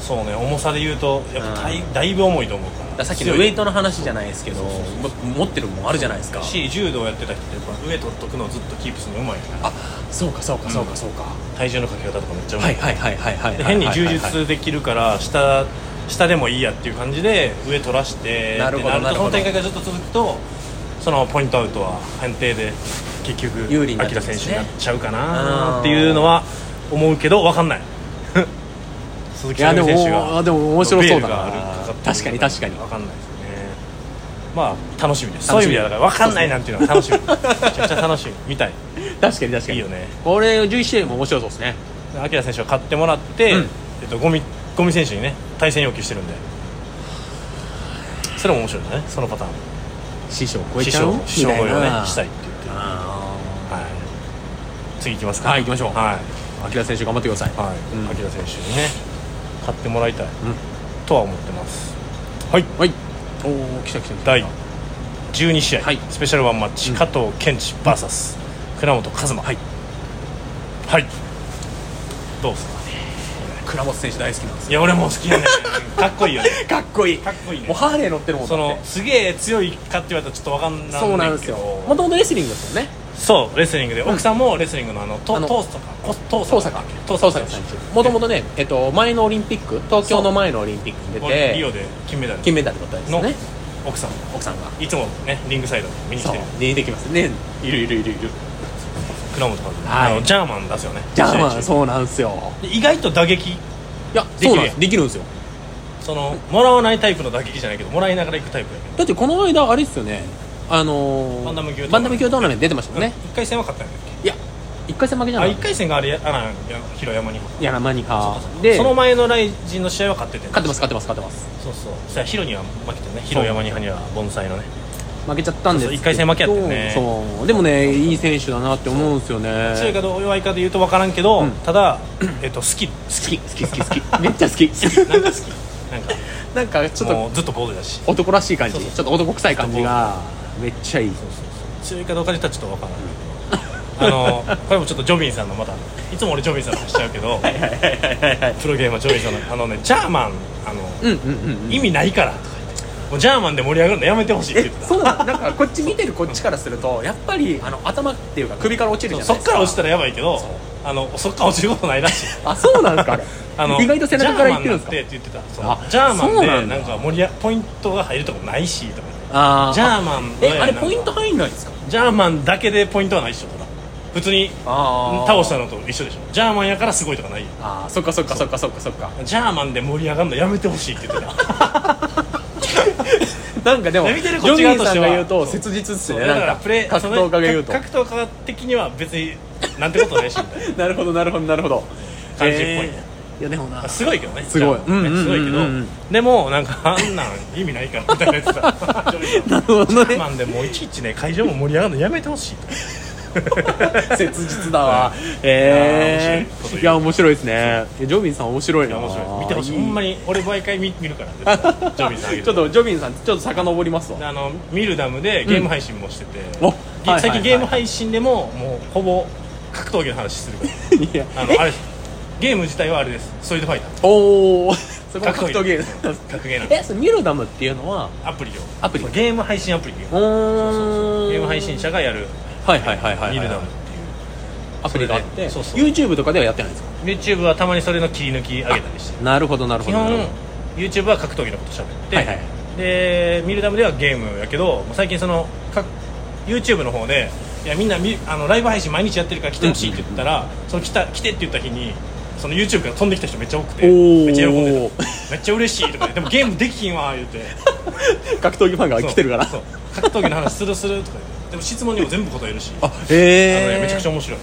[SPEAKER 1] そうね重さで言うとやっぱだい,、だいぶ重いと思うから
[SPEAKER 2] らさっきのウ
[SPEAKER 1] 強
[SPEAKER 2] ェ
[SPEAKER 1] い
[SPEAKER 2] イトの話じゃないですけど僕持ってるもんあるじゃないですか
[SPEAKER 1] し柔道やってた人ってやっぱ上取っとくのをずっとキープするのうまいから
[SPEAKER 2] あそうかそうかそうかそうか、
[SPEAKER 1] 体重のかけ方とかめっちゃうま
[SPEAKER 2] はいいはいはいはいはい
[SPEAKER 1] で変に柔
[SPEAKER 2] はいはいはい
[SPEAKER 1] 術できるから下下でもいいやっていう感じで上取らして
[SPEAKER 2] なるほど
[SPEAKER 1] って
[SPEAKER 2] なる
[SPEAKER 1] と
[SPEAKER 2] ほ
[SPEAKER 1] こ
[SPEAKER 2] ど
[SPEAKER 1] の展開がずっと続くとそのポイントアウトは判定で結局
[SPEAKER 2] 有利になって
[SPEAKER 1] 明
[SPEAKER 2] きます
[SPEAKER 1] 選
[SPEAKER 2] ね
[SPEAKER 1] 手になっちゃうか
[SPEAKER 2] あ
[SPEAKER 1] な
[SPEAKER 2] ー
[SPEAKER 1] っていうのは思うけど分かんない鈴木
[SPEAKER 2] いや
[SPEAKER 1] 選
[SPEAKER 2] で
[SPEAKER 1] 手
[SPEAKER 2] も
[SPEAKER 1] が
[SPEAKER 2] あでも面白そう
[SPEAKER 1] ベール
[SPEAKER 2] だな
[SPEAKER 1] があるかかってる
[SPEAKER 2] 確かに確かに
[SPEAKER 1] 分かんないですねまあ楽しみですそう
[SPEAKER 2] 楽
[SPEAKER 1] いう
[SPEAKER 2] し
[SPEAKER 1] 意
[SPEAKER 2] み
[SPEAKER 1] 味ではだから分かんないなんていうのは楽 しみめちゃくちゃ楽しみみたい
[SPEAKER 2] 確かに確か
[SPEAKER 1] い
[SPEAKER 2] に
[SPEAKER 1] いよね
[SPEAKER 2] これ11試合も面白そうですね
[SPEAKER 1] アキラ選手は買ってもらって、
[SPEAKER 2] うん
[SPEAKER 1] えっと、ゴミゴミ選手にね対戦要求してるんでそれも面白いですねそのパターン
[SPEAKER 2] 師匠超え
[SPEAKER 1] 師
[SPEAKER 2] ちゃう
[SPEAKER 1] 匠
[SPEAKER 2] み
[SPEAKER 1] 師匠超
[SPEAKER 2] たい
[SPEAKER 1] えをね
[SPEAKER 2] な
[SPEAKER 1] したいって言ってる、
[SPEAKER 2] あ
[SPEAKER 1] はい、次行きますか
[SPEAKER 2] はい行きましょう
[SPEAKER 1] はい、
[SPEAKER 2] ーアキラ選手頑張ってください
[SPEAKER 1] はい
[SPEAKER 2] うん
[SPEAKER 1] アキラ選手にね買ってもらいたい、とは思ってますはい
[SPEAKER 2] はいおお来た来た来た
[SPEAKER 1] 第12試合、
[SPEAKER 2] はい
[SPEAKER 1] スペシャルワンマッチ、
[SPEAKER 2] うん
[SPEAKER 1] 加藤健二 VS 倉本一馬はい、はい、どうですか
[SPEAKER 2] 倉本選手大好きなんです
[SPEAKER 1] いや俺も好 きやねかっこいいよね
[SPEAKER 2] かっこいい
[SPEAKER 1] かっこいいね
[SPEAKER 2] もうハーレー乗ってるもん
[SPEAKER 1] そ
[SPEAKER 2] だっ
[SPEAKER 1] の
[SPEAKER 2] て
[SPEAKER 1] すげえ強いかって言われたらちょっとわかんないんだけど
[SPEAKER 2] そうなんですよもともとレスリングですよね
[SPEAKER 1] そうレスリングで奥さんもレスリングのあのト
[SPEAKER 2] あの
[SPEAKER 1] トースとかコトース
[SPEAKER 2] 登
[SPEAKER 1] とか
[SPEAKER 2] 坂登坂選手もともとね、えっと、前のオリンピック東京の前のオリンピックに出
[SPEAKER 1] 俺リオ
[SPEAKER 2] て
[SPEAKER 1] で金メダル
[SPEAKER 2] 金メダル取ったんですよ
[SPEAKER 1] の
[SPEAKER 2] ね
[SPEAKER 1] 奥さん
[SPEAKER 2] 奥さんが
[SPEAKER 1] いつもねリングサイドに見に来
[SPEAKER 2] そう
[SPEAKER 1] てる
[SPEAKER 2] 出てきますねいるいるいるいる
[SPEAKER 1] 倉本監督
[SPEAKER 2] はい
[SPEAKER 1] あのジャーマン出すよね
[SPEAKER 2] じゃあまあ
[SPEAKER 1] 試合中
[SPEAKER 2] そうなんですよ
[SPEAKER 1] で意外と打撃
[SPEAKER 2] いや
[SPEAKER 1] できる
[SPEAKER 2] そうな
[SPEAKER 1] や
[SPEAKER 2] んで
[SPEAKER 1] ん
[SPEAKER 2] すできるんですよ
[SPEAKER 1] そのもらわないタイプの打撃じゃないけどもらいながら行くタイプやけ
[SPEAKER 2] だってこの間あれですよねあのー
[SPEAKER 1] バンダム級
[SPEAKER 2] バンダム級トーナメント出てましたも
[SPEAKER 1] ど
[SPEAKER 2] んね
[SPEAKER 1] 1回戦は勝ったんだっ
[SPEAKER 2] いや一回戦負けじ
[SPEAKER 1] け
[SPEAKER 2] ゃ
[SPEAKER 1] あ
[SPEAKER 2] ない
[SPEAKER 1] 一回戦があれやあらや広山に
[SPEAKER 2] いやなマニカで
[SPEAKER 1] その前のライジンの試合は勝ってて
[SPEAKER 2] 勝ってます勝ってます勝ってます
[SPEAKER 1] そうそうそしたらヒロには負けてねヒロ山にはには盆栽のね
[SPEAKER 2] 負けちゃったんです
[SPEAKER 1] そうそう
[SPEAKER 2] けど
[SPEAKER 1] 一回戦負けやったよね
[SPEAKER 2] そうでもねいい選手だなって思うんですよね
[SPEAKER 1] 強いかどう弱いかで言うと分からんけど、
[SPEAKER 2] うん
[SPEAKER 1] ただ、えっと、好き
[SPEAKER 2] 好き好き好き好きめっちゃ好き
[SPEAKER 1] なんか好きなんか
[SPEAKER 2] なんか ちょっと
[SPEAKER 1] もうずっとボールだし
[SPEAKER 2] 男らしい感じ
[SPEAKER 1] そうそう
[SPEAKER 2] ちょっと男臭い感じがめっちゃいい
[SPEAKER 1] 強いかどうかで言ったらちょっと分 からんけどあのこれもちょっとジョビンさんのまたいつも俺ジョビンさんの話しちゃうけどプロゲーマージョビンさんのあのねジャーマンあの、
[SPEAKER 2] うんうんうんうん
[SPEAKER 1] 意味ないからとか言ってもうジャーマンで盛り上がるのやめてほしいって
[SPEAKER 2] え
[SPEAKER 1] 言ってた
[SPEAKER 2] そうなんだなんかこっち見てるこっちからするとやっぱりあの頭っていうか首から落ちるじゃな
[SPEAKER 1] そ
[SPEAKER 2] い
[SPEAKER 1] っ
[SPEAKER 2] です
[SPEAKER 1] か
[SPEAKER 2] から
[SPEAKER 1] 落ちたらやばいけど
[SPEAKER 2] そう
[SPEAKER 1] あのそっから落ちることないらしい
[SPEAKER 2] あそうなんです かあれ
[SPEAKER 1] あの
[SPEAKER 2] 意外と背中からいってるんですか
[SPEAKER 1] ジャーマンなんてって言ってたそうジャーマ
[SPEAKER 2] あそう
[SPEAKER 1] ン
[SPEAKER 2] な
[SPEAKER 1] で
[SPEAKER 2] んだ
[SPEAKER 1] なんか盛りあポイントが入るとこないしとか
[SPEAKER 2] あ
[SPEAKER 1] ジャーマンの
[SPEAKER 2] え
[SPEAKER 1] や
[SPEAKER 2] あ
[SPEAKER 1] な
[SPEAKER 2] れ
[SPEAKER 1] んか
[SPEAKER 2] ポイント入んないんですか
[SPEAKER 1] ジャーマンだけでポイントはないっしょただ普通に
[SPEAKER 2] あ
[SPEAKER 1] 倒したのと一緒でしょジャーマンやからすごいとかないよ
[SPEAKER 2] あーそっかそっかそっかそっかそっか
[SPEAKER 1] ジャーマンで盛り上がるのやめてほしいって言って た
[SPEAKER 2] なんかでも
[SPEAKER 1] 見てるこっち側としては
[SPEAKER 2] ジョニーさんが言うと
[SPEAKER 1] そう
[SPEAKER 2] 切実っす
[SPEAKER 1] そう
[SPEAKER 2] ね
[SPEAKER 1] だか
[SPEAKER 2] な
[SPEAKER 1] ら
[SPEAKER 2] んか
[SPEAKER 1] プレイ
[SPEAKER 2] 格闘家が言うと
[SPEAKER 1] そのね格闘家的には別になんてこと ないしみたい
[SPEAKER 2] なるほどなるほどなるほど
[SPEAKER 1] 感じっぽいね
[SPEAKER 2] えーいやでもな
[SPEAKER 1] なすごいけどね
[SPEAKER 2] すごい
[SPEAKER 1] ジャーマンね
[SPEAKER 2] うんうんうんうん
[SPEAKER 1] すごいけどでもなんかあんなん意味ないからみたいなやつだ
[SPEAKER 2] なるほ
[SPEAKER 1] ジャ
[SPEAKER 2] ど
[SPEAKER 1] ー
[SPEAKER 2] ね
[SPEAKER 1] マンでもういちいちね会場も盛り上がるのやめてほしい
[SPEAKER 2] 切実だわえ
[SPEAKER 1] いやー面白いこと言う
[SPEAKER 2] えいや面白いですねいやジョビンさん面白いな
[SPEAKER 1] 面白い見てほしいほんまに俺毎回見見るから絶対ジョビンさんあげて
[SPEAKER 2] ちょっとジョビンさんちょっと遡りますわ
[SPEAKER 1] あのミルダムでゲーム配信もしてて、
[SPEAKER 2] お
[SPEAKER 1] げ
[SPEAKER 2] はいはいはい
[SPEAKER 1] 最近ゲーム配信でももうほぼ格 闘技の話するか
[SPEAKER 2] いや
[SPEAKER 1] らあのあれですゲーム自体はあれですストリートファイター
[SPEAKER 2] おおそこも格闘ゲーム
[SPEAKER 1] ム格ゲーなの
[SPEAKER 2] えそれミルダムっていうのは
[SPEAKER 1] アプリよ
[SPEAKER 2] アプリ
[SPEAKER 1] ゲーム配信アプリよ
[SPEAKER 2] うーん
[SPEAKER 1] ゲーム配信者がやる
[SPEAKER 2] はいはいはいはい
[SPEAKER 1] ミルダムっ
[SPEAKER 2] アプリがあって
[SPEAKER 1] それでそうそう
[SPEAKER 2] YouTube とかではやってないんですか
[SPEAKER 1] ていう YouTube はたまにそれの切り抜き上げたりしてる
[SPEAKER 2] なるほどなるほ
[SPEAKER 1] 基
[SPEAKER 2] どなるほ
[SPEAKER 1] 本 YouTube は格闘技のこと喋って、
[SPEAKER 2] はいはい
[SPEAKER 1] でミルダムではゲームやけどもう最近そのか YouTube の方でいやみんなみあのライブ配信毎日やってるから来てほしいって言ったら、その来た来てって言った日にその YouTube から飛んできた人めっちゃ多くて
[SPEAKER 2] おー
[SPEAKER 1] めっちゃ喜んでためっちゃ嬉しいとか言ってでもゲームできひんわ言う て
[SPEAKER 2] ど格闘技ファンが来てるから
[SPEAKER 1] そうそう格闘技の話するするとか言ってでも質問にも全部答えるし
[SPEAKER 2] あ
[SPEAKER 1] あのね
[SPEAKER 2] へえ
[SPEAKER 1] めちゃくちゃ面白い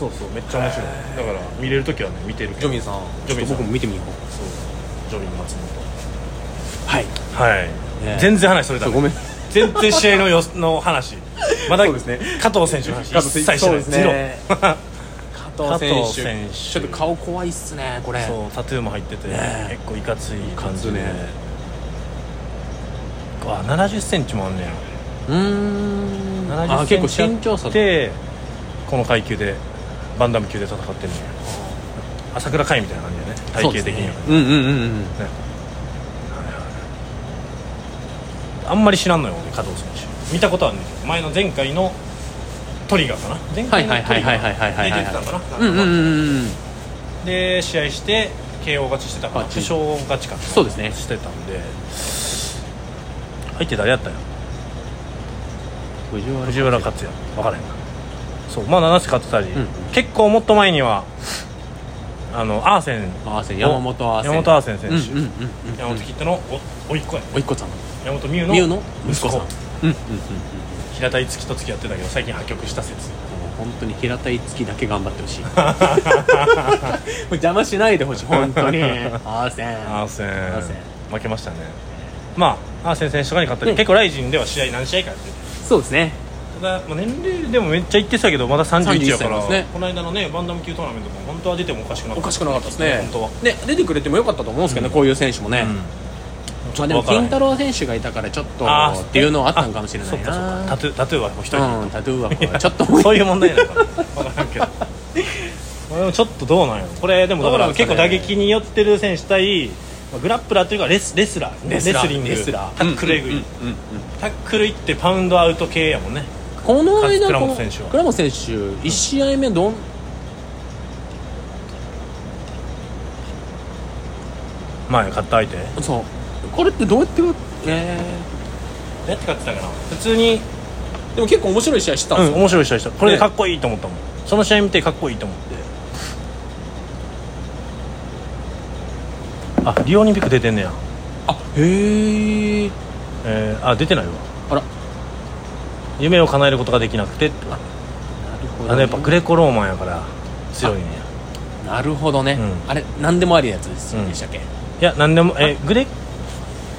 [SPEAKER 1] そうそうめっちゃ面白いだから見れる時はね見てるけ
[SPEAKER 2] ジョ
[SPEAKER 1] ど
[SPEAKER 2] ミンさん
[SPEAKER 1] ジョミンさん
[SPEAKER 2] ちょっと僕も見てみよう
[SPEAKER 1] そうジョビン松本
[SPEAKER 2] はい
[SPEAKER 1] はい、
[SPEAKER 2] ね
[SPEAKER 1] 全然話それた
[SPEAKER 2] そうごめん
[SPEAKER 1] 全然試合のよの話まだ
[SPEAKER 2] そうですね
[SPEAKER 1] 加藤選手の話
[SPEAKER 2] 加
[SPEAKER 1] 一切して
[SPEAKER 2] 藤選手
[SPEAKER 1] ない
[SPEAKER 2] そうですね
[SPEAKER 1] ゼロ
[SPEAKER 2] 加藤選手
[SPEAKER 1] 加藤選手
[SPEAKER 2] ちょっと顔怖いっすねこれ
[SPEAKER 1] そうタトゥーも入ってて、
[SPEAKER 2] ね
[SPEAKER 1] 結構いかつい感じで
[SPEAKER 2] いかつね
[SPEAKER 1] あ7 0センチもあんね
[SPEAKER 2] うーん
[SPEAKER 1] や
[SPEAKER 2] あ結構身長差
[SPEAKER 1] でこの階級でバンダム級で戦ってるのよ朝倉海みたいな感じだね体型的には、
[SPEAKER 2] そうですねうんうんうんうん
[SPEAKER 1] あんまり知らんのよ俺加藤選手見たことはねんけど前の前回のトリガーかな前
[SPEAKER 2] は
[SPEAKER 1] 回
[SPEAKER 2] い
[SPEAKER 1] の
[SPEAKER 2] はい
[SPEAKER 1] ト
[SPEAKER 2] は
[SPEAKER 1] リ
[SPEAKER 2] いはいは
[SPEAKER 1] ガ
[SPEAKER 2] いは
[SPEAKER 1] ーで出
[SPEAKER 2] いはいはい
[SPEAKER 1] てたかな
[SPEAKER 2] うんうんうんうん
[SPEAKER 1] で試合して KO 勝ちしてたから負
[SPEAKER 2] 勝ち
[SPEAKER 1] 傷勝ちかな
[SPEAKER 2] そうですね
[SPEAKER 1] してたんで相手誰やったんや
[SPEAKER 2] 藤原
[SPEAKER 1] 藤原克也分からへんなそうまあ7つ勝ってたり、
[SPEAKER 2] ん
[SPEAKER 1] 結構もっと前にはあのアーセン
[SPEAKER 2] 合わせ山本合わせ
[SPEAKER 1] 山本アーセン選手、
[SPEAKER 2] うんうんうんうん
[SPEAKER 1] 山本キッドのお甥っ子やね
[SPEAKER 2] おいっ子さん
[SPEAKER 1] 山本美
[SPEAKER 2] 美
[SPEAKER 1] 優
[SPEAKER 2] 優
[SPEAKER 1] の
[SPEAKER 2] の息子さんうんうんうん
[SPEAKER 1] 平田樹と付き合ってたけど最近破局した説
[SPEAKER 2] うんもう本当に平田樹だけ頑張ってほしい もう邪魔しないでほしい本 当に合わせん
[SPEAKER 1] アーセン
[SPEAKER 2] アーセン
[SPEAKER 1] 負けましたねまあアーセン選手とかに勝ったり、
[SPEAKER 2] うん
[SPEAKER 1] 結構ライジンでは試合何試合かやってて
[SPEAKER 2] そうですね
[SPEAKER 1] ただ、まあ、年齢でもめっちゃいってたけどまだ31やか
[SPEAKER 2] 31
[SPEAKER 1] ら、
[SPEAKER 2] ですね
[SPEAKER 1] この間のねバンダム級トーナメントも本当は出てもおかしくなかった
[SPEAKER 2] おかしくなかったですね
[SPEAKER 1] 本当は
[SPEAKER 2] ね出てくれてもよかったと思うんですけどねこういう選手もねまあでも金太郎選手がいたからちょっと
[SPEAKER 1] あー
[SPEAKER 2] っていうのはあったのかもしれな
[SPEAKER 1] そっ
[SPEAKER 2] い
[SPEAKER 1] かそっか
[SPEAKER 2] な
[SPEAKER 1] タトゥータトゥーはもう一人、
[SPEAKER 2] うんタトゥーはこれちょっと
[SPEAKER 1] そういう問題なのかな分からんけど これもちょっとどうなんやろこれでもだから
[SPEAKER 2] どうなんす
[SPEAKER 1] 結
[SPEAKER 2] か
[SPEAKER 1] 構
[SPEAKER 2] ね
[SPEAKER 1] 打撃に寄ってる選手対まあグラップラーというかレスレスラー
[SPEAKER 2] レスラー
[SPEAKER 1] リング
[SPEAKER 2] レスラー
[SPEAKER 1] タックルえぐい、
[SPEAKER 2] うんうんうん
[SPEAKER 1] タックルいってパウンドアウト系やもんね
[SPEAKER 2] この間
[SPEAKER 1] 倉
[SPEAKER 2] こ
[SPEAKER 1] 本
[SPEAKER 2] の
[SPEAKER 1] 選手は
[SPEAKER 2] 倉本選手1試合目どん
[SPEAKER 1] 前勝った相手ど
[SPEAKER 2] そうこれってどうやってえ
[SPEAKER 1] うやって勝ってたかな普通に、
[SPEAKER 2] ーでも結構面白い試合してたん
[SPEAKER 1] う
[SPEAKER 2] です
[SPEAKER 1] ん、
[SPEAKER 2] よ
[SPEAKER 1] 面白い試合したこれでかっこいいと思ったもん、その試合見てかっこいいと思ってあリオオリンピック出てんねや、
[SPEAKER 2] あへえ
[SPEAKER 1] えー、あ出てないわ
[SPEAKER 2] あら
[SPEAKER 1] 夢を叶えることができなくてって
[SPEAKER 2] なるほ
[SPEAKER 1] あ
[SPEAKER 2] ど
[SPEAKER 1] の
[SPEAKER 2] ね
[SPEAKER 1] やっぱグレコローマンやから強いね
[SPEAKER 2] なるほどね
[SPEAKER 1] うん
[SPEAKER 2] あれ何でもありのやつです
[SPEAKER 1] うん
[SPEAKER 2] でしたっけ
[SPEAKER 1] いやなんでもえグレ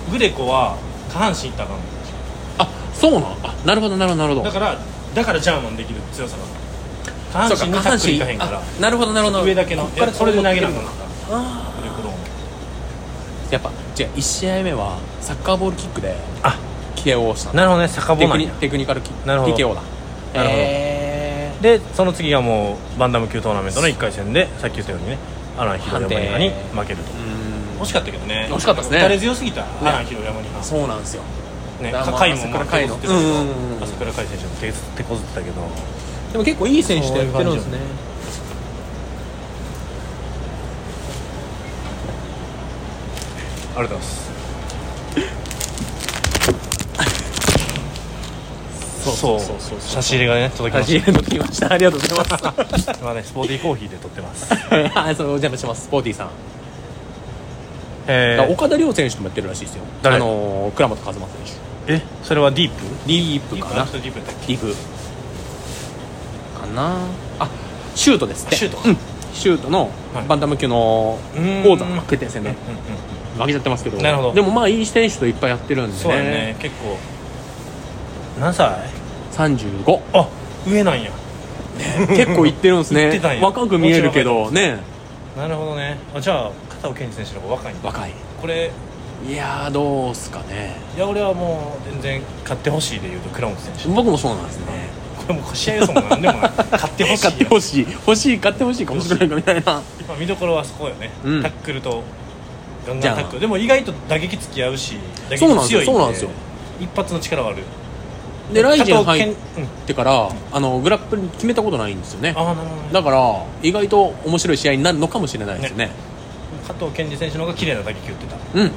[SPEAKER 1] グレコは下半身いったらあかんの
[SPEAKER 2] あそうなのあなるほどなるほどなるほ
[SPEAKER 1] だ
[SPEAKER 2] ど
[SPEAKER 1] からだからジャーマンできる強さがある
[SPEAKER 2] そう
[SPEAKER 1] 下半身にタ
[SPEAKER 2] 下半
[SPEAKER 1] ックル
[SPEAKER 2] 身
[SPEAKER 1] いかへんから
[SPEAKER 2] あなるほどなるほど
[SPEAKER 1] 上だけの
[SPEAKER 2] こっから
[SPEAKER 1] えそれで投げなあかんかっ
[SPEAKER 2] あ
[SPEAKER 1] たグレコローマン
[SPEAKER 2] ーやっぱ違う1試合目はサッカーボールキックで
[SPEAKER 1] あ
[SPEAKER 2] KO した
[SPEAKER 1] なるほどね坂
[SPEAKER 2] テ
[SPEAKER 1] 本な
[SPEAKER 2] ク
[SPEAKER 1] ん
[SPEAKER 2] ニ
[SPEAKER 1] や
[SPEAKER 2] テクニカルキック
[SPEAKER 1] なるほど
[SPEAKER 2] TKO だ
[SPEAKER 1] なるほど
[SPEAKER 2] えー
[SPEAKER 1] でその次がもうバンダム級トーナメントの1回戦でさっき言ったようにねアラン・ヒロヤマニハに負けると
[SPEAKER 2] うーん
[SPEAKER 1] 惜しかったけどね
[SPEAKER 2] 惜しかったですね
[SPEAKER 1] 打たれ強すぎた、アラン・ヒロヤマニハ
[SPEAKER 2] そうなんですよ
[SPEAKER 1] ね
[SPEAKER 2] だからまあ
[SPEAKER 1] 高いもんまあ
[SPEAKER 2] 朝倉海
[SPEAKER 1] 手こず
[SPEAKER 2] の
[SPEAKER 1] ってたけど
[SPEAKER 2] うんうんうん
[SPEAKER 1] 朝倉海選手も手手こずってたけど
[SPEAKER 2] でも結構いい選手とやってるんですね
[SPEAKER 1] ありがとうございますそうそう
[SPEAKER 2] そうそうそう
[SPEAKER 1] 差し入れがね届きま
[SPEAKER 2] 差し
[SPEAKER 1] し
[SPEAKER 2] 入れの来ましたありがとうございます
[SPEAKER 1] た今ねスポーティーコーヒーで撮ってます
[SPEAKER 2] はい それお邪魔しますスポーティーさん、
[SPEAKER 1] えー
[SPEAKER 2] 岡田亮選手ともやってるらしいですよ
[SPEAKER 1] 誰
[SPEAKER 2] あのー倉本和真選手
[SPEAKER 1] えそれはディープ
[SPEAKER 2] ディープかな
[SPEAKER 1] ディープだっ
[SPEAKER 2] ディープかなあシュートですって
[SPEAKER 1] シュートか
[SPEAKER 2] うんシュートの
[SPEAKER 1] はい
[SPEAKER 2] バンタム級の
[SPEAKER 1] うーん
[SPEAKER 2] 王座決定戦で
[SPEAKER 1] うんうん
[SPEAKER 2] 負けちゃってますけど
[SPEAKER 1] なるほど
[SPEAKER 2] でもまあいい選手といっぱいやってるんで
[SPEAKER 1] そうやね結構何歳
[SPEAKER 2] 35
[SPEAKER 1] あ上なんや
[SPEAKER 2] 結構いってるんです
[SPEAKER 1] いって
[SPEAKER 2] ね
[SPEAKER 1] たんや
[SPEAKER 2] 若く見えるけどね
[SPEAKER 1] なるほどねあじゃあ片尾健二選手の方が若いんだ
[SPEAKER 2] 若い
[SPEAKER 1] これ
[SPEAKER 2] いやーどうすかね
[SPEAKER 1] いや俺はもう全然買ってほしいでいうと倉本選 手
[SPEAKER 2] 僕もそうなんですね
[SPEAKER 1] これもう試合予想も何でもない 買ってほしいよ
[SPEAKER 2] 買ってほしい欲しい買ってほしいかもしれないかみたいな
[SPEAKER 1] まあ見どころはそこよね、
[SPEAKER 2] うん
[SPEAKER 1] タックルとガンガンタックルでも意外と打撃付き合うし打撃
[SPEAKER 2] そうなんです
[SPEAKER 1] 強い
[SPEAKER 2] よ
[SPEAKER 1] んで
[SPEAKER 2] そうなんですよ
[SPEAKER 1] 一発の力はある
[SPEAKER 2] でライジン
[SPEAKER 1] 加藤
[SPEAKER 2] 入っ
[SPEAKER 1] 健うん
[SPEAKER 2] てからあのグラップリング決めたことないんですよね
[SPEAKER 1] ああなるほどね
[SPEAKER 2] だから意外と面白い試合になるのかもしれないですよね
[SPEAKER 1] 加藤健二選手の方が綺麗な打撃打ってた
[SPEAKER 2] うんうん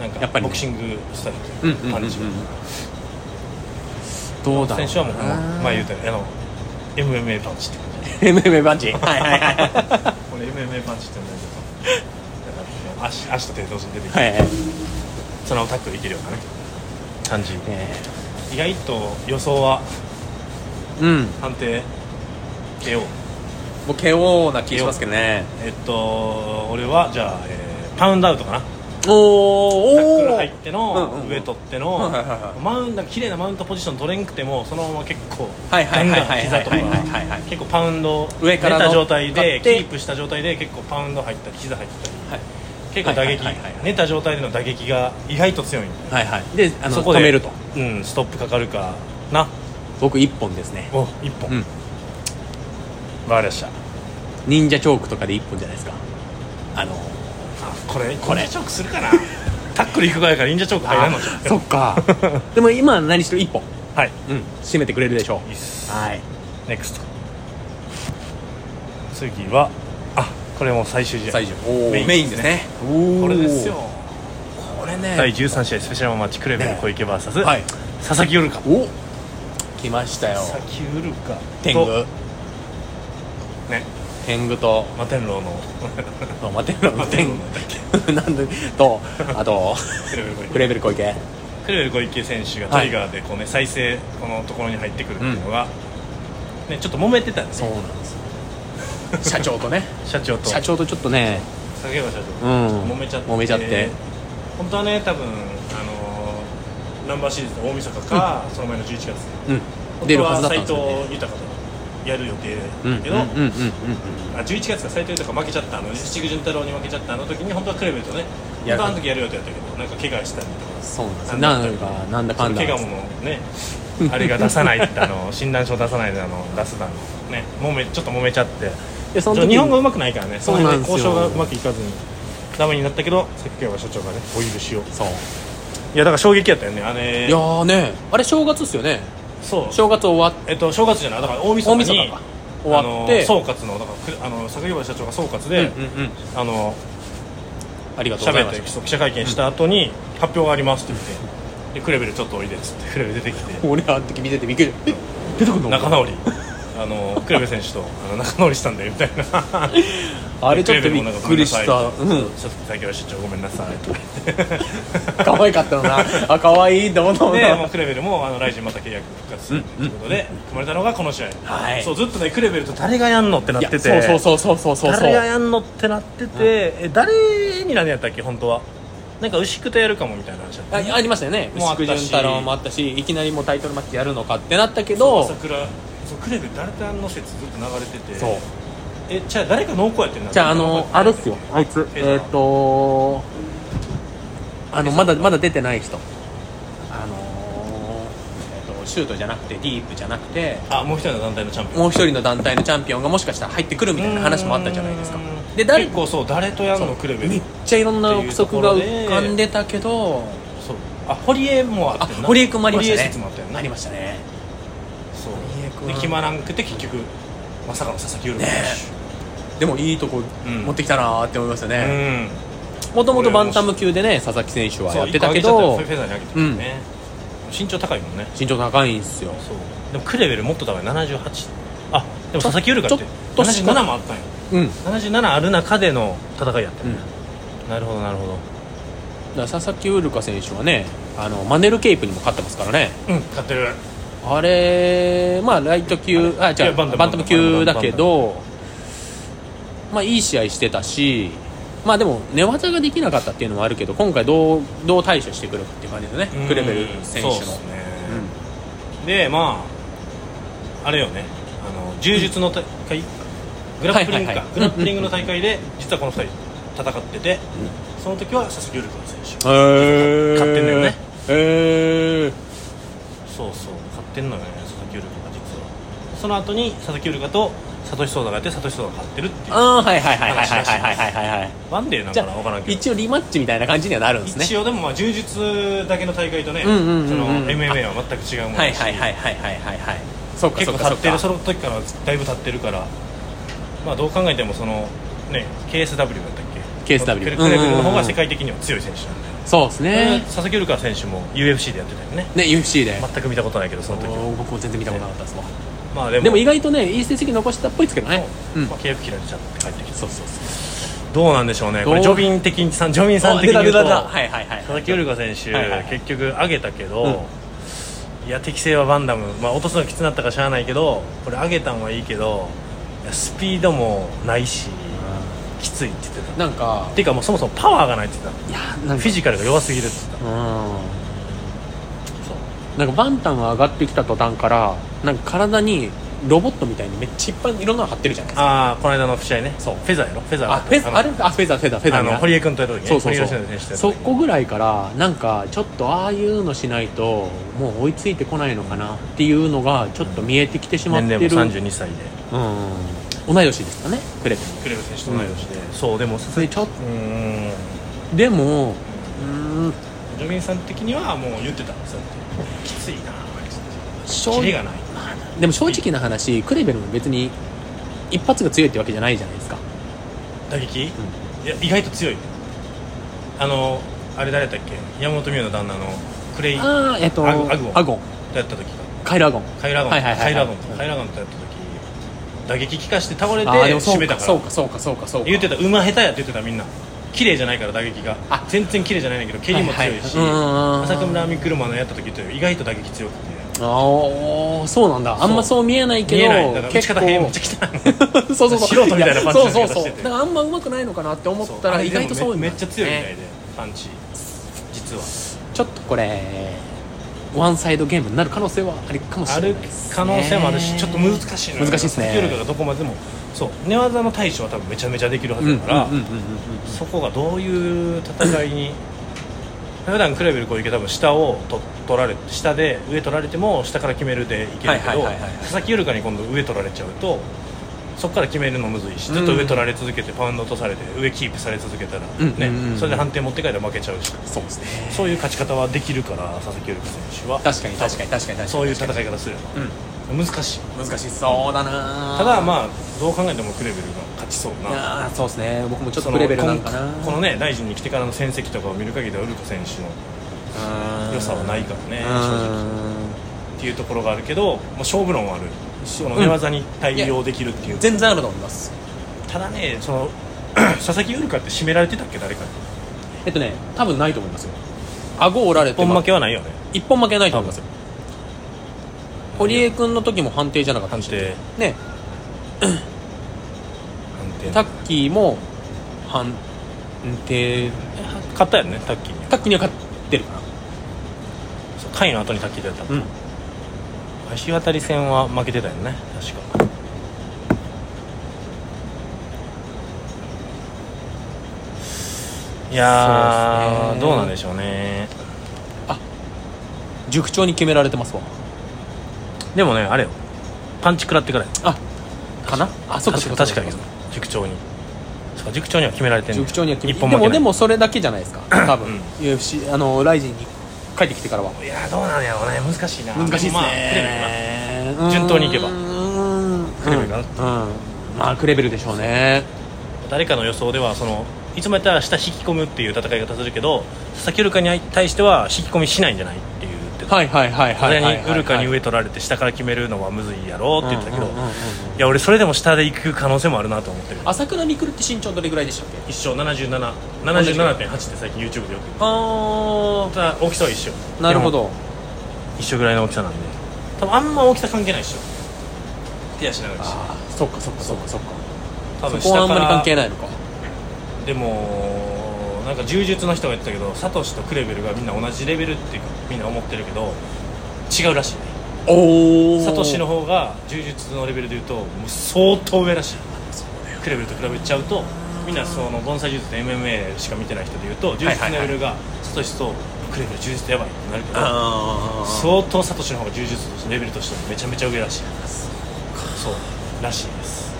[SPEAKER 1] なんか
[SPEAKER 2] やっぱりね
[SPEAKER 1] ボクシングスタイ
[SPEAKER 2] うん
[SPEAKER 1] ル
[SPEAKER 2] うんうん
[SPEAKER 1] パンチが
[SPEAKER 2] どうだろう
[SPEAKER 1] 選手はもうこの前言う
[SPEAKER 2] う
[SPEAKER 1] たようにあの MMA パンチってこと ね
[SPEAKER 2] MMA バンチはいは いはいはい
[SPEAKER 1] これ MMA パンチって呼んだけど 足足と手同時に出てきて、
[SPEAKER 2] はいはい
[SPEAKER 1] そのタックルいけるようなね感じ
[SPEAKER 2] え
[SPEAKER 1] 意外と予想は
[SPEAKER 2] ーうん
[SPEAKER 1] 判定 KO
[SPEAKER 2] もう KO な気しますけどね
[SPEAKER 1] えっと俺はじゃあ、えーパウンドアウトかなタックル
[SPEAKER 2] お
[SPEAKER 1] 入
[SPEAKER 2] ー
[SPEAKER 1] っ
[SPEAKER 2] お
[SPEAKER 1] て
[SPEAKER 2] うんうん
[SPEAKER 1] の
[SPEAKER 2] うん
[SPEAKER 1] 上取って
[SPEAKER 2] はいはいは
[SPEAKER 1] のマウンド綺麗なマウントポジション取れんくてもそのまま結構
[SPEAKER 2] はいは
[SPEAKER 1] ガ
[SPEAKER 2] い
[SPEAKER 1] ン
[SPEAKER 2] はい
[SPEAKER 1] ガン
[SPEAKER 2] はい
[SPEAKER 1] 膝とか
[SPEAKER 2] はいはいはいはい
[SPEAKER 1] 結構パウンド
[SPEAKER 2] 上からの
[SPEAKER 1] 寝た状態で
[SPEAKER 2] 立っ
[SPEAKER 1] キ
[SPEAKER 2] て
[SPEAKER 1] ープした状態で結構パウンド入ったり膝入ったり
[SPEAKER 2] はい
[SPEAKER 1] 結構打撃
[SPEAKER 2] はいはいはいはい
[SPEAKER 1] 寝た状態での打撃が意外と強いんで
[SPEAKER 2] はいはいであの
[SPEAKER 1] そこ
[SPEAKER 2] 止
[SPEAKER 1] で
[SPEAKER 2] めると
[SPEAKER 1] うんストップかかるかな
[SPEAKER 2] 僕一本ですね
[SPEAKER 1] お一本
[SPEAKER 2] うん
[SPEAKER 1] わかりました
[SPEAKER 2] 忍者チョークとかで一本じゃないですかあの
[SPEAKER 1] あこれ
[SPEAKER 2] これ
[SPEAKER 1] 忍者チョークするかなタックル行くぐらいから忍者チョーク入らんのじゃん
[SPEAKER 2] そっか でも今は何しろ一本
[SPEAKER 1] はい
[SPEAKER 2] うん締めてくれるでしょ
[SPEAKER 1] いいっす
[SPEAKER 2] うはい
[SPEAKER 1] ネクスト次はあこれもう最終試合
[SPEAKER 2] 最初おー
[SPEAKER 1] メ
[SPEAKER 2] メ
[SPEAKER 1] イ
[SPEAKER 2] イ
[SPEAKER 1] ン
[SPEAKER 2] ン
[SPEAKER 1] で
[SPEAKER 2] ですす
[SPEAKER 1] ね
[SPEAKER 2] ねおー
[SPEAKER 1] これですよ
[SPEAKER 2] これね
[SPEAKER 1] 第13試合スペシャルマッチクレベル小池 VS、
[SPEAKER 2] はい
[SPEAKER 1] 佐々木ウルカ
[SPEAKER 2] お来ましたよ
[SPEAKER 1] 佐々木ウルカ
[SPEAKER 2] 天狗
[SPEAKER 1] ね
[SPEAKER 2] 天狗と
[SPEAKER 1] 摩天楼の
[SPEAKER 2] あ待てよ天狗 なんでとあとクレベル小池
[SPEAKER 1] クレベル小池選手がトリガーでこう、ね、再生このところに入ってくるっていうのが、ね、ちょっと揉めてたんです
[SPEAKER 2] そう
[SPEAKER 1] よ
[SPEAKER 2] なんですよ社長とね
[SPEAKER 1] 社長と
[SPEAKER 2] 社長とちょっとね
[SPEAKER 1] 竹山社長、
[SPEAKER 2] うん
[SPEAKER 1] 揉めちゃって
[SPEAKER 2] 揉めちゃって
[SPEAKER 1] 本当はね多分あのーナンバーシリーズの大晦日か、その前の11月
[SPEAKER 2] うん
[SPEAKER 1] 本
[SPEAKER 2] 出
[SPEAKER 1] 当
[SPEAKER 2] るはずだったん
[SPEAKER 1] 斎
[SPEAKER 2] です
[SPEAKER 1] 藤
[SPEAKER 2] よね
[SPEAKER 1] 豊とやる予定
[SPEAKER 2] うんう
[SPEAKER 1] だ
[SPEAKER 2] ん
[SPEAKER 1] け
[SPEAKER 2] う
[SPEAKER 1] ど、
[SPEAKER 2] んうんうん
[SPEAKER 1] あ11月が斎藤豊負けちゃったあの七久潤太郎に負けちゃったあの時に本当はクレベルとね
[SPEAKER 2] や
[SPEAKER 1] 本
[SPEAKER 2] る
[SPEAKER 1] 当はあの時やる予定だったけどなんか怪我したりとか
[SPEAKER 2] そうなんですよ
[SPEAKER 1] な
[SPEAKER 2] なんん
[SPEAKER 1] だ
[SPEAKER 2] かなんだかんだ
[SPEAKER 1] 怪我もねあれが出さないってあ の診断書出さないであの出すだのねもめちょっと揉めちゃって
[SPEAKER 2] でその
[SPEAKER 1] ちょ
[SPEAKER 2] 時
[SPEAKER 1] 日本語うまくないからね
[SPEAKER 2] そうなんですよ
[SPEAKER 1] その辺交渉がうまくいかずにダメになったけど関川所長がねお許しをい
[SPEAKER 2] そう
[SPEAKER 1] やだから衝撃やったよねあれ
[SPEAKER 2] いやーねあれ正月っすよね
[SPEAKER 1] そう
[SPEAKER 2] 正月終わっ
[SPEAKER 1] えっと正月じゃないだから大晦
[SPEAKER 2] 大
[SPEAKER 1] 日
[SPEAKER 2] 晦
[SPEAKER 1] に
[SPEAKER 2] 日か終わって
[SPEAKER 1] あの総括のだからくあの榊原社長が総括で、
[SPEAKER 2] うんうんうん
[SPEAKER 1] あの
[SPEAKER 2] ありがとうござい
[SPEAKER 1] 喋っ
[SPEAKER 2] ま
[SPEAKER 1] て
[SPEAKER 2] した
[SPEAKER 1] 記者会見した後に発表がありますって言ってでクレベルちょっとおいでっつってクレベル出てきて
[SPEAKER 2] 俺あの時見ててびっくりえ出てくんの
[SPEAKER 1] 仲直りあのクレベル選手とあの仲直りしたんだよみたいな
[SPEAKER 2] あれちょっとびっくりした
[SPEAKER 1] クレベルもなんかご
[SPEAKER 2] う
[SPEAKER 1] めん
[SPEAKER 2] ん
[SPEAKER 1] なさいちょっと先ほ社長ごめんなさいとか言って
[SPEAKER 2] 可愛かったのなあ可愛いと思ったもん
[SPEAKER 1] でもう
[SPEAKER 2] な
[SPEAKER 1] クレベルもあのライジンまた契約復活するということで組まれたのがこの試合、
[SPEAKER 2] はい
[SPEAKER 1] そうずっとねクレベルと誰がやんのってなっ
[SPEAKER 2] いや
[SPEAKER 1] てて
[SPEAKER 2] そうそうそうそうそうそう
[SPEAKER 1] 誰がやんのってなってて、え誰になんやったっけ本当はなんか牛久とやるかもみたいな話だった
[SPEAKER 2] あありましたよね
[SPEAKER 1] もうあ
[SPEAKER 2] 牛
[SPEAKER 1] った
[SPEAKER 2] 久
[SPEAKER 1] し
[SPEAKER 2] 潤太郎もあったしいきなりもうタイトルマッチやるのかってなった
[SPEAKER 1] そ
[SPEAKER 2] け
[SPEAKER 1] う
[SPEAKER 2] ど
[SPEAKER 1] 朝倉そうクレベ誰とやんの説ずっと流れてて
[SPEAKER 2] そう
[SPEAKER 1] えじゃあ誰か濃厚やってんな
[SPEAKER 2] じゃああのあれっすよあいつ
[SPEAKER 1] え
[SPEAKER 2] え
[SPEAKER 1] ー
[SPEAKER 2] っ、とあのまだまだ出てない人あのーえっ、とシュートじゃなくてディープじゃなくて
[SPEAKER 1] あもう一人の団体のチャンピオン
[SPEAKER 2] もう一人の団体のチャンピオンがもしかしたら入ってくるみたいな話もあったじゃないですかで誰
[SPEAKER 1] 結構そう誰とやんのクレベ
[SPEAKER 2] め
[SPEAKER 1] ル
[SPEAKER 2] っちゃいろんな憶測が浮かんでたけど
[SPEAKER 1] そうあ堀江もあ
[SPEAKER 2] あ
[SPEAKER 1] ってんな
[SPEAKER 2] 堀江君もありました
[SPEAKER 1] 堀江
[SPEAKER 2] ね
[SPEAKER 1] 説もあったよな
[SPEAKER 2] ありましたね堀江
[SPEAKER 1] そう
[SPEAKER 2] 君
[SPEAKER 1] で
[SPEAKER 2] は
[SPEAKER 1] 決まらんくて結局まさかの佐々木ウルフ選
[SPEAKER 2] でもいいとこ
[SPEAKER 1] うん
[SPEAKER 2] 持ってきたなーって思いました
[SPEAKER 1] 手
[SPEAKER 2] ね
[SPEAKER 1] うん
[SPEAKER 2] もともとバンタム級でね佐々木選手は
[SPEAKER 1] そ
[SPEAKER 2] や
[SPEAKER 1] う
[SPEAKER 2] ってたけ
[SPEAKER 1] 一個上げちゃったよフ
[SPEAKER 2] ど
[SPEAKER 1] ェザーに上げてたよね身長高いもんね
[SPEAKER 2] 身長高いんすよ
[SPEAKER 1] そうでもクレベルもっと高い78あでも佐々木ウルフって
[SPEAKER 2] ちょっとしか
[SPEAKER 1] 77もあったんよ
[SPEAKER 2] うん
[SPEAKER 1] 77ある中での戦いやったよ
[SPEAKER 2] うん
[SPEAKER 1] ね、なるほどなるほど
[SPEAKER 2] だから佐々木ウルカ選手はねあのマネルケープにも勝ってますからね
[SPEAKER 1] うん勝ってる
[SPEAKER 2] あれまあライト級あじ
[SPEAKER 1] い
[SPEAKER 2] ゃ
[SPEAKER 1] や
[SPEAKER 2] あ
[SPEAKER 1] バ
[SPEAKER 2] バ
[SPEAKER 1] ン
[SPEAKER 2] ン
[SPEAKER 1] タム
[SPEAKER 2] タム級だけどまあいい試合してたしまあでも寝技ができなかったっていうのもあるけど今回どうどう対処してくるかっていう感じですねクレベル選手の
[SPEAKER 1] そうっすね、でまああれよねあの柔術の大会グラップリングか、
[SPEAKER 2] はいはいはい
[SPEAKER 1] グラップリングの大会で実はこの2人戦ってて、その時は佐々木ウルフ選手
[SPEAKER 2] うんへえ
[SPEAKER 1] 勝ってんだよね
[SPEAKER 2] へえ
[SPEAKER 1] そうそう勝ってんのよね佐々木ウルフが実はその後に佐々木ウルフと佐サトシソーダがやってサトシソーダが買ってるっていう
[SPEAKER 2] ああはいはいはいはいはいはいはいはいはい
[SPEAKER 1] ワンデーなん
[SPEAKER 2] じ
[SPEAKER 1] か
[SPEAKER 2] ゃ
[SPEAKER 1] な分から
[SPEAKER 2] あ
[SPEAKER 1] んけど
[SPEAKER 2] 一応リマッチみたいな感じにはなるんですね
[SPEAKER 1] 一応でもまあ柔術だけの大会とねそ
[SPEAKER 2] うんうんうんうん
[SPEAKER 1] の MMA は全く違うもの
[SPEAKER 2] はい
[SPEAKER 1] だし
[SPEAKER 2] はいはいはいはいはいはいそうか
[SPEAKER 1] 結
[SPEAKER 2] そう
[SPEAKER 1] 構
[SPEAKER 2] か
[SPEAKER 1] 立
[SPEAKER 2] そ
[SPEAKER 1] っ
[SPEAKER 2] う
[SPEAKER 1] てるそ
[SPEAKER 2] か
[SPEAKER 1] の時からだいぶ立ってるからまあどう考えてもそのね KSW だったっけ
[SPEAKER 2] KSW
[SPEAKER 1] クレクレベルの
[SPEAKER 2] うんうん
[SPEAKER 1] 方
[SPEAKER 2] うんう
[SPEAKER 1] が
[SPEAKER 2] ん
[SPEAKER 1] 世界的には強い選手なんで
[SPEAKER 2] そうですね
[SPEAKER 1] 佐々木瑠香選手も UFC でやってたよね
[SPEAKER 2] ね UFC で
[SPEAKER 1] 全く見たことないけどその時は
[SPEAKER 2] おー僕も全然見たことなかったですわ
[SPEAKER 1] まあでも
[SPEAKER 2] でも意外とねいい成績残したっぽいですけどねうん
[SPEAKER 1] まあ、契約切られちゃって帰ってきて
[SPEAKER 2] そうそうそう
[SPEAKER 1] どうなんでしょうねこれジ
[SPEAKER 2] ど
[SPEAKER 1] ョ
[SPEAKER 2] う
[SPEAKER 1] ビン的にさんジョビンさん
[SPEAKER 2] あ
[SPEAKER 1] 的
[SPEAKER 2] 出
[SPEAKER 1] に言
[SPEAKER 2] た出
[SPEAKER 1] うと
[SPEAKER 2] た出たはいはいはい
[SPEAKER 1] 佐々木瑠香選手、
[SPEAKER 2] はいはいはい
[SPEAKER 1] 結局上げたけど、いや適性はバンダム、まあ、落とすのきつなったかしゃあないけどこれ上げたんはいいけどいやスピードもないしきついって言ってた
[SPEAKER 2] なんか
[SPEAKER 1] っていうかもうそもそもパワーがないって言って
[SPEAKER 2] いや
[SPEAKER 1] た
[SPEAKER 2] なんか
[SPEAKER 1] フィジカルが弱すぎるって言って
[SPEAKER 2] うん
[SPEAKER 1] たそう
[SPEAKER 2] なんかバンタムが上がってきた途端からなんか体にロボットみたいにめっちゃいっぱいいろんなの貼ってるじゃないですか
[SPEAKER 1] ああこの間の試合ね
[SPEAKER 2] そう
[SPEAKER 1] フェザーやろフェザー
[SPEAKER 2] あフェザーあれ
[SPEAKER 1] の
[SPEAKER 2] あフェザーフェザーフェザー
[SPEAKER 1] あの
[SPEAKER 2] ね
[SPEAKER 1] 堀江君とやった時ね
[SPEAKER 2] そうそうそう
[SPEAKER 1] 堀江選手とやった
[SPEAKER 2] そ
[SPEAKER 1] 時
[SPEAKER 2] こぐらいからなんかちょっとああいうのしないともう追いついてこないのかなっていうのがちょっと見えてきてしまって
[SPEAKER 1] 年
[SPEAKER 2] る、
[SPEAKER 1] 齢も32歳で
[SPEAKER 2] うん同い年ですかねクレベ
[SPEAKER 1] クレブ選手と同い年で、そうでもさす
[SPEAKER 2] それちょっ
[SPEAKER 1] うーん
[SPEAKER 2] とでもうーん
[SPEAKER 1] ジョビンさん的にはもう言ってたそうやってきついな
[SPEAKER 2] 正
[SPEAKER 1] キ
[SPEAKER 2] 直
[SPEAKER 1] レがない
[SPEAKER 2] でも正直な話クレベルも別に一発が強いってわけじゃないじゃないですか
[SPEAKER 1] 打撃、いや意外と強いあのあれ誰だっけ山本美桜の旦那のクレイだっ
[SPEAKER 2] ああえっと
[SPEAKER 1] アゴアゴン
[SPEAKER 2] アゴン
[SPEAKER 1] た時か
[SPEAKER 2] カイルアゴン
[SPEAKER 1] カイラゴン、
[SPEAKER 2] はいはいはいはい
[SPEAKER 1] カイラゴン
[SPEAKER 2] うん
[SPEAKER 1] カイラゴンとやった時打撃効かして倒れて
[SPEAKER 2] あーでもそ
[SPEAKER 1] 締
[SPEAKER 2] う
[SPEAKER 1] めた
[SPEAKER 2] か
[SPEAKER 1] から
[SPEAKER 2] そうかそうかそうかそうか
[SPEAKER 1] 言ってた馬下手やって言ってたみんな綺麗じゃないから打撃が
[SPEAKER 2] あ
[SPEAKER 1] 全然綺麗じゃないんだけど蹴りも強いし、
[SPEAKER 2] はいはいうんうんうん
[SPEAKER 1] 浅く村美車のやった時って意外と打撃強くて
[SPEAKER 2] ああそうなんだあんまそう見えないけど
[SPEAKER 1] 見えないだから打ち方変めっちゃ汚い
[SPEAKER 2] そうそうそう
[SPEAKER 1] 素人みたいなパンチの
[SPEAKER 2] そ
[SPEAKER 1] 仕方
[SPEAKER 2] うそう
[SPEAKER 1] し
[SPEAKER 2] そう
[SPEAKER 1] てて
[SPEAKER 2] だからあんま上手くないのかなって 思っ
[SPEAKER 1] そう
[SPEAKER 2] た
[SPEAKER 1] あ
[SPEAKER 2] ら
[SPEAKER 1] れ
[SPEAKER 2] 意
[SPEAKER 1] でも
[SPEAKER 2] 外とそう
[SPEAKER 1] めめっちゃ強いみたい
[SPEAKER 2] ね
[SPEAKER 1] でパンチ実は
[SPEAKER 2] ちょっとこれワンサイドゲームになる可能性はあるかもし
[SPEAKER 1] あ
[SPEAKER 2] れない
[SPEAKER 1] る
[SPEAKER 2] ですね
[SPEAKER 1] 可能性もあるし、ちょっと難しいのよ
[SPEAKER 2] 難しいですね
[SPEAKER 1] 勢力がどこまでもそう寝技の対処は多分めちゃめちゃできるは
[SPEAKER 2] うん
[SPEAKER 1] ず
[SPEAKER 2] うんうん
[SPEAKER 1] だから、
[SPEAKER 2] うんうん
[SPEAKER 1] そこがどういう戦いに 普段クレベル小池多分下をと取られ下で上取られても下から決めるでいけるけ
[SPEAKER 2] はい
[SPEAKER 1] ど
[SPEAKER 2] はいはいはい
[SPEAKER 1] 佐々木優香に今度上取られちゃうとそこから決めるのむずいしずっと上取られ続けてパウンド落とされて上キープされ続けたら、
[SPEAKER 2] うん
[SPEAKER 1] ね
[SPEAKER 2] うんうん
[SPEAKER 1] それで判定持って帰ったら負けちゃうし
[SPEAKER 2] そうですね
[SPEAKER 1] そういう勝ち方はできるから佐々木優香選手は
[SPEAKER 2] 確かに確かに確かに確かに
[SPEAKER 1] そういう戦い方すれば難しい
[SPEAKER 2] うん難しそうだな
[SPEAKER 1] ただ
[SPEAKER 2] あ
[SPEAKER 1] まあどう考えてもクレベルが勝ちそう
[SPEAKER 2] い
[SPEAKER 1] な
[SPEAKER 2] やーそうですね僕もちょっ
[SPEAKER 1] そ
[SPEAKER 2] と
[SPEAKER 1] の
[SPEAKER 2] レベルなんかな
[SPEAKER 1] こんこのね大臣に来てからの戦績とかを見る限りはウルカ選手の良さはないからね
[SPEAKER 2] う
[SPEAKER 1] 正直
[SPEAKER 2] ーん
[SPEAKER 1] っていうところがあるけど、まあ、勝負論はあるその寝技に対応できるっていう、
[SPEAKER 2] 全然あると思います
[SPEAKER 1] ただねその 佐々木ウルカって締められてたっけ誰かに
[SPEAKER 2] えっとね多分ないと思いますよ顎折られ
[SPEAKER 1] 一
[SPEAKER 2] て
[SPEAKER 1] 本
[SPEAKER 2] ま
[SPEAKER 1] 負けはないよね
[SPEAKER 2] 一本負けはないと思いますよ堀江君の時も判定じゃなかった
[SPEAKER 1] 判
[SPEAKER 2] し
[SPEAKER 1] 定
[SPEAKER 2] ねタ
[SPEAKER 1] 判定
[SPEAKER 2] ッキーも判定
[SPEAKER 1] 勝ったよねタッキーに
[SPEAKER 2] タッキーには勝ってるかな
[SPEAKER 1] そう回の後にタッキーでやった、
[SPEAKER 2] うん
[SPEAKER 1] 橋渡り戦は負けてたよね確かいやー、
[SPEAKER 2] そうですね
[SPEAKER 1] どうなんでしょうね
[SPEAKER 2] 塾長に決められてますわ
[SPEAKER 1] でもねあれよパンチ食らってからや
[SPEAKER 2] あかなあそうかそう
[SPEAKER 1] 確
[SPEAKER 2] か
[SPEAKER 1] か
[SPEAKER 2] そ
[SPEAKER 1] 確
[SPEAKER 2] う
[SPEAKER 1] か
[SPEAKER 2] そ
[SPEAKER 1] に塾長
[SPEAKER 2] う
[SPEAKER 1] にそうか塾長には決められてんね
[SPEAKER 2] 塾長には決め
[SPEAKER 1] 一本
[SPEAKER 2] で
[SPEAKER 1] 負けな
[SPEAKER 2] も
[SPEAKER 1] い
[SPEAKER 2] でもそれだけじゃないですか多
[SPEAKER 1] う
[SPEAKER 2] 分
[SPEAKER 1] ん
[SPEAKER 2] UFC あのライジンに帰ってきてからはい
[SPEAKER 1] やーどうなんやろうね難しいな
[SPEAKER 2] 難しいです
[SPEAKER 1] まあクレベルな
[SPEAKER 2] ね、
[SPEAKER 1] あ順当にいけば
[SPEAKER 2] うーん
[SPEAKER 1] クレベルかな
[SPEAKER 2] うん、うんまあクレベルでしょうね
[SPEAKER 1] 誰かの予想ではそのいつもやったら下引き込むっていう戦い方するけど佐々木ウルカに対しては引き込みしないんじゃないっていうってた
[SPEAKER 2] はいはいはい
[SPEAKER 1] そ
[SPEAKER 2] は
[SPEAKER 1] れ
[SPEAKER 2] いはいはい
[SPEAKER 1] にウルカに上取られて下から決めるのはむずいやろって言ってたけど
[SPEAKER 2] うんうんうんうん
[SPEAKER 1] いや俺それでも下で行く可能性もあるなと思ってる
[SPEAKER 2] 朝倉未来って身長どれぐらいでしたっけ
[SPEAKER 1] 一生77 77.8って最近 YouTube でよく
[SPEAKER 2] あ
[SPEAKER 1] ただ大きさは一緒
[SPEAKER 2] あなるほど
[SPEAKER 1] 一緒ぐらいの大きさなんで多分あんま大きさ関係ないっしょ手足長いし
[SPEAKER 2] ああそっかそっかそっかそっか
[SPEAKER 1] 多分
[SPEAKER 2] そこは
[SPEAKER 1] 下
[SPEAKER 2] あん
[SPEAKER 1] か
[SPEAKER 2] まり関
[SPEAKER 1] ら
[SPEAKER 2] 係ないのか
[SPEAKER 1] でもなんか柔術の人が言ってたけどサトシとクレベルがみんな同じレベルっていうかみんな思ってるけど違うらしいね
[SPEAKER 2] おお
[SPEAKER 1] サトシの方が柔術のレベルで言うともう相当上らしいクレベルと比べちゃうとみんなその盆栽柔術と MMA しか見てない人で言うと柔術のレベルがサトシとクレベル柔術ってやばいってなるけど、
[SPEAKER 2] あー
[SPEAKER 1] 相当サトシの方が柔術のレベルとしてもめちゃめちゃ上らしいそうらしいです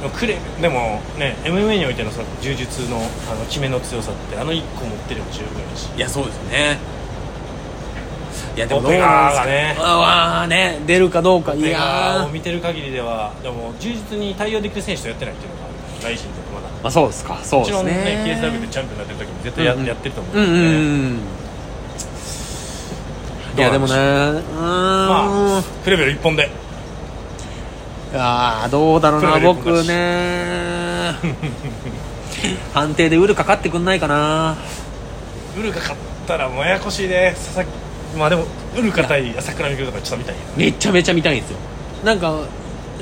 [SPEAKER 1] でもクレでもね MMA においてのさ柔術のあの決めの強さってあの1個持ってれば十分やし
[SPEAKER 2] いやそうですねいやでも
[SPEAKER 1] オ
[SPEAKER 2] どう
[SPEAKER 1] ペ
[SPEAKER 2] な
[SPEAKER 1] ラ
[SPEAKER 2] んで
[SPEAKER 1] ー
[SPEAKER 2] す
[SPEAKER 1] が
[SPEAKER 2] か
[SPEAKER 1] ね
[SPEAKER 2] うわーね出るかどうかい
[SPEAKER 1] いや
[SPEAKER 2] や
[SPEAKER 1] を
[SPEAKER 2] ー
[SPEAKER 1] 見てる限りではでも柔術に対応できる選手とやってないっていうのが大事でまだ
[SPEAKER 2] まあそうですかそう
[SPEAKER 1] もち
[SPEAKER 2] で
[SPEAKER 1] ろ
[SPEAKER 2] す
[SPEAKER 1] ん
[SPEAKER 2] ね
[SPEAKER 1] ね KSW でチャンピオンになってる時に絶対や,、
[SPEAKER 2] うんうん
[SPEAKER 1] やってると思う
[SPEAKER 2] うん
[SPEAKER 1] で、
[SPEAKER 2] んうんうんいやでもねうーん、
[SPEAKER 1] まあクレベル1本で
[SPEAKER 2] あーどうだろう
[SPEAKER 1] プ
[SPEAKER 2] な
[SPEAKER 1] ロ入れ込んだ
[SPEAKER 2] 僕
[SPEAKER 1] し
[SPEAKER 2] ね 判定でウルかかってくんないかな
[SPEAKER 1] ウルカ勝ったらもややこしいね佐々木まあでもウルカ対朝倉未来とかちょっと見たいよ
[SPEAKER 2] めちゃめちゃ見たいんですよなんか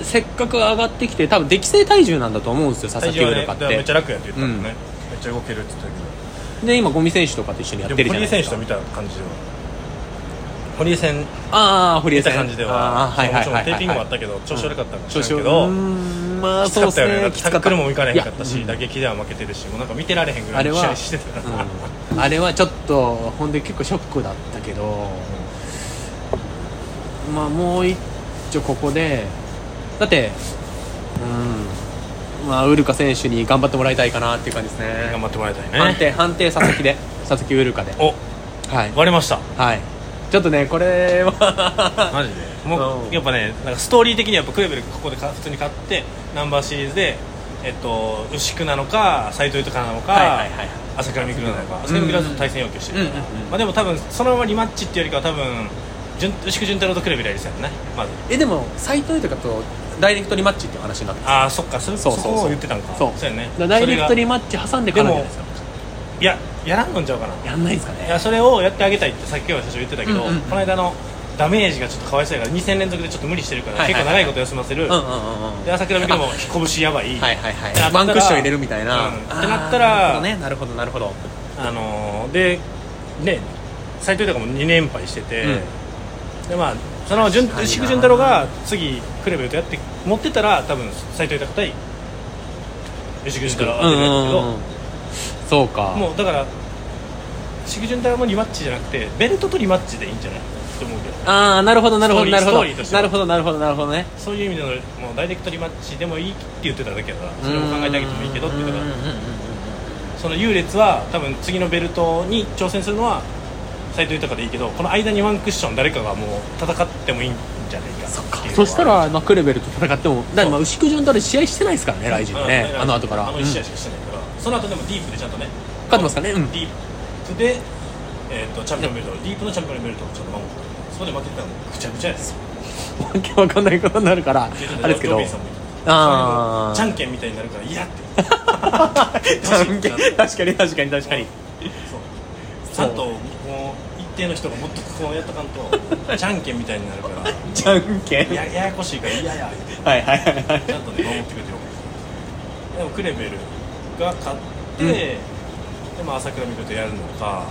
[SPEAKER 2] せっかく上がってきて多分適正体重なんだと思うんですよ佐々
[SPEAKER 1] 体重
[SPEAKER 2] 木
[SPEAKER 1] は
[SPEAKER 2] ウ
[SPEAKER 1] ね
[SPEAKER 2] ルカ
[SPEAKER 1] だ
[SPEAKER 2] っ
[SPEAKER 1] か
[SPEAKER 2] て、
[SPEAKER 1] らめっちゃ楽やって言ったもんね、めっちゃ動けるって言ってたけ
[SPEAKER 2] で今ゴミ選手とかと一緒にやっ
[SPEAKER 1] ど
[SPEAKER 2] て
[SPEAKER 1] で
[SPEAKER 2] る
[SPEAKER 1] も
[SPEAKER 2] じゃ
[SPEAKER 1] 堀
[SPEAKER 2] な
[SPEAKER 1] 江
[SPEAKER 2] い
[SPEAKER 1] 選手と
[SPEAKER 2] ですか
[SPEAKER 1] 見た感じでは堀江戦
[SPEAKER 2] ああ堀江
[SPEAKER 1] 見
[SPEAKER 2] さん
[SPEAKER 1] た感じでは
[SPEAKER 2] あーはいはいは
[SPEAKER 1] も
[SPEAKER 2] い
[SPEAKER 1] ちろんテーピングもあ
[SPEAKER 2] っ
[SPEAKER 1] ったけど調子悪かったかもし
[SPEAKER 2] 調
[SPEAKER 1] れんけ
[SPEAKER 2] 子をう
[SPEAKER 1] ど、
[SPEAKER 2] ーんまあ
[SPEAKER 1] きつ
[SPEAKER 2] そう
[SPEAKER 1] か
[SPEAKER 2] で
[SPEAKER 1] った
[SPEAKER 2] す
[SPEAKER 1] よね、
[SPEAKER 2] ねきつ
[SPEAKER 1] タ
[SPEAKER 2] か
[SPEAKER 1] ッ
[SPEAKER 2] った
[SPEAKER 1] クルもいかれへんかったし
[SPEAKER 2] いや
[SPEAKER 1] 打撃では負けてるしもうなんか見てられへんぐら
[SPEAKER 2] あ
[SPEAKER 1] い
[SPEAKER 2] れ
[SPEAKER 1] の
[SPEAKER 2] は
[SPEAKER 1] 試合してたな、
[SPEAKER 2] うんあれはちょっとほんで結構ショックだったけど、まあもう一丁ここでだってうんまあウルカ選手に頑張ってもらいたいかなっていう感じですね
[SPEAKER 1] 頑張ってもらいたいね
[SPEAKER 2] 判定判定佐々木で佐々木ウルカで
[SPEAKER 1] お
[SPEAKER 2] はい
[SPEAKER 1] 割れました
[SPEAKER 2] はいちょっとねこれは
[SPEAKER 1] マジでも
[SPEAKER 2] うん
[SPEAKER 1] うやっぱねなんかストーリー的にはやっぱクレベルここでか普通に勝ってナンバーシリーズでえっと牛久なのか斎藤豊なのか、
[SPEAKER 2] はいはいはい
[SPEAKER 1] 朝倉未来なのか朝倉未来はずっと対戦要求してるから、
[SPEAKER 2] うんうんうん
[SPEAKER 1] まあ、でも多分そのままリマッチっていうよりかは多分順牛久潤太郎とクレベルやりそうやねまず
[SPEAKER 2] えでも斎藤とかとダイレクトリマッチっていう話になって
[SPEAKER 1] ああそっかそれそ
[SPEAKER 2] そ
[SPEAKER 1] う
[SPEAKER 2] そうそう
[SPEAKER 1] こを言ってたんか
[SPEAKER 2] そう
[SPEAKER 1] やね
[SPEAKER 2] だからダイレクトリ
[SPEAKER 1] そ
[SPEAKER 2] マッチ挟んでからじゃないですか
[SPEAKER 1] れがいややらんのんちゃうかな
[SPEAKER 2] やんないですか
[SPEAKER 1] い
[SPEAKER 2] ね
[SPEAKER 1] やそれをやってあげたいってさっきは最初言ってたけど、
[SPEAKER 2] うんうんうん
[SPEAKER 1] この間のダメージがちょっとかわいそうやから2戦連続でちょっと無理してるから、
[SPEAKER 2] はいはいは
[SPEAKER 1] 結構
[SPEAKER 2] い
[SPEAKER 1] 長いこと休ませる、
[SPEAKER 2] うんうんうんうん
[SPEAKER 1] で朝倉未来も拳やばい、
[SPEAKER 2] はいはいは
[SPEAKER 1] ってなったら
[SPEAKER 2] いワンクッション入れるみたいな、
[SPEAKER 1] うん
[SPEAKER 2] あー
[SPEAKER 1] ってなったら
[SPEAKER 2] なるほどねなるほどなるほ
[SPEAKER 1] あのーでね斎藤とかも2連敗してて、でまあその順
[SPEAKER 2] 確かにな
[SPEAKER 1] 牛久潤太郎が次クレベルとやって持ってたら多分斎藤拓対牛久潤太郎は当てるんだけど、
[SPEAKER 2] どうんうんうんそうか
[SPEAKER 1] もうだから牛久潤太郎もリマッチじゃなくてベルトとリマッチでいいんじゃないと思うけど
[SPEAKER 2] ああなるほどなるほどなるほど
[SPEAKER 1] ストーリーストーリーとして
[SPEAKER 2] な
[SPEAKER 1] は
[SPEAKER 2] るほどなるほどなるほどね
[SPEAKER 1] そういう意味でのもうダイレクトリマッチでもいいって言ってただけだからそれも考えてあげてもいいけどっていうの
[SPEAKER 2] うんうん
[SPEAKER 1] が
[SPEAKER 2] うんうん
[SPEAKER 1] その優劣は多分次のベルトに挑戦するのは斎藤豊でいいけどこの間にワンクッション誰かがもう戦ってもいいんじゃないか
[SPEAKER 2] そっ
[SPEAKER 1] って
[SPEAKER 2] か
[SPEAKER 1] いう
[SPEAKER 2] そしたら、まあ、クレベルと戦ってもだってまあ
[SPEAKER 1] そう
[SPEAKER 2] 牛久潤太郎試合してないですからねライジン
[SPEAKER 1] うん
[SPEAKER 2] ね、あの後から
[SPEAKER 1] あの
[SPEAKER 2] う
[SPEAKER 1] 1
[SPEAKER 2] ん
[SPEAKER 1] 試合しかしてないから、その後でもディープでちゃんとね
[SPEAKER 2] 勝ってますかねうん
[SPEAKER 1] ディープで、えー、とチャンピオンベルトディープのチャンピオンベルトをちょっと守ってそこで負けてたらもうぐちゃぐちゃやです
[SPEAKER 2] わけわかんないことになるからあれですけどあー
[SPEAKER 1] じゃんけんみたいになるから嫌って
[SPEAKER 2] じゃんけん確かに確かに確かに
[SPEAKER 1] そうち
[SPEAKER 2] そ
[SPEAKER 1] ゃ
[SPEAKER 2] うん
[SPEAKER 1] ともう一定の人がもっとこうやっとかんとじゃんけんみたいになるから
[SPEAKER 2] じゃんけん
[SPEAKER 1] いやややこしいから嫌や言うて
[SPEAKER 2] はいはいはいはい
[SPEAKER 1] ちゃんとね守ってくれてよかったでもクレベルが勝って、でまあ朝倉未来とやるのか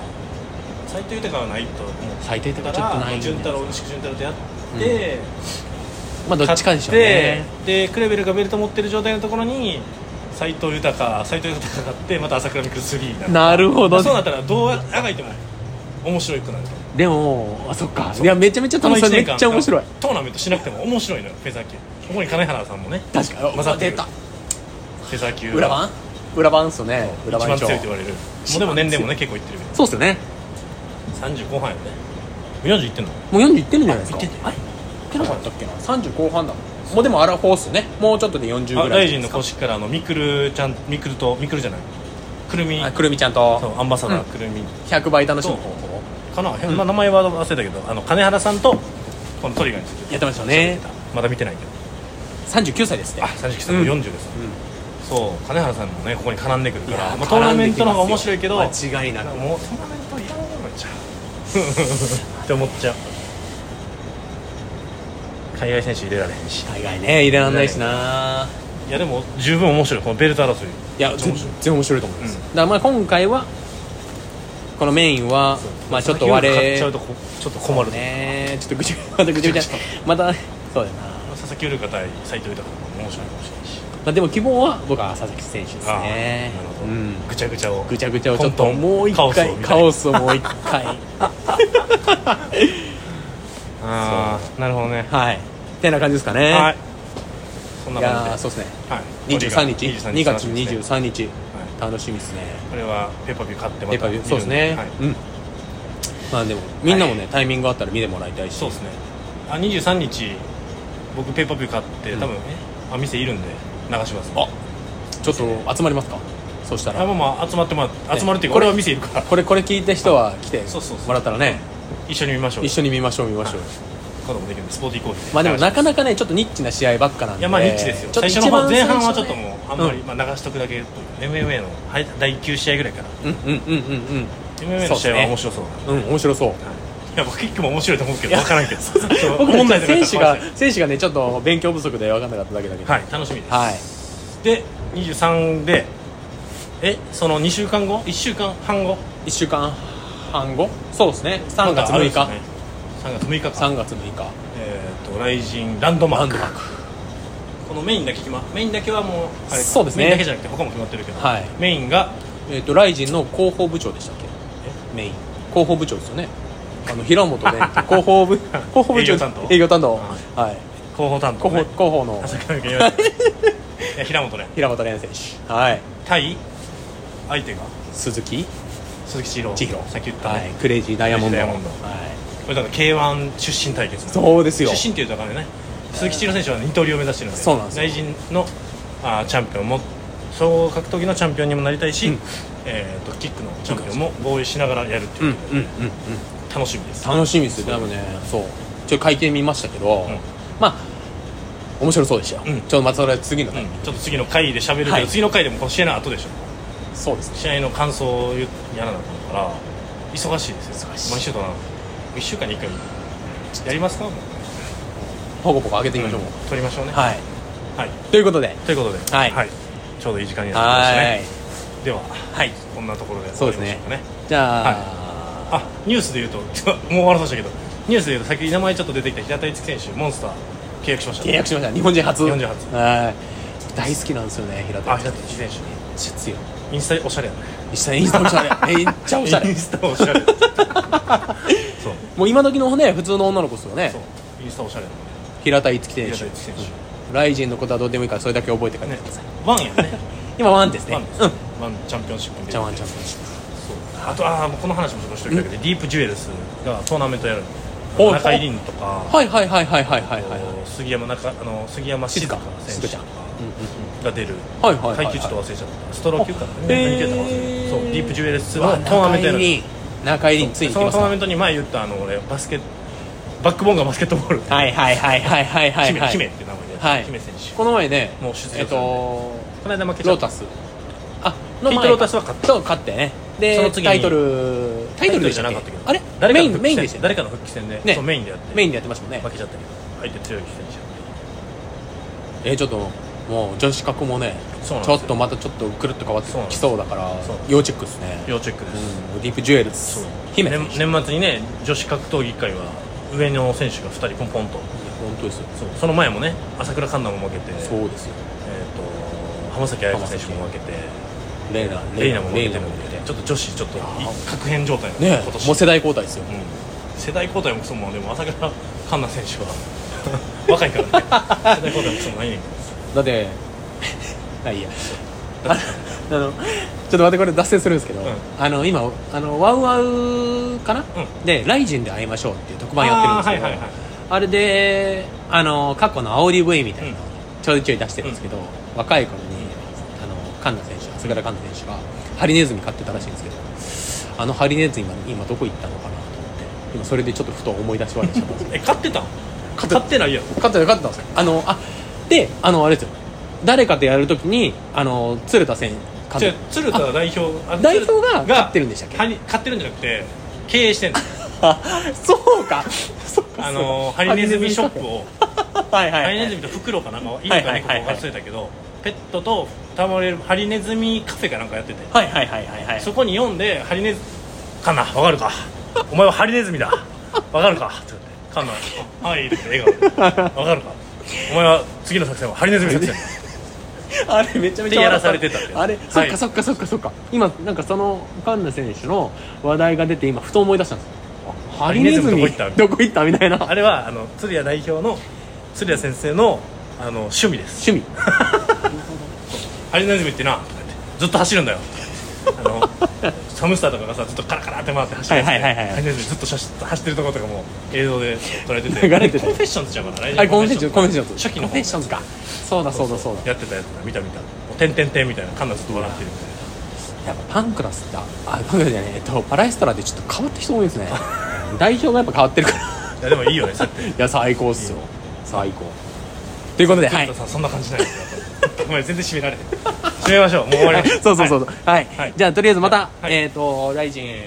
[SPEAKER 1] 斎藤豊はないと思う
[SPEAKER 2] 最低とか
[SPEAKER 1] だ
[SPEAKER 2] ちょっと
[SPEAKER 1] か
[SPEAKER 2] ない
[SPEAKER 1] ら
[SPEAKER 2] んで
[SPEAKER 1] 潤太郎牛久潤太郎とやって、
[SPEAKER 2] まあどっちかでしょう
[SPEAKER 1] で
[SPEAKER 2] ね
[SPEAKER 1] でクレベルがベルト持ってる状態のところに斎藤豊斎藤豊が勝ってまた朝倉未来3になる
[SPEAKER 2] なるほど
[SPEAKER 1] そうなったらどうあがいても面白いくなると思う
[SPEAKER 2] でもあそっかいやめちゃめちゃ
[SPEAKER 1] この
[SPEAKER 2] 楽し
[SPEAKER 1] 1
[SPEAKER 2] いめ
[SPEAKER 1] 年
[SPEAKER 2] っ
[SPEAKER 1] 間
[SPEAKER 2] ちゃ面白い
[SPEAKER 1] トーナメントしなくても面白いのよフェザー級ここに金原さんもね
[SPEAKER 2] 確かに
[SPEAKER 1] 混ざって
[SPEAKER 2] 出
[SPEAKER 1] る
[SPEAKER 2] た
[SPEAKER 1] フェザー級
[SPEAKER 2] 裏番裏番っすよね
[SPEAKER 1] 一
[SPEAKER 2] 裏番
[SPEAKER 1] 番
[SPEAKER 2] でしょ
[SPEAKER 1] 強いと言われるもうでも年齢もね結構いってるけど
[SPEAKER 2] そうっすよね
[SPEAKER 1] 30後半やね40いってんの
[SPEAKER 2] もう40いってるんじゃないですか
[SPEAKER 1] いってんね
[SPEAKER 2] あれいってなかったっけな30後半だもんもうでもアラフォーっすよねもうちょっとで40
[SPEAKER 1] あ
[SPEAKER 2] ぐら
[SPEAKER 1] 大
[SPEAKER 2] い
[SPEAKER 1] 臣の公式からあのミクルちゃんミクルとミクルじゃないくるみ
[SPEAKER 2] あくるみちゃん
[SPEAKER 1] そう
[SPEAKER 2] と
[SPEAKER 1] アンバサダー
[SPEAKER 2] うん
[SPEAKER 1] くるみ
[SPEAKER 2] 100倍楽しむ方法
[SPEAKER 1] かな、変な名前は忘れたけどあの金原さんとこのトリガーについて
[SPEAKER 2] やってましたよね
[SPEAKER 1] まだ見てないけど
[SPEAKER 2] 39歳ですって
[SPEAKER 1] あ三39歳もう40です、
[SPEAKER 2] うん
[SPEAKER 1] そう金原さんもねここに絡んでくる
[SPEAKER 2] い
[SPEAKER 1] か
[SPEAKER 2] や
[SPEAKER 1] ら、まあ、トー
[SPEAKER 2] 絡
[SPEAKER 1] ナ
[SPEAKER 2] ん
[SPEAKER 1] メ
[SPEAKER 2] で
[SPEAKER 1] ン
[SPEAKER 2] きます
[SPEAKER 1] トの
[SPEAKER 2] よ
[SPEAKER 1] 方が面白いけど
[SPEAKER 2] 間違いな
[SPEAKER 1] なん
[SPEAKER 2] く
[SPEAKER 1] かもうトーナメントいらんのちゃ うって思っちゃう海外選手入れられへんし
[SPEAKER 2] 海外ね入れらんないしない
[SPEAKER 1] やでも十分面白いこのベルト争い
[SPEAKER 2] いや
[SPEAKER 1] 面
[SPEAKER 2] 全
[SPEAKER 1] 白い
[SPEAKER 2] 然面白いと思います、
[SPEAKER 1] うん
[SPEAKER 2] だからまあ今回はこのメインはまあちょっと
[SPEAKER 1] 割れ
[SPEAKER 2] 我々
[SPEAKER 1] 買っちゃうとこちょっと困るね
[SPEAKER 2] ねちょっとぐちゃぐちゃまた ぐちゃぐちゃまたそうだよな、ま
[SPEAKER 1] 佐々木ウルカ対斎藤豊も面白いかもしれないし
[SPEAKER 2] あ、でも希望は僕は佐々木選手です
[SPEAKER 1] ああ
[SPEAKER 2] ね
[SPEAKER 1] なるほど、
[SPEAKER 2] うん、
[SPEAKER 1] ぐちゃぐちゃを
[SPEAKER 2] ぐちゃぐちゃをちょっと
[SPEAKER 1] 混沌
[SPEAKER 2] もう一
[SPEAKER 1] カオスを見
[SPEAKER 2] 回
[SPEAKER 1] たい
[SPEAKER 2] カオスをもう一回
[SPEAKER 1] ああなるほどね
[SPEAKER 2] はいってな感じですかね
[SPEAKER 1] はいそそん
[SPEAKER 2] い
[SPEAKER 1] な感じ
[SPEAKER 2] や
[SPEAKER 1] で
[SPEAKER 2] ーそうですね
[SPEAKER 1] はい
[SPEAKER 2] 23日
[SPEAKER 1] 23
[SPEAKER 2] 2月
[SPEAKER 1] 楽しみですね
[SPEAKER 2] 23日
[SPEAKER 1] はい
[SPEAKER 2] 楽しみですね
[SPEAKER 1] これはペッパービュー買ってま
[SPEAKER 2] ペ
[SPEAKER 1] た
[SPEAKER 2] ッパービューそうです
[SPEAKER 1] 見る
[SPEAKER 2] ね
[SPEAKER 1] んはい
[SPEAKER 2] うんまあでもみんなもねタイミングあったら見てもらいたいし
[SPEAKER 1] そうですねあ23日僕ペッパービュー買って多分あ店いるんで流します
[SPEAKER 2] あちょっと集まりますかそした
[SPEAKER 1] あ
[SPEAKER 2] ら
[SPEAKER 1] まあまあ集まってもら集まるっていうか
[SPEAKER 2] これ
[SPEAKER 1] 俺は店いるから
[SPEAKER 2] これこれ聞いた人は来て
[SPEAKER 1] そうそうそう
[SPEAKER 2] もらったらね
[SPEAKER 1] 一緒に見ましょう
[SPEAKER 2] 一緒に見ましょう見ましょう
[SPEAKER 1] こともできるんでスポーティーコーヒー
[SPEAKER 2] まあでもなか
[SPEAKER 1] か
[SPEAKER 2] なかねちょっとニッチな試合ばっかなんで
[SPEAKER 1] いやまあニッチですよ
[SPEAKER 2] ちょっ
[SPEAKER 1] 最
[SPEAKER 2] と一
[SPEAKER 1] 初の
[SPEAKER 2] 番
[SPEAKER 1] 方前半はちょっと
[SPEAKER 2] 最初
[SPEAKER 1] もうあ
[SPEAKER 2] は
[SPEAKER 1] ん
[SPEAKER 2] ね
[SPEAKER 1] まりまあ流しとくだけ MMA のはい第9試合ぐらいから
[SPEAKER 2] うんうんうんうんうん
[SPEAKER 1] MMA の試合は面白そうだ
[SPEAKER 2] うんうん面白そう
[SPEAKER 1] いや僕キックも面白いと思うけど分からんけどそう
[SPEAKER 2] 僕
[SPEAKER 1] 思んない
[SPEAKER 2] ね
[SPEAKER 1] と
[SPEAKER 2] 選
[SPEAKER 1] か
[SPEAKER 2] 手が
[SPEAKER 1] ら
[SPEAKER 2] 選手がねちょっと勉強不足で分かんなかっただけだけど
[SPEAKER 1] はい楽しみです
[SPEAKER 2] はい
[SPEAKER 1] で23でえその2週間後1週間半後
[SPEAKER 2] 1週間半後そうですね3月6日、
[SPEAKER 1] 3月6日か
[SPEAKER 2] 3月6日
[SPEAKER 1] えっと雷神ランドマ
[SPEAKER 2] ラ
[SPEAKER 1] ー
[SPEAKER 2] ン
[SPEAKER 1] ク
[SPEAKER 2] ドマーク
[SPEAKER 1] このメインだけ決まメインだけはもうあれ
[SPEAKER 2] そうですね
[SPEAKER 1] メインだけじゃなくて他も決まってるけど
[SPEAKER 2] はい
[SPEAKER 1] メインが
[SPEAKER 2] えっ、とライジンの広報部長でしたっけメイン広報部長ですよねあの平本蓮 って広報部広報部長
[SPEAKER 1] 営業担当
[SPEAKER 2] 営業担当
[SPEAKER 1] は
[SPEAKER 2] はい
[SPEAKER 1] 広報担当
[SPEAKER 2] 広
[SPEAKER 1] ね
[SPEAKER 2] 報広報の
[SPEAKER 1] 朝倉未 来いや平本ね
[SPEAKER 2] 平本蓮選手はい
[SPEAKER 1] 対相手が
[SPEAKER 2] 鈴木
[SPEAKER 1] 鈴木千尋
[SPEAKER 2] 千尋
[SPEAKER 1] さっき言った
[SPEAKER 2] は
[SPEAKER 1] ね
[SPEAKER 2] いクレイジーダイヤモンド
[SPEAKER 1] クレイジーダイヤモンド
[SPEAKER 2] はい
[SPEAKER 1] これだから K1 出身対決なんで
[SPEAKER 2] そうですよ
[SPEAKER 1] 出身っていうとだからね鈴木千尋選手は二刀流を目指してるんで
[SPEAKER 2] そうなんですよ
[SPEAKER 1] 大臣のあーチャンピオンも総合格闘技のチャンピオンにもなりたいし、
[SPEAKER 2] うん
[SPEAKER 1] えー、とキックのチャンピオンも合意しながらやるって
[SPEAKER 2] うん
[SPEAKER 1] いううん
[SPEAKER 2] うんうん
[SPEAKER 1] 楽しみです、
[SPEAKER 2] 楽しみですよ多分ねそうちょっと会見見ましたけど、
[SPEAKER 1] ん
[SPEAKER 2] まあ面白そうでしたよ、
[SPEAKER 1] うん
[SPEAKER 2] ちょっとまたそれ次の
[SPEAKER 1] う
[SPEAKER 2] タイ
[SPEAKER 1] ん
[SPEAKER 2] ミング、、
[SPEAKER 1] ちょっと次の回で喋るけど、
[SPEAKER 2] はい
[SPEAKER 1] 次の回でもこの試合の後でしょ
[SPEAKER 2] そうですね
[SPEAKER 1] 試合の感想を言うやらなあかんから忙しいですよ
[SPEAKER 2] 忙しい
[SPEAKER 1] 毎週だな1週間に1回やりますかもう
[SPEAKER 2] ポコポコ上げてみましょう、
[SPEAKER 1] 撮りましょうね
[SPEAKER 2] はい
[SPEAKER 1] はい
[SPEAKER 2] ということで
[SPEAKER 1] ということで、
[SPEAKER 2] はい
[SPEAKER 1] ちょうどいい時間にな
[SPEAKER 2] は
[SPEAKER 1] って
[SPEAKER 2] い
[SPEAKER 1] きましたねでは
[SPEAKER 2] はい
[SPEAKER 1] こんなところで
[SPEAKER 2] そ
[SPEAKER 1] 終
[SPEAKER 2] う
[SPEAKER 1] わり
[SPEAKER 2] です
[SPEAKER 1] まし
[SPEAKER 2] ね
[SPEAKER 1] ょうかね
[SPEAKER 2] じゃあ、
[SPEAKER 1] あニュースで言うと もう終わらせましたけどニュースで言うと先に名前ちょっと出てきた平田一樹選手モンスター契約しました
[SPEAKER 2] 契約しました日本人初
[SPEAKER 1] 日本人初
[SPEAKER 2] はい大好きなんですよね平田
[SPEAKER 1] あ平田一樹選手
[SPEAKER 2] めっちゃ強い
[SPEAKER 1] インスタおしゃれやね
[SPEAKER 2] 一緒にインスタおし ゃれめっちゃおしゃ
[SPEAKER 1] イ
[SPEAKER 2] れ
[SPEAKER 1] ンスタおしゃ れそう
[SPEAKER 2] もう今時のね普通の女の子ですよね
[SPEAKER 1] そうインスタおしゃれやね
[SPEAKER 2] 平田一樹選
[SPEAKER 1] 平
[SPEAKER 2] 手
[SPEAKER 1] 田一樹選手
[SPEAKER 2] ライジンのことはどうでもいいからそれだけ覚えて帰って
[SPEAKER 1] ね
[SPEAKER 2] ください、
[SPEAKER 1] ワンやね
[SPEAKER 2] 今ワンですね
[SPEAKER 1] ワンです
[SPEAKER 2] うん
[SPEAKER 1] ワンチャンピオンシップに出て
[SPEAKER 2] じゃあワンチャンピオンシッ
[SPEAKER 1] そうあとあーもうこの話もちょっとしておきたけどディープジュエルスがトーナメントやる
[SPEAKER 2] ほう
[SPEAKER 1] 中井凛とか
[SPEAKER 2] プはいはいはいはいはいはいは
[SPEAKER 1] あ
[SPEAKER 2] い
[SPEAKER 1] と杉山中あの杉山静香選手とかが出る
[SPEAKER 2] はいはいはいはい
[SPEAKER 1] 階級ちょっと忘れちゃったストロー級かな
[SPEAKER 2] あ
[SPEAKER 1] 何級だったか忘
[SPEAKER 2] へー
[SPEAKER 1] れたそうディープジュエルス
[SPEAKER 2] う
[SPEAKER 1] の
[SPEAKER 2] わ
[SPEAKER 1] トーナメントや
[SPEAKER 2] 中
[SPEAKER 1] る
[SPEAKER 2] 入り中入りについに行
[SPEAKER 1] そ
[SPEAKER 2] き
[SPEAKER 1] の
[SPEAKER 2] ます
[SPEAKER 1] トーナ
[SPEAKER 2] か
[SPEAKER 1] メントに前言ったあの俺バスケバックボーンがバスケットボール
[SPEAKER 2] はいはいはいはいはいはい
[SPEAKER 1] 姫
[SPEAKER 2] はい
[SPEAKER 1] 姫って名前で
[SPEAKER 2] はい
[SPEAKER 1] 姫選手
[SPEAKER 2] この前ね
[SPEAKER 1] もう出場
[SPEAKER 2] えっと
[SPEAKER 1] この間負けち
[SPEAKER 2] ロ
[SPEAKER 1] ゃ
[SPEAKER 2] ー
[SPEAKER 1] った
[SPEAKER 2] タスあ
[SPEAKER 1] ヒートロータスは勝った
[SPEAKER 2] そう勝ってね
[SPEAKER 1] そ
[SPEAKER 2] で
[SPEAKER 1] の次に
[SPEAKER 2] タイトルタイトルでし
[SPEAKER 1] じ
[SPEAKER 2] た
[SPEAKER 1] ゃ
[SPEAKER 2] っ
[SPEAKER 1] なかった
[SPEAKER 2] け
[SPEAKER 1] けど
[SPEAKER 2] あれ
[SPEAKER 1] 誰か
[SPEAKER 2] メ
[SPEAKER 1] の
[SPEAKER 2] イン
[SPEAKER 1] 復帰
[SPEAKER 2] メイン
[SPEAKER 1] 戦
[SPEAKER 2] でしたっ
[SPEAKER 1] 誰かの復帰戦で
[SPEAKER 2] ね
[SPEAKER 1] そうメインでやって
[SPEAKER 2] けメインでやってましたもんね
[SPEAKER 1] 負けちゃったけど相手強い選手
[SPEAKER 2] えーちょっともう女子格もねち
[SPEAKER 1] そう
[SPEAKER 2] ょ
[SPEAKER 1] なんですよ
[SPEAKER 2] っとまたちょっとくるっと変わってきそうだから
[SPEAKER 1] そうなんです
[SPEAKER 2] 要チェックですね
[SPEAKER 1] 要チェックです、
[SPEAKER 2] うんディープジュエルズ姫選手
[SPEAKER 1] 年年末にね女子格闘技界は上野選手が2人ポンポンと
[SPEAKER 2] 本当ですよ
[SPEAKER 1] そうその前もね朝倉環奈も負けて、え
[SPEAKER 2] そうです
[SPEAKER 1] ー、
[SPEAKER 2] よ
[SPEAKER 1] と浜崎あやか選手も負けて
[SPEAKER 2] レイナ
[SPEAKER 1] レイナも負け
[SPEAKER 2] レ
[SPEAKER 1] て
[SPEAKER 2] イナ
[SPEAKER 1] る
[SPEAKER 2] も
[SPEAKER 1] ん
[SPEAKER 2] 負
[SPEAKER 1] で
[SPEAKER 2] けて
[SPEAKER 1] ちょっと女子ちょっと確変状態なんで
[SPEAKER 2] ね
[SPEAKER 1] 今年
[SPEAKER 2] もう世代交代ですよ
[SPEAKER 1] うん世代交代もそうもでも朝倉環奈選手は 若いからね世代交代もそうもないねんけど
[SPEAKER 2] だってあいいやああのちょっと待ってこれ脱線するんですけど、
[SPEAKER 1] ん
[SPEAKER 2] あの今あのワウワウかな、
[SPEAKER 1] う
[SPEAKER 2] で「ライジンで会いましょう」っていう特番やってるんですけどあ,、
[SPEAKER 1] あーはいはいはい
[SPEAKER 2] れであの過去の煽り V みたいなのを
[SPEAKER 1] う
[SPEAKER 2] ちょいちょい出してるんですけど、若い頃にあの神田選手菅原神田選手がハリネズミ飼ってたらしいんですけどあのハリネズミは今どこ行ったのかなと思って今それでちょっとふと思い出し笑いしました
[SPEAKER 1] え勝ってたん
[SPEAKER 2] 勝ってた
[SPEAKER 1] 勝ってないやん
[SPEAKER 2] 勝ってた勝ってたんですよあのあであのあれですよ誰かとやるときにあの鶴田選
[SPEAKER 1] じゃ
[SPEAKER 2] 監
[SPEAKER 1] あ
[SPEAKER 2] 督
[SPEAKER 1] 鶴田代表あ
[SPEAKER 2] 代表が
[SPEAKER 1] 鶴田
[SPEAKER 2] 勝ってるんでしたっけ
[SPEAKER 1] はに勝ってるんじゃなくて経営してんの
[SPEAKER 2] あそうかそうか
[SPEAKER 1] あのーハリネズミショップ
[SPEAKER 2] を
[SPEAKER 1] を
[SPEAKER 2] はいはい、は
[SPEAKER 1] ハ
[SPEAKER 2] い、
[SPEAKER 1] リネズミとフクロウかなんか犬
[SPEAKER 2] はい
[SPEAKER 1] か
[SPEAKER 2] はい
[SPEAKER 1] 猫か
[SPEAKER 2] はいはい
[SPEAKER 1] 忘れたけどペットと戯れるハリネズミカフェかなんかやってて
[SPEAKER 2] はいはいはいはいはい
[SPEAKER 1] そこに読んでハリネズカンナわかるかお前はハリネズミだわかるかって言ってカンナあはい」って笑顔でわかるかお前は次の作戦はハリネズミ作戦
[SPEAKER 2] あれめちゃめちゃ
[SPEAKER 1] でやらされてたって
[SPEAKER 2] あれ、そっ
[SPEAKER 1] は
[SPEAKER 2] か
[SPEAKER 1] い
[SPEAKER 2] そっかそっかそっか今なんかそのカンナ選手の話題が出て今ふと思い出したんですよあハリネズミ
[SPEAKER 1] ハリネズミどこ行った
[SPEAKER 2] どこ行ったみたいな
[SPEAKER 1] あれはあの鶴谷代表の鶴谷先生のあの趣味です
[SPEAKER 2] 趣味
[SPEAKER 1] ハリネズミってなずっと走るんだよあのハムスターとかがさずっとカラカラって回って走るやつで
[SPEAKER 2] はいはいはいはい
[SPEAKER 1] ハリネズミずっと走って走ってるところとかも映像で撮られて て
[SPEAKER 2] 流れてた
[SPEAKER 1] コンフェッションズちゃうから
[SPEAKER 2] はいコンフェッションコンフェッション
[SPEAKER 1] 初期の
[SPEAKER 2] コンフェッションズかそうだそうだそうだ
[SPEAKER 1] やってたやつだ見た見た「てんてんてん」みたいなカンナずっと笑ってるみたいな
[SPEAKER 2] やっぱパンクラスってあパンクラスじゃねええっとパラエストラでちょっと変わった人多いです ね代表がやっぱ変わってるから
[SPEAKER 1] いやでもいいよねそうやって
[SPEAKER 2] いや最高っすよ最高ということではい
[SPEAKER 1] さそんな感じなんですよごめん全然締められへん締めましょうもう終わりましょ
[SPEAKER 2] そうそうそうそうはい、
[SPEAKER 1] はい
[SPEAKER 2] じゃあとりあえずまた、
[SPEAKER 1] はい
[SPEAKER 2] えっ、とライジン
[SPEAKER 1] 23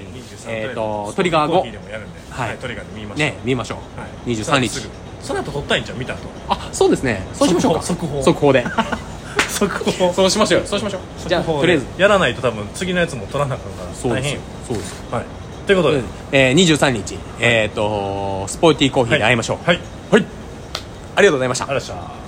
[SPEAKER 2] えっ、とト
[SPEAKER 1] ト
[SPEAKER 2] リ
[SPEAKER 1] リ
[SPEAKER 2] ガ
[SPEAKER 1] ガ
[SPEAKER 2] ー
[SPEAKER 1] ー
[SPEAKER 2] 後
[SPEAKER 1] 5でもやるんで、
[SPEAKER 2] はい
[SPEAKER 1] はい、トリガーで見ましょう
[SPEAKER 2] ね見ましょう、
[SPEAKER 1] はい
[SPEAKER 2] 23日
[SPEAKER 1] すぐその後撮ったらいいんじゃん見た後
[SPEAKER 2] あそうですねそうしましょうか
[SPEAKER 1] 速報
[SPEAKER 2] 速報で
[SPEAKER 1] 速報
[SPEAKER 2] そうしましょうそうしましょうじゃあ
[SPEAKER 1] 速報
[SPEAKER 2] とりあえず
[SPEAKER 1] やらないと多分次のやつも撮らなくなるから
[SPEAKER 2] そう
[SPEAKER 1] 大
[SPEAKER 2] で
[SPEAKER 1] 変
[SPEAKER 2] すよ
[SPEAKER 1] よ
[SPEAKER 2] そうですよ
[SPEAKER 1] はいということで、
[SPEAKER 2] えー、23日、えっ、とスポーティーコーヒーで会いましょう
[SPEAKER 1] はい、はい、ありがとう
[SPEAKER 2] はい、ありがとうございました
[SPEAKER 1] ございました